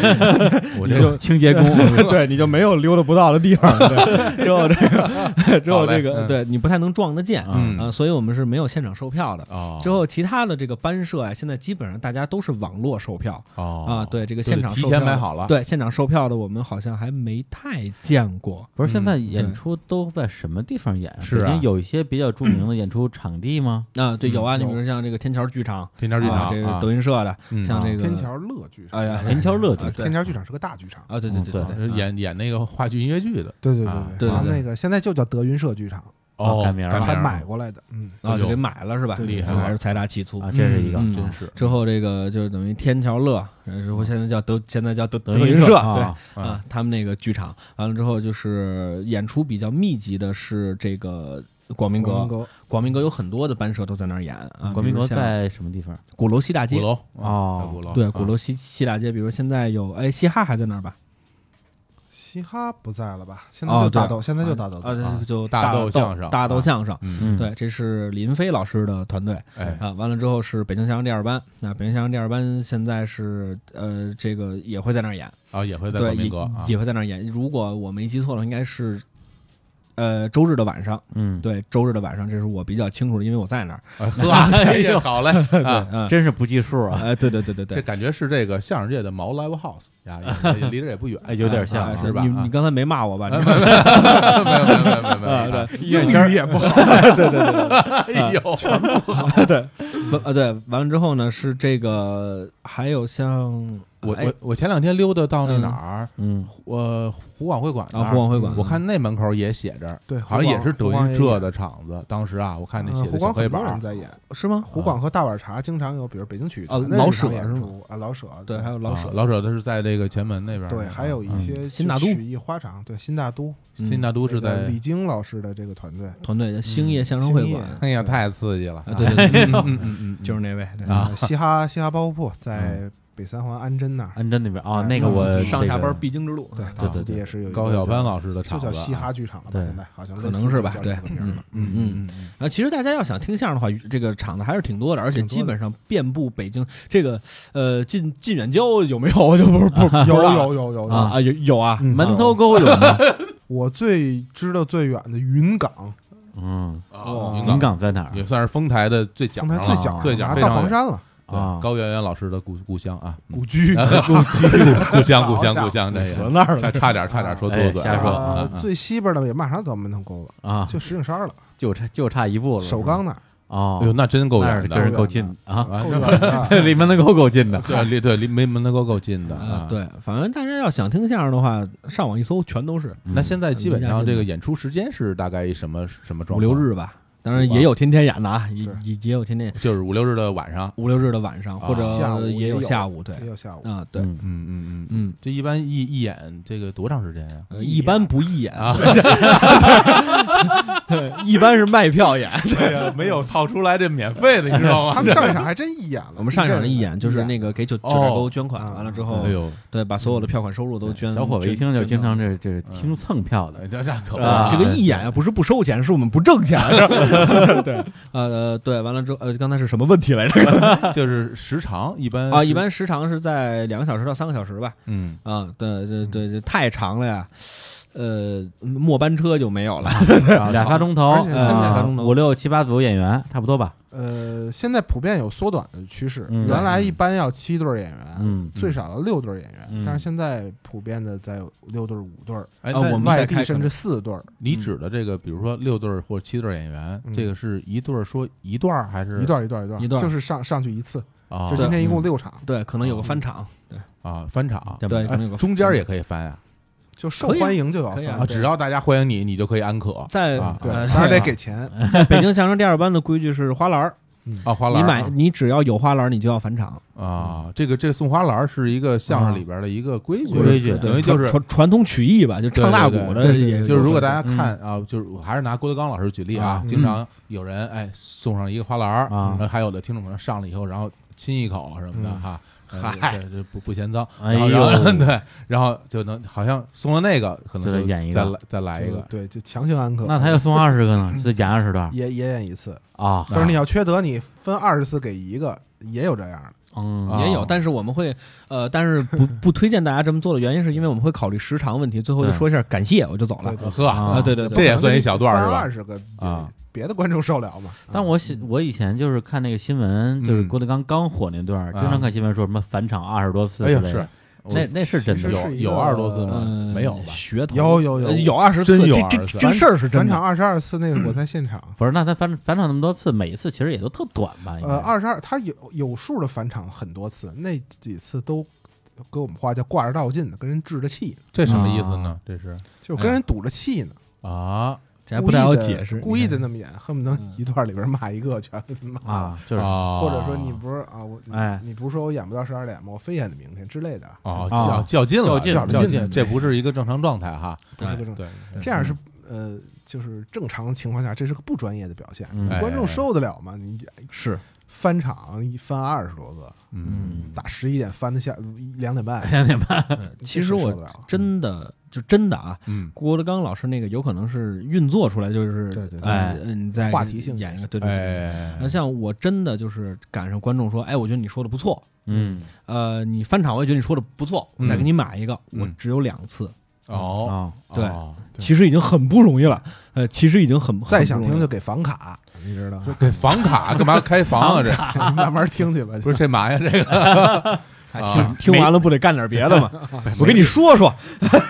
S2: 我
S4: 你
S2: 这
S4: 就
S1: 清洁工
S4: 对，你就没有溜达不到 的地方了。对只有这个，只
S2: 好
S4: 有这
S2: 嘞
S4: 个，
S2: 嗯
S4: 对你不太能撞得见啊、
S2: 嗯
S4: 所以我们是没有现场售票的。
S2: 哦
S4: 之后，其他的这个班社啊，现在基本上大家都是网络售票
S2: 哦
S4: 啊。对，这个
S2: 就是
S4: 现场
S2: 提
S4: 售
S2: 前
S4: 票
S2: 买好了
S4: 对，现场售票的我们好像还没太见过。
S1: 不是现在
S4: 对
S1: 演出都在什么地方演？
S2: 是啊
S1: 北京有一些比较著名的演出场地吗？
S2: 嗯
S4: 啊，对，有啊，你
S3: 有
S4: 比如像这个天桥剧场，
S2: 天桥剧
S4: 啊
S2: 场
S4: 这
S2: 啊
S4: 个德云社的，
S2: 嗯
S4: 像这个
S3: 天，桥乐剧场，
S4: 哎呀，
S1: 天桥乐剧
S3: 啊
S1: 场，
S3: 天桥剧场是个大剧场，
S4: 啊，对对对
S1: 嗯
S4: 对
S1: 对
S4: 对，啊
S2: 演演那个话剧音乐剧的
S3: 对对对
S2: 啊
S3: 对
S4: 对
S3: 然后
S4: 对哎
S3: 那个现在就叫德云社剧场，
S2: 哦，
S1: 改名儿了
S3: 他
S2: 儿
S3: 买过来的，嗯，
S4: 啊就给买了是吧？
S2: 厉害了
S4: 还是财大气粗
S1: 啊，这是一个。
S4: 嗯
S2: 真是
S4: 之后这个就等于天桥乐，然后现在叫德，现在叫德
S1: 德
S4: 云
S1: 社
S4: 社，对
S1: 啊，
S4: 啊，他们那个剧场完了之后，就是演出比较密集的是这个广明
S3: 广
S4: 阁
S3: 明，阁
S4: 广明阁有很多的班社都在那儿演啊，
S1: 嗯广明
S4: 比
S1: 阁
S4: 如像
S1: 在什么地方？
S4: 鼓楼西大街
S2: 鼓，楼啊
S1: 哦
S2: 鼓楼
S4: 啊对，鼓楼西西大街，比如现在有哎嘻哈还在那儿吧？
S3: 嘻哈不在了吧？现在
S4: 哦
S3: 就
S4: 对
S3: 大豆，现在就大豆在
S4: 啊，对
S2: 啊
S4: 就
S2: 大
S4: 豆
S2: 豆相声
S4: 大豆
S2: 啊
S4: 相声。
S2: 嗯
S1: 嗯，
S4: 对，这是林飞老师的团队
S2: 哎
S4: 啊。完了之后是北京相声第二班，那北京相声第二班现在是呃，这个也会在那儿演，
S2: 啊也会在
S4: 对，
S2: 广
S4: 也
S2: 明阁啊
S4: 也会在那儿演。如果我没记错了，应该是呃周日的晚上，
S1: 嗯，
S4: 对，周日的晚上，这是我比较清楚的，因为我在那儿。
S2: 哎 呵，哎呀好嘞啊。
S4: 嗯，
S1: 真是不计数啊，
S4: 哎，对对对对
S2: 这
S4: 对，
S2: 感觉是这个相声界的毛 live house 呀，也也离 这也 不远，
S1: 哎有点像
S4: 啊
S1: 啊
S2: 是吧？
S4: 你
S2: 啊
S4: 你刚才没骂我吧？你
S2: 没有没有没有没有 没有啊，
S3: 英语也不好，
S2: 哎呦，
S4: 啊，对，完了之后呢，是这个，还有像
S2: 我
S4: 哎
S2: 我我前两天溜达到那
S4: 嗯
S2: 哪儿，
S1: 嗯，
S2: 我湖广会馆那
S4: 啊，
S2: 儿
S4: 湖，广会馆，
S2: 我看那门口也写着，
S3: 对
S2: 好像也是德
S3: 湖广
S2: 云
S3: 也
S2: 社
S3: 有
S2: 的场子。当时啊，我看那
S3: 嗯
S2: 写的
S3: 湖
S2: 小
S3: 广
S2: 黑
S3: 很
S2: 板
S3: 多人
S2: 儿，
S3: 在演，
S4: 是吗？
S3: 湖广和大碗茶经常有，比如北京曲
S4: 啊
S3: 艺团
S4: 老
S3: 那是
S4: 舍
S3: 演
S4: 是吗
S3: 出啊，老舍
S4: 对，还有老
S2: 啊
S4: 舍，
S2: 老舍他是在这个前门那边儿那个
S3: 对，
S2: 啊。
S3: 还有一些
S4: 新大都
S3: 曲艺花场，对，新大都
S4: 嗯
S2: 新大都是
S3: 这个
S2: 在，
S3: 李菁老师的这个团队，
S4: 团队
S2: 嗯
S4: 的兴业相声会
S3: 兴业
S4: 馆，
S2: 哎呀，太刺激了
S4: 啊，对 对对，
S2: 嗯嗯嗯嗯，
S4: 就是那位对
S2: 啊
S3: 呃嘻哈嘻哈包袱铺在北三环安贞那儿，
S1: 安贞那边啊，
S3: 哎
S1: 那个
S3: 我
S1: 我
S3: 自己
S4: 嗯上下班
S1: 必
S4: 必经之路，
S3: 对
S2: 对
S3: 他自己
S1: 对
S3: 也是有一 个
S2: 高晓攀老师的
S3: 就
S2: 场子
S3: 叫
S2: 啊，
S3: 嘻哈剧场了吧？
S1: 对
S3: 现在好像
S4: 可
S3: 类似
S4: 能是
S3: 就
S4: 吧
S3: 叫
S4: 对
S3: 这个名儿了
S2: 嗯，嗯嗯嗯，
S4: 啊，其实大家要想听相声的话，这个场子还是挺多的，而且
S3: 挺多的
S4: 基本上遍布北京。这个呃，近近远郊有没有？ 我就不是不不知
S3: 有
S4: 道
S3: 有有有有
S4: 啊，有有啊，
S3: 嗯
S1: 门头 沟有吗？
S3: 我最知道最远的云冈，
S1: 嗯，
S2: 哦，
S1: 云
S2: 云港
S1: 港在哪儿
S2: 也算是丰台的最角
S3: 刚
S2: 上
S3: 才
S2: 了，啊
S3: 最小
S2: 最角
S3: 拿
S2: 非
S3: 到
S2: 常
S3: 房
S2: 远
S3: 山了，
S1: 啊？
S2: 高圆圆老师的故故乡啊，嗯
S3: 故居
S2: 啊故 故故 乡故乡故乡，这
S3: 死
S2: 个
S3: 那儿了。
S2: 差差点差点说
S1: 哎
S2: 多嘴，
S1: 瞎说
S3: 啊
S2: 啊，
S3: 最西边的也马上到门头沟了，
S1: 啊，
S3: 就石景山了，
S1: 就差就差一步了，
S3: 首钢那儿
S1: 哦
S2: 哎，呦，那真够
S1: 那
S2: 远
S1: 是
S2: 的，
S1: 真是够近的 啊，。
S2: 啊
S3: 够远的
S1: 离门头沟够近的，
S2: 对离对离没门头沟够近的
S4: 啊
S2: 啊，。
S4: 对，反正大家要想听相声的话，上网一搜全都是
S2: 那现在基本
S4: 离家
S2: 上
S4: 近
S2: 这个演出时间是大概什么什么状
S4: 五
S2: 况？
S4: 六日吧，当然也有天天演的啊，也也也有天天
S2: 就是五六日的晚上。
S4: 五六日的晚上，
S2: 啊
S4: 或者
S3: 下午
S4: 也
S3: 也有
S4: 下午，对
S3: 也有下午，
S4: 啊，对，
S1: 嗯
S2: 嗯嗯嗯，
S4: 嗯，
S2: 这一般一一演这个多长时间呀？
S4: 呃一般不一演，
S2: 啊，
S4: 一般是卖票演。
S2: 对呀，没有套出来这免费的，你知道
S3: 他们上一场还真一演了。
S4: 我们上一场一演就是
S3: 一
S4: 那个给九九
S2: 哦
S4: 寨沟捐款，
S3: 啊
S4: 完了之后
S2: 哎，呦，嗯
S4: 对，把所有的票款收入都捐。
S1: 小伙子一
S4: 捐
S1: 听就
S4: 捐
S1: 经
S4: 到
S1: 常这这听蹭票的
S2: 哎，这这可不
S1: 啊
S4: 这个一眼啊，不是不收钱，是我们不挣钱。 对，呃，对，完了之后，呃，刚才是什么问题来着？
S2: 就是时长一般
S4: 啊，
S2: 是
S4: 一般时长是在两个小时到三个小时吧。
S2: 嗯，
S4: 啊，对对对，这太长了呀。呃，末班车就没有了。
S1: 俩仨钟头
S3: 而，且现在
S1: 啊
S4: 仨钟头
S1: 五六七八组演员差不多吧？
S3: 呃，现在普遍有缩短的趋势，
S1: 嗯
S3: 原来一般要七对儿演员，
S1: 嗯
S3: 最少要六对儿演员，
S1: 嗯
S3: 但是现在普遍的在六对儿、五对儿，
S2: 哎，
S4: 啊
S2: 那
S4: 我们
S3: 外
S4: 再开
S3: 地
S4: 可
S3: 甚
S4: 能
S3: 至四对儿，
S2: 你指的这个，比如说六对儿或者七对儿演员，
S3: 嗯
S2: 这个是一对儿说一段儿还是
S3: 一段儿一段儿一段儿，
S4: 一段儿
S3: 就是上上去一次，
S2: 啊
S3: 就今天一共
S4: 嗯
S3: 六场，
S4: 对，可能
S2: 哦
S4: 有个翻场。
S2: 啊翻场？
S1: 对
S4: 对，可
S2: 哎
S4: 能有个
S2: 中间也可以翻啊，
S3: 就受
S4: 可以啊
S3: 欢迎就要
S4: 可以啊
S3: 翻
S2: 啊，只要大家欢迎你，你就可以安可。
S4: 在
S2: 啊
S3: 对，
S4: 呃
S3: 当然得给钱，
S4: 在北京相声第二班的规矩是花篮儿
S2: 啊，花
S4: 你
S2: 篮
S4: 买
S2: 儿
S4: 你只要有花篮，你就要返场。
S2: 啊啊，这个这送花篮儿是一个相声里边的一个规矩，
S1: 规矩
S2: 等于就是
S4: 传传统曲艺吧，就唱大鼓的
S2: 对对
S4: 也
S2: 就是如果大
S4: 家
S2: 家看啊，就是我还是拿郭德纲老师举例
S1: 嗯
S2: 啊
S1: 啊，
S2: 经常有人哎送上一个花篮儿
S1: 啊，嗯
S2: 还有的听众可能上了以后，然后亲一口什么的哈。
S4: 嗨
S2: 对，这不不嫌脏，
S1: 哎
S2: 然后然后
S1: 呦
S2: 对，然后就能好像送了那个，可能
S1: 就得
S2: 就
S1: 演一
S2: 再
S1: 个
S2: 来再来一
S3: 就
S2: 个，
S3: 对，就强行安可。
S1: 那他要送二十个呢，就得演二十段
S3: 也也演一次，
S1: 啊。
S3: 嗯就是你要缺德，你分二十次给一个，也有这样的。
S1: 嗯
S2: 啊
S4: 也有，但是我们会呃，但是 不不推荐大家这么做的原因，是因为我们会考虑时长问题。最后就
S1: 对
S4: 说一下感谢，我就走了
S3: 对对
S2: 呃呵
S1: 啊
S4: 啊。对对
S2: 这
S4: 对，
S2: 也算一小段儿是吧
S3: 二十个
S2: 啊，
S3: 别的观众受了啊吗？
S1: 但我喜我以前就是看那个新闻，就是
S2: 嗯
S1: 郭德纲刚火那段儿，
S2: 啊
S1: 经常看新闻说什么返场二十多次
S2: 哎
S1: 之
S2: 呀，
S1: 类
S2: 是
S1: 的。那那是真
S3: 其
S1: 的
S3: 实
S2: 有
S3: 是一
S2: 有
S3: 个
S2: 二十多次吗？
S4: 嗯
S2: 没有吧？
S4: 噱头
S3: 有有有
S4: 呃有二十次，
S2: 真有
S4: 这
S2: 20次
S4: 这这事儿是
S3: 返
S4: 真
S3: 场
S4: 的。
S3: 二十二次，那个我在现场。
S1: 不是，那他返返场那么多次，每一次其实也都特短
S4: 哎
S1: 吧？应该
S3: 呃，二十二，他有有数的返场很多次，那几次都跟我们话叫挂着道劲的，跟人置着气呢，
S2: 这什么意思
S1: 啊
S2: 呢？这是
S3: 就是跟人赌着气呢，
S2: 啊
S4: 这哎还不太好解释，
S3: 故意的
S4: 你看
S3: 那么演，恨不得一段里边骂一个全给骂了，
S1: 啊，就是
S2: 啊，
S3: 嗯或者说你不是啊，我
S4: 哦
S1: 哎
S3: 你不是说我演不到十二点吗？我非演到明天之类的，
S2: 哦，
S1: 啊
S2: 较较劲了，
S1: 较劲
S2: 较
S3: 较劲
S2: 劲，这不是一个正常状态哈。哎
S3: 不是个正
S2: 对，
S3: 这样是
S4: 嗯
S3: 呃，就是正常情况下这是个不专业的表现，
S1: 嗯
S3: 观
S2: 哎哎哎
S3: 众受得了吗？你
S4: 是
S3: 翻场一翻二十多个，
S2: 嗯，
S3: 打十一点翻的下一两点半，
S1: 两点半
S4: 哎其实我
S3: 这谁受得了
S4: 真的就真的啊，
S2: 嗯，
S4: 郭德纲老师那个有可能是运作出来，就是
S3: 对对对
S4: 哎，嗯，在
S3: 话题性
S4: 演一个，对对对。
S2: 哎，
S4: 那像我真的就是赶上观众说，哎，我觉得你说的不错，
S1: 嗯
S4: 呃，你翻场我也觉得你说的不错，我
S2: 嗯
S4: 再给你买一个，我只有两次，
S2: 哦，
S1: 啊，
S4: 对
S2: 哦
S4: 其实已经很不容易了，呃，其实已经很
S3: 再想听就
S4: 就
S3: 给房卡，你知道吗？
S2: 给房卡干嘛开 房啊？这
S3: 慢慢听去吧。
S2: 不是这嘛呀？这个啊，
S4: 听完了不得干点别的 吗？我跟你说说，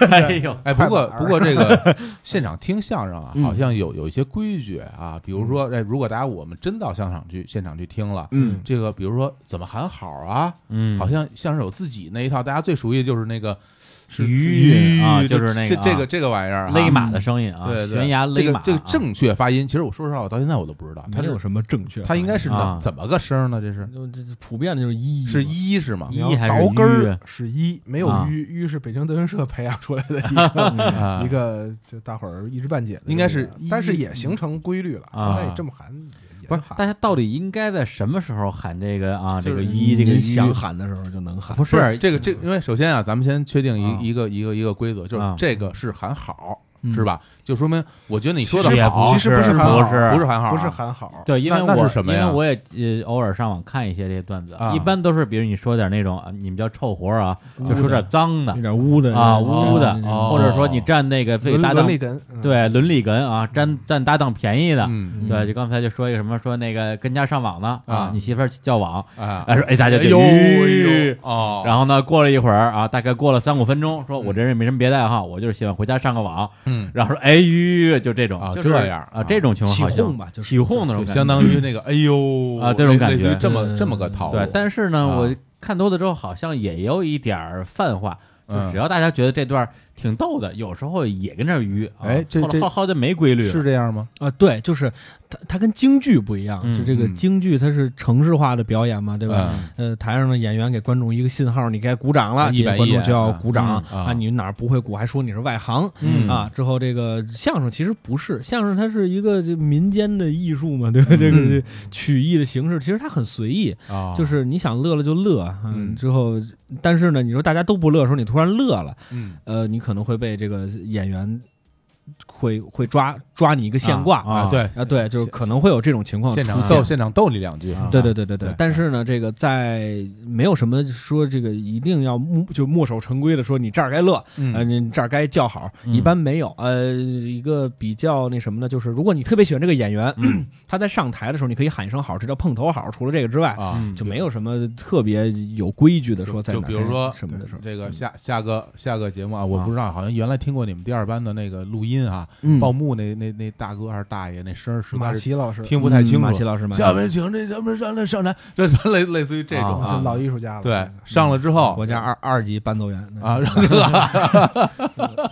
S1: 哎 呦，
S2: 哎，不过
S3: 快板儿
S2: 不过 这个现场听相声啊，
S4: 嗯
S2: 好像有有一些规矩啊，比如
S1: 嗯
S2: 说，哎，如果大家我们真到相场去现场去听了，
S4: 嗯，
S2: 这个比如说怎么喊好啊，
S1: 嗯，
S2: 好像像是有自己那一套，大家最熟悉就是那个是
S1: 鱼
S2: 鱼
S1: 啊
S2: 这
S1: 就是那
S2: 这
S1: 个啊
S2: 这个这个玩意儿啊，
S1: 勒马的声音啊，
S2: 对对
S1: 悬崖勒马啊，
S2: 这个这个正确发音，其实我说实话，我到现在我都不知道，它
S4: 没有
S2: 是
S4: 什么正确，啊
S2: 它应该是
S1: 啊
S2: 怎么个声呢？这是
S4: 就这这普遍的就是
S1: 嗯
S4: 一
S2: 是一是吗？
S1: 一还是
S3: 倒根
S1: 鱼
S3: 儿是一，没有
S1: 啊
S3: 淤，淤是北京德云社培养出来的一个
S2: 啊
S3: 一个，就大伙儿一知半解的这个，
S2: 应该是
S3: 但是也形成规律了。
S1: 啊
S3: 现在也这么喊，也也
S1: 不是
S3: 能？喊
S1: 大家到底应该在什么时候喊这个啊？这个
S4: 就是
S1: 一这个
S4: 您
S1: 鱼
S4: 想喊的时候就能喊，
S1: 不
S2: 不
S1: 是
S2: 这个这，因为首先啊，咱们先确定
S1: 啊
S2: 一一个一个一个规则，就
S1: 啊
S2: 是这个是喊好
S4: 嗯
S2: 是吧？就说明我觉得你说的
S1: 其实也
S2: 好，
S1: 不
S3: 其实不
S1: 是
S3: 是喊好
S1: 不是
S2: 不是喊好啊，
S3: 不是喊好，
S1: 对，因为
S2: 那那
S1: 我
S2: 是什么
S1: 因
S2: 呀
S1: 为我也呃偶尔上网看一些这些段子，
S2: 啊嗯
S1: 一般都是比如你说点那种啊，你们叫臭活儿啊，就说点脏的
S4: 有点污的
S1: 啊，
S4: 污
S1: 污的，
S2: 哦
S1: 或者说你占那个自己
S3: 伦
S1: 搭档
S3: 伦理根，嗯，
S1: 对伦理哏啊，占占搭档便宜的，
S2: 嗯
S1: 对，就刚才就说一个什么说那个跟家上网呢
S2: 啊
S1: 你媳妇儿叫网，
S2: 啊
S1: 哎说哎大家
S2: 哎
S1: 就
S2: 呦哎
S1: 吁
S2: 呦哦，
S1: 然后呢，过了一会儿啊，大概过了三五分钟，说我这人也没什么别的爱好，我就是喜欢回家上个网，
S2: 嗯，
S1: 然后说哎吁，就这种
S2: 啊
S1: 就是
S2: 这样啊
S1: 啊，这种情况
S4: 起
S1: 好像
S4: 哄吧就是
S1: 起哄那种感
S2: 就
S1: 觉
S2: 相当于那个哎呦
S1: 啊这种感觉
S2: 类似于这么
S4: 嗯
S2: 这么个套路，
S1: 对，但是呢，
S2: 啊
S1: 我看多了之后，好像也有一点儿泛化，就
S2: 嗯
S1: 只要大家觉得这段儿挺逗的，有时候也跟这儿鱼，啊
S2: 哎这
S1: 后来
S2: 这
S1: 浩浩就没规律了
S2: 是这样吗？
S4: 啊，对，就是它它跟京剧不一样，
S1: 嗯
S4: 就这个
S2: 嗯
S4: 京剧它是城市化的表演嘛，对吧？
S2: 嗯
S4: 呃，台上的演员给观众一个信号，你该鼓掌了，
S2: 啊一板一眼
S4: 观众就要鼓掌
S2: 嗯啊
S4: 啊，你哪儿不会鼓还说你是外行。
S1: 嗯
S4: 啊，之后这个相声其实不是相声，它是一个这民间的艺术嘛，对吧？这个曲艺的形式其实它很随意，
S1: 嗯
S2: 嗯啊，
S4: 就是你想乐了就乐，
S2: 嗯
S4: 嗯，之后但是呢，你说大家都不乐的时候，你突然乐了，
S2: 嗯
S4: 呃，你可能会被这个演员会会抓抓你一个现挂
S1: 啊
S2: 啊，对，
S4: 啊，对，就是可能会有这种情况
S2: 现场
S4: 出现
S2: 逗现场逗你两句
S1: 啊，
S4: 对对对对
S2: 对
S4: 对，但是呢，这个在没有什么说这个一定要墨就墨守成规的说你这儿该乐，
S2: 嗯
S1: 哎
S4: 呃，你这儿该叫好，
S1: 嗯
S4: 一般没有。呃，一个比较那什么呢，就是如果你特别喜欢这个演员，
S2: 嗯
S4: 他在上台的时候，你可以喊一声好，这叫碰头好。除了这个之外，
S2: 啊，
S1: 嗯
S4: 就没有什么特别有规矩的
S2: 就
S4: 说在
S2: 就
S4: 哪
S2: 比如
S4: 该
S2: 说
S1: 嗯
S4: 什么的时候，
S1: 啊
S2: 这个下下个下个节目啊，我不知道，好像原来听过你们第二班的那个录音啊，
S7: 嗯
S2: 报幕那那那大哥还是大爷那声儿实
S3: 马
S2: 在是
S3: 奇老师
S2: 听不太清
S7: 嗯
S2: 楚。
S7: 马奇老师，马奇
S2: 下面请这咱们上来上台，这类类似于这种
S3: 是
S2: 啊，
S3: 老艺术家了，
S2: 对，上了之后
S7: 国家二二级伴奏员
S2: 啊，然后
S3: 哎呀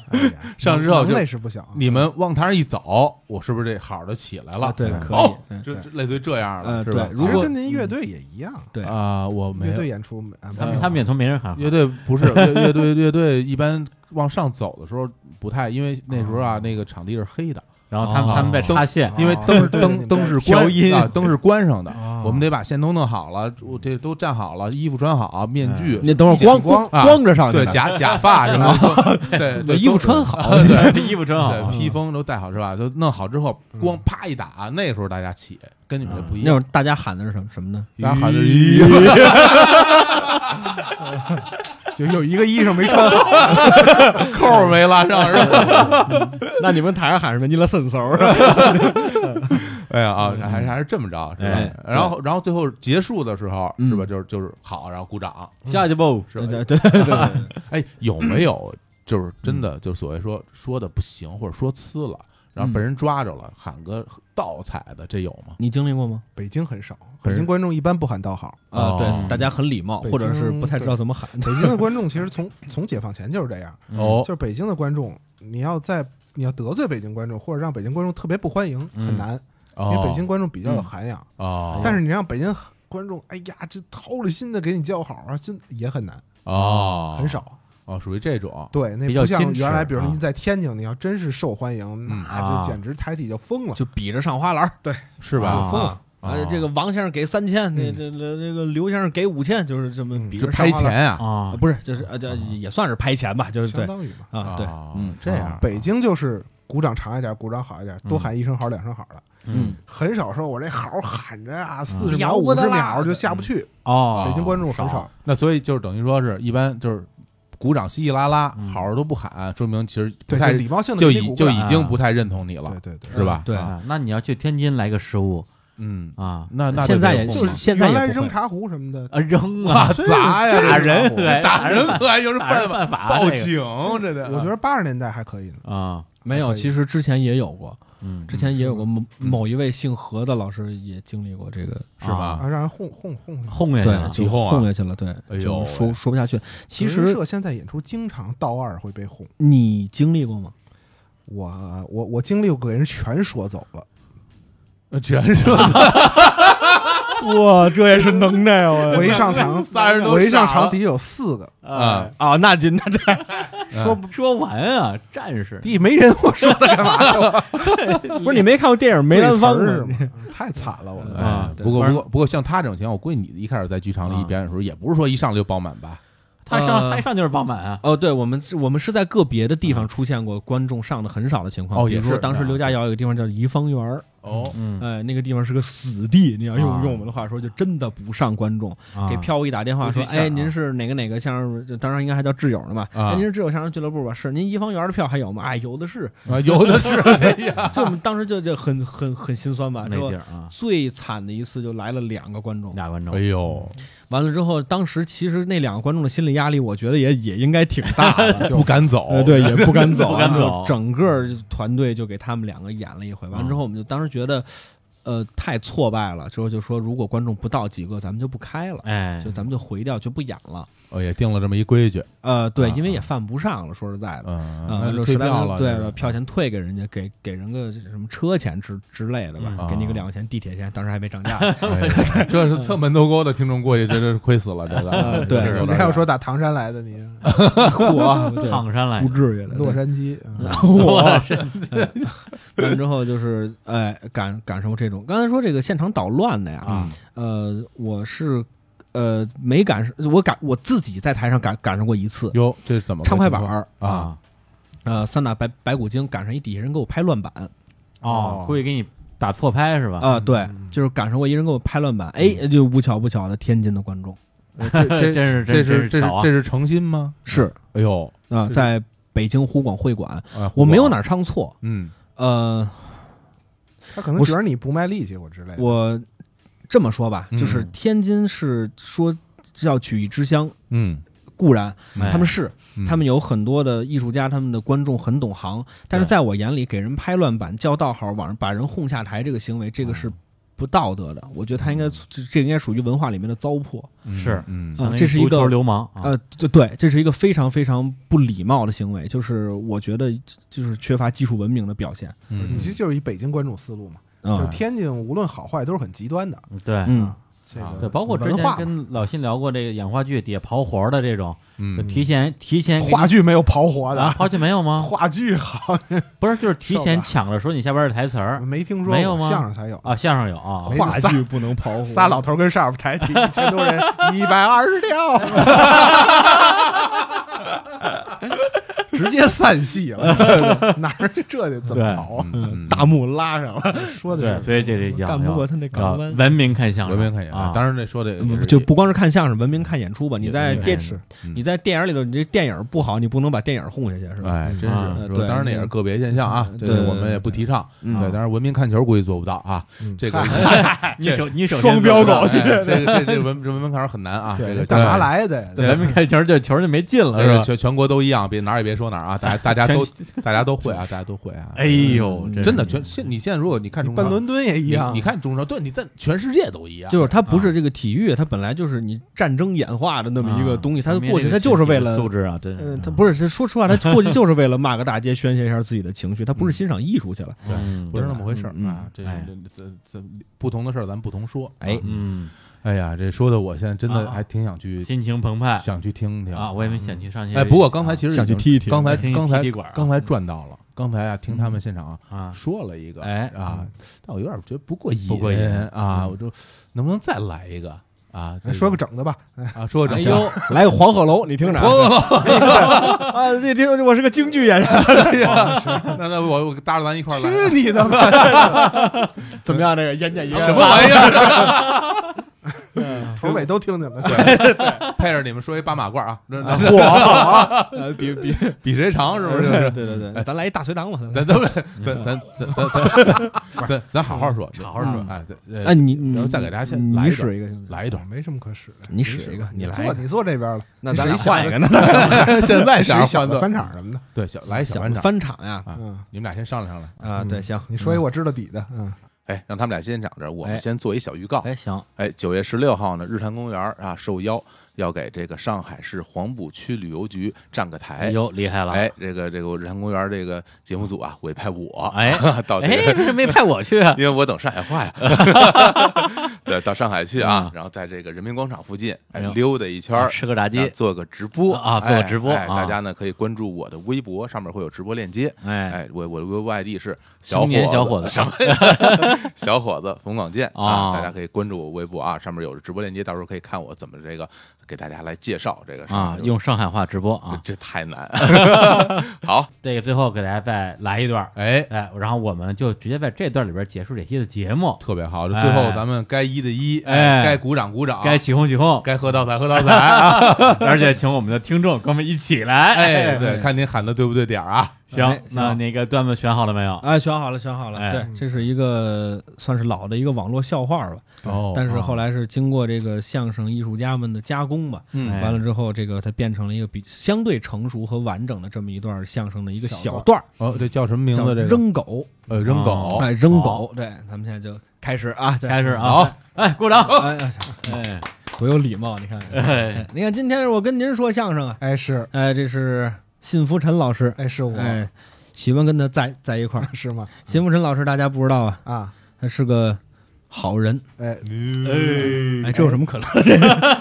S2: 上之后就
S3: 能耐是不小啊，
S2: 你们往台上一走，我是不是这好的起来了？
S7: 啊，对，
S3: 嗯
S7: 可以
S2: 哦，
S7: 嗯
S2: 这这类似于这样了，
S7: 呃
S2: 是吧？
S7: 对
S3: 其
S7: 如
S3: 实
S7: 果
S3: 跟您乐队也一样，
S7: 对
S2: 啊，我没
S3: 乐
S2: 有
S3: 队演出啊
S1: 他
S3: 没
S1: 们
S3: 有
S1: 他们演出没人喊好，
S2: 乐队不是乐乐队，乐队一般往上走的时候不太，因为那时候
S7: 哦
S2: 啊，那个场地是黑的，
S1: 然后他们
S2: 哦
S1: 他们在插线
S3: 哦，
S2: 因为
S3: 对
S2: 灯
S3: 对
S2: 灯
S3: 对
S2: 灯是
S7: 调
S2: 关
S7: 音
S2: 啊，灯是关上的，
S1: 哦
S2: 我们得把线都弄好了，我这都站好了，衣服穿好，面具。
S7: 那等会儿光光
S2: 啊
S7: 光着上去
S2: 对
S7: 的，
S2: 假假发什么 的，啊对 对，啊
S7: 衣服
S2: 都
S7: 穿好，
S1: 对衣服真好
S2: 对，披风都戴好是吧？都弄好之后，光啪一打，那时候大家起，跟你们这不一
S7: 那会
S2: 样
S7: 儿。大家喊的是什么什么呢？
S2: 大家喊着咦，
S3: 就有一个衣 裳没穿好，
S2: 扣儿没拉上是吧？
S4: 那你们台上喊什么？你了伸手 是吧？
S2: 哎呀啊，还是还是这么着是
S1: 哎
S2: 吧？然后然后最后结束的时候是吧？就是就是好，然后鼓掌
S1: 下去不？
S2: 是吧？
S7: 对对 对对，
S2: 哎，有没有就是真的就所谓说说的不行或者说呲了，然后被人抓着了，喊个倒彩的，这有吗？
S7: 你经历过吗？
S3: 北京很少，
S2: 北
S3: 北
S2: 京
S3: 京观众一般不喊倒好，
S7: 啊，
S2: 哦
S7: 对，大家很礼貌，
S3: 北
S7: 或者是
S3: 京
S7: 不太知道
S3: 对
S7: 怎么喊。
S3: 北京的观众其实从从解放前就是这样，
S2: 哦
S3: 就，是北京的观众，你要在你要得罪北京观众，或者让北京观众特别不欢迎，
S1: 嗯
S3: 很难，因
S2: 哦
S3: 为北京观众比较有涵养。
S2: 哦，
S3: 但是你让北京观众，哎呀，这掏了心的给你叫好啊，真也很难，
S2: 哦
S3: 很少。
S2: 哦，属于这种
S3: 对，那
S1: 比较
S3: 不像
S1: 矜持
S3: 原来，比如
S1: 啊
S3: 您在天津，你要真是受欢迎，那
S1: 啊
S3: 就简直台底就疯了。
S4: 就比着上花篮儿，
S2: 是
S1: 啊
S2: 吧？
S4: 疯了。
S2: 啊
S4: 啊，这个王先生给三千，那这这这个刘先生给五千，就是这么
S3: 嗯
S4: 比
S2: 就
S4: 着上
S2: 拍
S4: 花篮
S2: 钱
S4: 儿
S2: 啊，
S1: 啊
S4: 啊，，不是，就是呃，这也算是拍钱吧，就是对
S3: 相当于嘛。
S4: 啊，对，
S2: 哦
S7: 嗯
S2: 这样
S1: 啊
S3: 北京就是鼓掌长一点，鼓掌好一点，多喊一声好，两声好了。
S1: 嗯
S3: 很少说我这好喊着啊，四十秒、
S4: 摇不
S3: 五
S4: 得
S3: 十
S4: 啦
S3: 秒就下不去。
S1: 哦，
S3: 北京观众很
S1: 少
S3: 少，
S2: 那所以就是等于说是一般就是鼓掌稀稀拉拉，
S1: 嗯
S2: 好好都不喊，说明其实不
S3: 对，
S2: 太
S3: 就礼貌性的
S2: 就
S3: 给你
S2: 已
S3: 鼓
S2: 就
S3: 掌
S2: 已经不太认同你了
S3: 对，对
S4: 嗯
S3: 对。
S2: 是吧？
S7: 对
S2: 啊
S1: 啊。那你要去天津来个失误
S2: 嗯，
S1: 啊，
S2: 那那
S7: 现在也
S2: 是
S7: 是现在
S3: 原
S7: 也
S3: 来
S7: 不会
S3: 扔茶壶什么的，
S1: 啊 扔
S2: 啊
S1: 啊，
S2: 砸呀，
S1: 打
S2: 这是
S1: 人哎
S2: 打人可还就是
S1: 打人
S2: 犯
S1: 犯法
S2: 报
S1: 这个
S2: 警，这得
S3: 我觉得八十年代还可以呢。
S1: 啊，
S4: 没有，
S3: 可以
S4: 其实之前也有过，
S1: 嗯，
S4: 之前也有过某某一位姓何的老师也经历过这个，
S2: 是吧？
S3: 啊，让人哄哄哄
S1: 轰
S3: 下去。
S1: 下去
S4: 对，
S1: 了，
S4: 就
S2: 起哄啊
S4: 混下去了，对，
S2: 哎呦
S4: 就
S2: 喂
S4: 说说不下去。其
S3: 德云
S4: 实
S3: 社现在演出经常到二会被哄，
S4: 你经历过吗？
S3: 我我我经历过给人全说走了，
S2: 得呃全是啊
S4: 哇，这也是能耐啊！
S3: 我一上场
S2: 仨人都
S3: 我一上
S2: 傻了
S3: 场底下有四个，
S2: 啊，
S4: 啊，那就那这
S1: 说不说完啊，战士
S3: 底下没人，我说的干嘛？
S4: 不是你没看过电影《梅兰芳》
S3: 对词儿
S4: 吗？
S3: 是吗？太惨了，我们
S2: 哎
S1: 啊
S2: 不过不
S4: 反正
S2: 过不过，像他这种情况，我估计你一开始在剧场里
S1: 啊
S2: 表演的时候，也不是说一上来就爆满吧？
S1: 他上
S4: 呃
S1: 他上就是爆满啊，
S4: 哦，对，我们是我们是在个别的地方出现过观众上的很少的情况，
S2: 哦
S4: 比如
S2: 也
S4: 说
S2: 是
S4: 当时
S2: 啊
S4: 刘家窑有个地方叫怡芳园儿，
S2: 哦，
S1: 嗯，
S4: 哎，那个地方是个死地，你要用
S1: 啊
S4: 用我们的话说，就真的不上观众。
S1: 啊
S4: 给票务一打电话
S1: 不
S4: 说
S1: 去：“线儿啊
S4: 哎，您是哪个哪个相声？就当然应该还叫挚友呢吧？
S2: 啊
S4: 哎，您是挚友相声俱乐部吧？是您怡芳园的票还有吗？哎，有的是。
S2: 啊，有的是，哎呀，
S4: 就我们当时就就很很很心酸吧。
S1: 那
S4: 之后
S1: 地儿啊，
S4: 最惨的一次就来了两个观众，
S1: 俩观众
S2: 哎，呦，
S4: 完了之后，当时其实那两个观众的心理压力，我觉得也也应该挺大的。
S2: 不敢走，
S4: 呃，对，也不敢 走，
S1: 不敢走
S4: 整个团队就给他们两个演了一回。完了之后，我们就当时觉得，呃，太挫败了。之后就说，如果观众不到几个，咱们就不开了，
S1: 哎
S4: 就，咱们就回掉，就不演了。
S2: 哦，也定了这么一规矩，
S4: 呃，对
S2: 啊，
S4: 因为也犯不上了，说实在的。
S2: 嗯，
S4: 啊，
S2: 就
S4: 就
S2: 退
S4: 实在
S2: 票了，嗯
S4: 对
S2: 就是
S4: 了，票钱退给人家，给给人个什么车钱之之类的吧，
S2: 嗯
S4: 给你个
S2: 啊
S4: 两块钱地铁钱，当时还没涨价呢。
S2: 哎 这是侧门都沟的听众过去，这这亏死了，这个
S4: 嗯对
S2: 这是有
S3: 没
S2: 点
S3: 有说打唐山来的你，
S4: 我
S1: 唐山来
S4: 不至于了。
S3: 洛杉矶，嗯
S4: 我完之后就是哎，感感受这种。刚才说这个现场捣乱的呀，
S1: 啊，
S4: 呃，我是呃没赶上，我赶我自己在台上赶赶上过一次
S2: 哟，这是怎么个
S4: 唱快板
S2: 情况
S4: 儿，
S2: 啊？
S4: 呃，三打白白骨精赶上一底下人给我拍乱板啊、
S1: 哦
S3: 哦，
S1: 故意给你打错拍是 吧？
S4: 对，就是赶上过一人给我拍乱板，哎，就不巧不巧的天津的观众
S2: 这 这
S1: 真是
S2: 这
S1: 真
S2: 是
S1: 是
S2: 这是
S1: 巧啊
S2: 这是诚心吗？
S4: 是
S2: 哎呦，
S4: 啊、
S2: 是
S4: 在北京湖广会馆，
S2: 哎
S4: 我没有哪，儿唱错，
S2: 嗯，
S4: 呃，
S3: 他可能
S4: 不是
S3: 觉得你不卖力气或之类的。
S4: 我这么说吧，就是
S2: 嗯
S4: 天津是说叫曲艺之乡。
S2: 嗯，
S4: 固然
S1: 哎
S4: 他们是，
S2: 嗯
S4: 他们有很多的艺术家，他们的观众很懂行，但是在我眼里，给人拍乱版、叫道号、往上把人轰下台这个行为，这个是不道德的。我觉得他应该这这应该属于文化里面的糟粕。
S2: 嗯
S1: 是
S2: 嗯
S4: 啊这是一个
S1: 足球流氓啊，
S4: 呃，对对，这是一个非常非常不礼貌的行为，就是我觉得就是缺乏技术文明的表现。
S2: 嗯
S3: 你这就是以北京观众思路嘛，就是
S4: 嗯
S3: 天津无论好坏都是很极端的，
S1: 对。
S4: 嗯，
S3: 这
S1: 啊
S3: 个
S1: 对，包括之
S3: 文
S1: 前
S3: 化
S1: 跟老辛聊过这个演话剧底下刨活的这种，就
S2: 嗯
S1: 提前提前给你
S3: 话剧没有刨活
S1: 啊，
S3: 的，
S1: 话剧没有吗？
S3: 话剧好
S1: 不是，就是提前
S3: 吧
S1: 抢着说你下边的台词儿
S3: 没听说
S1: 没有
S3: 过，
S1: 吗
S3: 相声才有。
S1: 啊，相声有啊，
S3: 没话剧
S4: 不能刨
S3: 仨老头跟上边抬起一千多人，一百二十条，直接散戏了，哪儿这得怎么跑啊？
S2: 嗯
S3: 大幕拉上了，说
S1: 对，
S3: 的是
S1: 所以这这
S4: 干
S1: 讲
S4: 不
S1: 要
S4: 过他那港湾
S1: 要文明看相
S2: 文
S1: 声，
S2: 明看演
S1: 啊
S2: 员，，当然这说的也是
S4: 嗯就不光是看相声，文明看演出吧。你在
S1: 对
S4: 电
S1: 是
S2: 嗯
S4: 你在电影里头，你这电影不好，你不能把电影轰下去，是吧？
S2: 哎，真
S1: 啊
S2: 是说，
S4: 对
S2: 当然那也是个别现象啊，这
S4: 对
S2: 个我们也不提倡。
S4: 嗯
S2: 对，当然文明看球估计做不到啊，这个
S1: 你首你首先
S3: 双标狗
S2: 哎 这个这这文这文明看球很难啊，这
S3: 对，
S2: 个
S3: 干嘛
S2: 对
S3: 来的呀？
S1: 对文明看球就球就没劲了
S2: 这
S1: 是
S2: 个
S1: 吧？
S2: 全全国都一样，别哪儿也别说哪儿啊，大家大家都 大家都会啊，大家都会啊。
S1: 哎呦，真
S2: 真的全现你现在如果你看中超
S3: 奔伦敦也一
S2: 你
S3: 样，
S2: 你看中超，对你在全世界都一样，
S4: 就是它不
S2: 啊
S4: 是这个体育，它本来就是你战争演化的那么一个东西，它
S1: 啊
S4: 过去它就是为了
S1: 素质啊，真
S4: 嗯，他
S1: 他
S4: 不是，是说实 话，他过去就是为了骂个大街，宣泄一下自己的情绪，他不是欣赏艺术去了。
S1: 嗯
S2: 不是那么回事儿
S4: 嗯
S2: 啊。这
S1: 哎
S2: 这这这不同的事儿咱不同说。啊
S4: 哎，
S1: 嗯，
S2: 哎呀，这说的我现在真的
S1: 啊
S2: 还挺想去
S1: 心情澎湃
S2: 想去听听
S1: 啊，我也没想去上学。
S2: 哎，不过刚
S1: 啊
S2: 才其实
S4: 想去
S2: 已经
S4: 踢一踢
S2: 刚才
S1: 听
S2: 刚才
S1: 踢踢馆儿啊
S2: 刚才赚到了，刚才啊听他们现场啊
S1: 啊，
S2: 说了一个，
S1: 哎
S2: 啊，但我有点觉得不过瘾，
S1: 不过瘾
S2: 啊，
S1: 嗯
S2: 我就能不能再来一个啊？
S3: 哎说
S2: 个
S3: 个整的 吧，哎
S2: 啊，说个
S4: 哎
S2: 整
S4: 呦，来个黄鹤楼，你听着啊，
S2: 黄鹤楼
S4: 啊，这听我是个京剧演员，
S2: 哎 那那我我搭着咱一块儿来，啊
S3: 去你的 吧！
S4: 怎么样？这个烟见一
S2: 什么玩意儿？
S3: 头尾都听见了，
S2: 配着你们说一八马褂啊，那 那
S4: 呃比比，
S2: 比谁长是不是？
S4: 对对对，咱来一大隋唐吧。
S2: 咱咱咱咱咱咱 咱咱咱好好说，好
S1: 好说
S2: 哎，对
S4: 哎，，你
S2: 要
S4: 你
S2: 是再给大家先来
S4: 你
S2: 一段
S4: 使一个，行吗
S2: 来一段，
S3: 哎 没什么可使的。
S4: 你使一个，你来一
S3: 坐
S4: 个，
S3: 你坐这边了，
S4: 那
S3: 你
S4: 咱
S3: 使
S4: 俩
S3: 一小
S4: 换一
S3: 的
S4: 个，那咱
S2: 现在
S3: 使
S2: 想
S3: 一小
S2: 换
S3: 的
S2: 段
S3: 翻场什么的。
S2: 对小来一小
S4: 想
S2: 翻场
S4: 翻场呀，
S2: 啊，
S3: 嗯
S2: 你们俩先商量商量。
S4: 啊，对，行，
S3: 你说一我知道底的，嗯，
S2: 哎，让他们俩先讲着，我
S1: 哎
S2: 们先做一小预告。
S1: 哎行，
S2: 哎，九月十六号呢，日坛公园啊受邀要给这个上海市黄浦区旅游局站个
S1: 哎
S2: 台。
S1: 呦厉害了，
S2: 哎，这个这个日坛公园这个节目组啊委派我，
S1: 哎
S2: 到这
S1: 哎，
S2: 个，
S1: 不是没派我 去啊，
S2: 因为我等上海话呀，对，到上海去啊，然后在这个人民广场附近
S1: 嗯哎
S2: 哎
S1: 呦
S2: 溜达一圈儿，
S1: 吃个炸
S2: 啊
S1: 鸡，
S2: 做个直播
S1: 啊做
S2: 哎
S1: 个直播
S2: 哎
S1: 啊
S2: 大家呢可以关注我的微博，上面会有直播链接。
S1: 哎
S2: 哎，我我我外地是
S1: 青年小伙
S2: 伙
S1: 子
S2: 什 么小伙子冯广建
S1: 哦
S2: 啊，大家可以关注我微博啊，上面有直播链接，到时候可以看我怎么这个给大家来介绍这个事儿
S1: 啊，用上海话直播 啊，
S2: 这太难。 好，
S1: 这个最后给大家再来一段儿，
S2: 哎，
S1: 哎，然后我们就直接在这段里边结束这期的节目，
S2: 特别好，就
S1: 哎
S2: 最后咱们该一的一，
S1: 哎
S2: 该鼓掌鼓掌，啊
S1: 该起哄起哄，
S2: 该喝倒彩喝倒彩啊！
S1: 而且请我们的听众跟我们一起来，
S2: 哎，对，看您喊的对不对点儿啊？
S1: 行
S4: 哎，
S1: 那
S4: 行
S1: 那个段子选好了没有？
S4: 哎，选好了，选好
S1: 哎
S4: 了，
S2: 嗯
S4: 对，这是一个算是老的一个网络笑话吧，
S2: 哦
S4: 但是后来是经过这个相声艺术家们的加工吧，
S2: 嗯
S1: 哎
S4: 完了之后，这个它变成了一个比相对成熟和完整的这么一段相声的一个小段儿，
S2: 哦，这叫什么名
S4: 叫
S2: 字？这个
S4: 扔狗，
S2: 呃，扔
S3: 啊
S2: 狗
S1: 哦
S4: 哎，扔狗，对，咱们现在就开始啊，对
S1: 开始，啊，
S2: 好，
S1: 哎，鼓掌，
S4: 哎哎
S1: 哎，
S4: 多有礼貌，你看，
S1: 哎
S4: 哎你看今天我跟您说相声啊，
S3: 哎是，
S4: 哎，这是信福臣老师，
S3: 哎是我，
S4: 哎，喜欢跟他在在一块儿，
S3: 是吗？
S4: 信福臣老师大家不知道啊，
S3: 啊，
S4: 他是个好人，
S3: 哎，
S4: 哎，这有什么可 乐？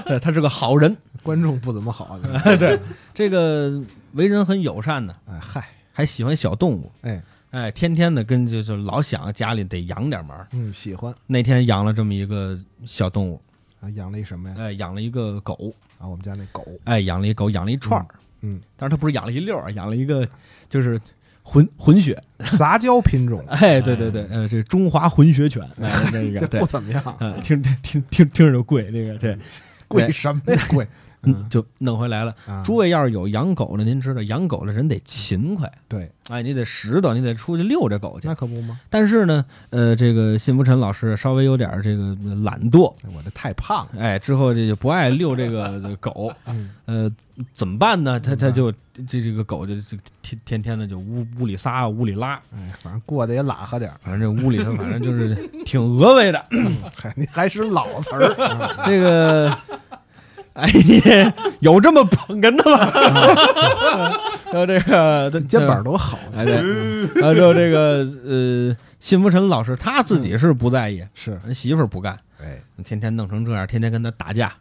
S4: 对他是个好人，
S3: 观众不怎么好，啊
S4: 对，这个为人很友善的，
S3: 哎嗨，
S4: 还喜欢小动物，
S3: 哎，
S4: 哎，天天的跟就就老想家里得养点门儿。
S3: 嗯，喜欢
S4: 那天养了这么一个小动物，
S3: 啊，养了一什么呀？
S4: 哎，养了一个狗，
S3: 啊，我们家那狗，
S4: 哎，养了一狗，养了一串儿，
S3: 嗯，
S4: 但是它不是养了一溜儿，啊养了一个就是混混血，，
S3: 杂交品种
S4: 哎，对对对，呃，这中华混血犬，哎，那 个
S3: 这
S4: 对呃
S3: 不，怎么样，
S4: 啊，听听听听着就贵，这个对，
S3: 贵什么呀？贵嗯
S4: 就弄回来了。
S3: 啊
S4: 诸位要是有养狗的，您知道养狗的人得勤快，
S3: 对，
S4: 哎，你得拾掇，你得出去遛着狗去
S3: 那。可不吗？
S4: 但是呢，呃，这个信福臣老师稍微有点这个懒惰，
S3: 哎我这太胖了，
S4: 哎，之后这就不爱遛这个这个狗，
S3: 嗯
S4: 呃，怎么办呢？他他
S3: 怎
S4: 就这这个狗就就天天天的就屋屋里撒屋里拉，
S3: 哎，反正过得也懒和点儿，
S4: 反正这屋里头反正就是挺额外的。
S3: 嗨，你 还是老词儿，啊
S4: 这个，哎，你有这么捧哏的吗？ 然后这个他
S3: 嗯肩膀多好，
S4: 哎对，然后就这个呃，信福臣老师他自己是不在意，
S3: 是，
S4: 人媳妇儿不干，
S3: 哎，
S4: 天天弄成这样，天天跟他打 架，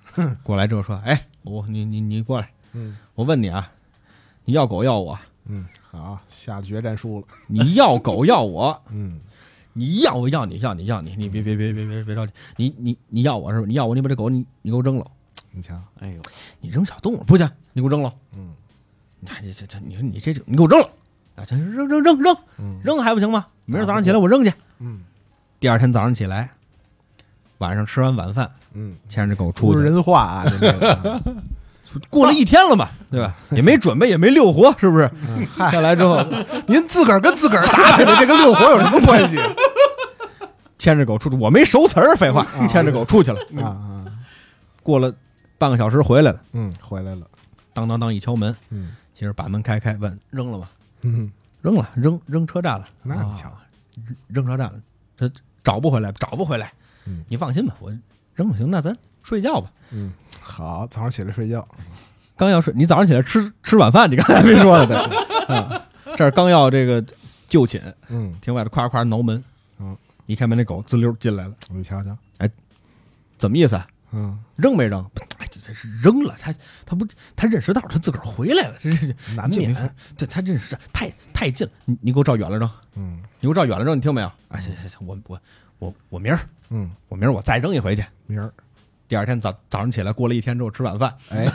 S4: 过来之后说，哎，我你你你过来，
S3: 嗯
S4: 我问你啊，你要狗要我，
S3: 嗯，好，下决战书了，
S4: 你要狗要我，
S3: 嗯，
S4: 你要我要你要你要你，你别别别别别别着急，你你你要我是吧？你要我，你把这狗你你给我扔了，
S3: 你瞧，
S1: 哎呦，
S4: 你扔小动物不行，你给我扔了，
S3: 嗯
S4: 你看这这这，你说你这你给我扔了，啊，这扔扔扔扔
S3: 嗯
S4: 扔还不行吗？明儿早上起来我扔去。
S3: 嗯
S4: 第二天早上起来，晚上吃完晚饭，
S3: 嗯，
S4: 牵着这狗出
S3: 不是
S4: 去，
S3: 人话啊，您这个
S4: 过了一天了
S3: 啊
S4: 嘛，对吧？也没准备，也没遛活，是不是？
S3: 嗯嗨，
S4: 下来之 后，
S3: 您自个儿跟自个儿打起来，这跟六活有什么关系啊
S4: 牵着狗出去，我没熟词儿，废话，牵着狗出去了。
S3: 啊？
S4: 过了半个小时回来了，
S3: 嗯，回来了，
S4: 当当当一敲门，
S3: 嗯
S4: 其实把门开开，问扔了吗？
S3: 嗯，
S4: 扔了，扔扔车站了，
S3: 那你瞧，
S4: 扔车站了，他找不回来，找不回来
S3: 嗯。
S4: 你放心吧，我扔了行，那咱睡觉吧。
S3: 嗯，好，早上起来睡觉，
S4: 刚要睡，你早上起来吃吃晚饭，你刚才没说 呢，对啊，这儿刚要这个就寝，
S3: 嗯，
S4: 庭外头夸夸挠门，
S3: 嗯，
S4: 一开门那狗滋溜进来了，
S3: 你瞧瞧，
S4: 怎么意思啊？
S3: 嗯，
S4: 扔没扔？哎，这这是扔了，他他不他认识道，他自个儿回来了，这这
S3: 难
S4: 这没
S3: 免，
S4: 法，对他认识太太近了，你你给我照远了扔，
S3: 嗯
S4: 你给我照远了扔，你听没有？啊，行行行，我我我我明儿
S3: 嗯，
S4: 我明儿我再扔一回去。
S3: 明儿，
S4: 第二天早早上起来，过了一天之后吃晚饭，
S3: 哎，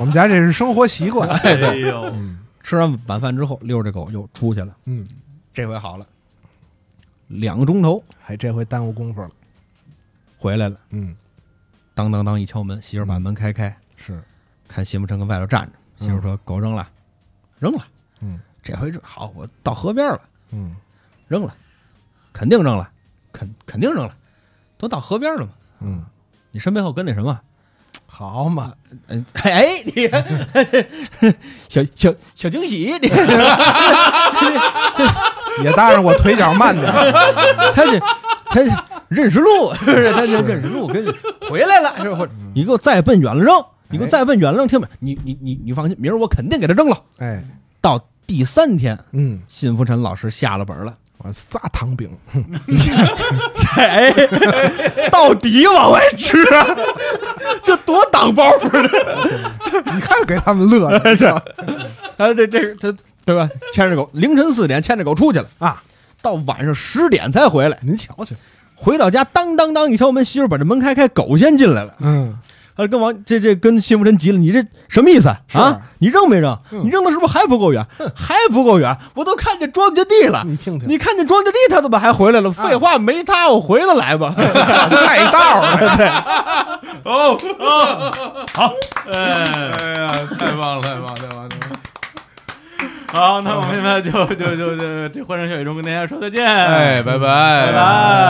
S3: 我们家这是生活习 惯，
S1: 哎呦，
S3: 嗯
S4: 吃完晚饭之后遛着狗又出去了，
S3: 嗯，
S4: 这回好了，两个钟头
S3: 还这回耽误功夫了，
S4: 回来了，
S3: 嗯，
S4: 当当当一敲门，媳妇儿把门开开，
S3: 是，
S4: 看媳妇儿正跟外头站着，媳妇儿说狗扔了，扔了，
S3: 嗯
S4: 这回扔好，我到河边了，
S3: 嗯
S4: 扔了，肯定扔了，肯肯定扔了，都到河边了嘛，
S3: 嗯，
S4: 你身背后跟那什么？
S3: 好嘛，
S4: 嗯，哎，你小小小惊喜，你
S3: 也当然我腿脚慢点儿，
S4: 他这他认识路，是不是？他这认识路，跟回来了，是不是？你给我再奔远了扔，你给我再奔远了扔，听没？你你你你放心，明儿我肯定给他扔了。
S3: 哎，
S4: 到第三天，
S3: 嗯，
S4: 信福臣老师下了本了，
S3: 我仨糖饼，
S4: 哎，到底往外吃啊， 这多挡包袱啊的。
S3: 你看给他们乐的，
S4: 啊，这这他对吧？牵着狗，凌晨四点牵着狗出去了啊，到晚上十点才回来。
S3: 您瞧瞧，
S4: 回到家，当当当一敲门，媳妇儿把这门开开，狗先进来了。
S3: 嗯，
S4: 啊，跟王这这跟辛福臣急了，你这什么意思啊
S3: 是
S4: 啊？你扔没扔？
S3: 嗯
S4: 你扔的是不是还不够远？还不够远，我都看见庄稼地了。
S3: 你听听，
S4: 你看见庄稼地，他怎么还回来
S3: 啊
S4: 了？废话，没他我回得来吗？
S3: 嗯带道啊儿呗，
S8: 哎呀，太棒了，太棒了，太棒了！
S1: 好，那我们现在就就就就这欢声笑语中跟大家说再见，
S8: 哎，拜拜，
S1: 拜拜。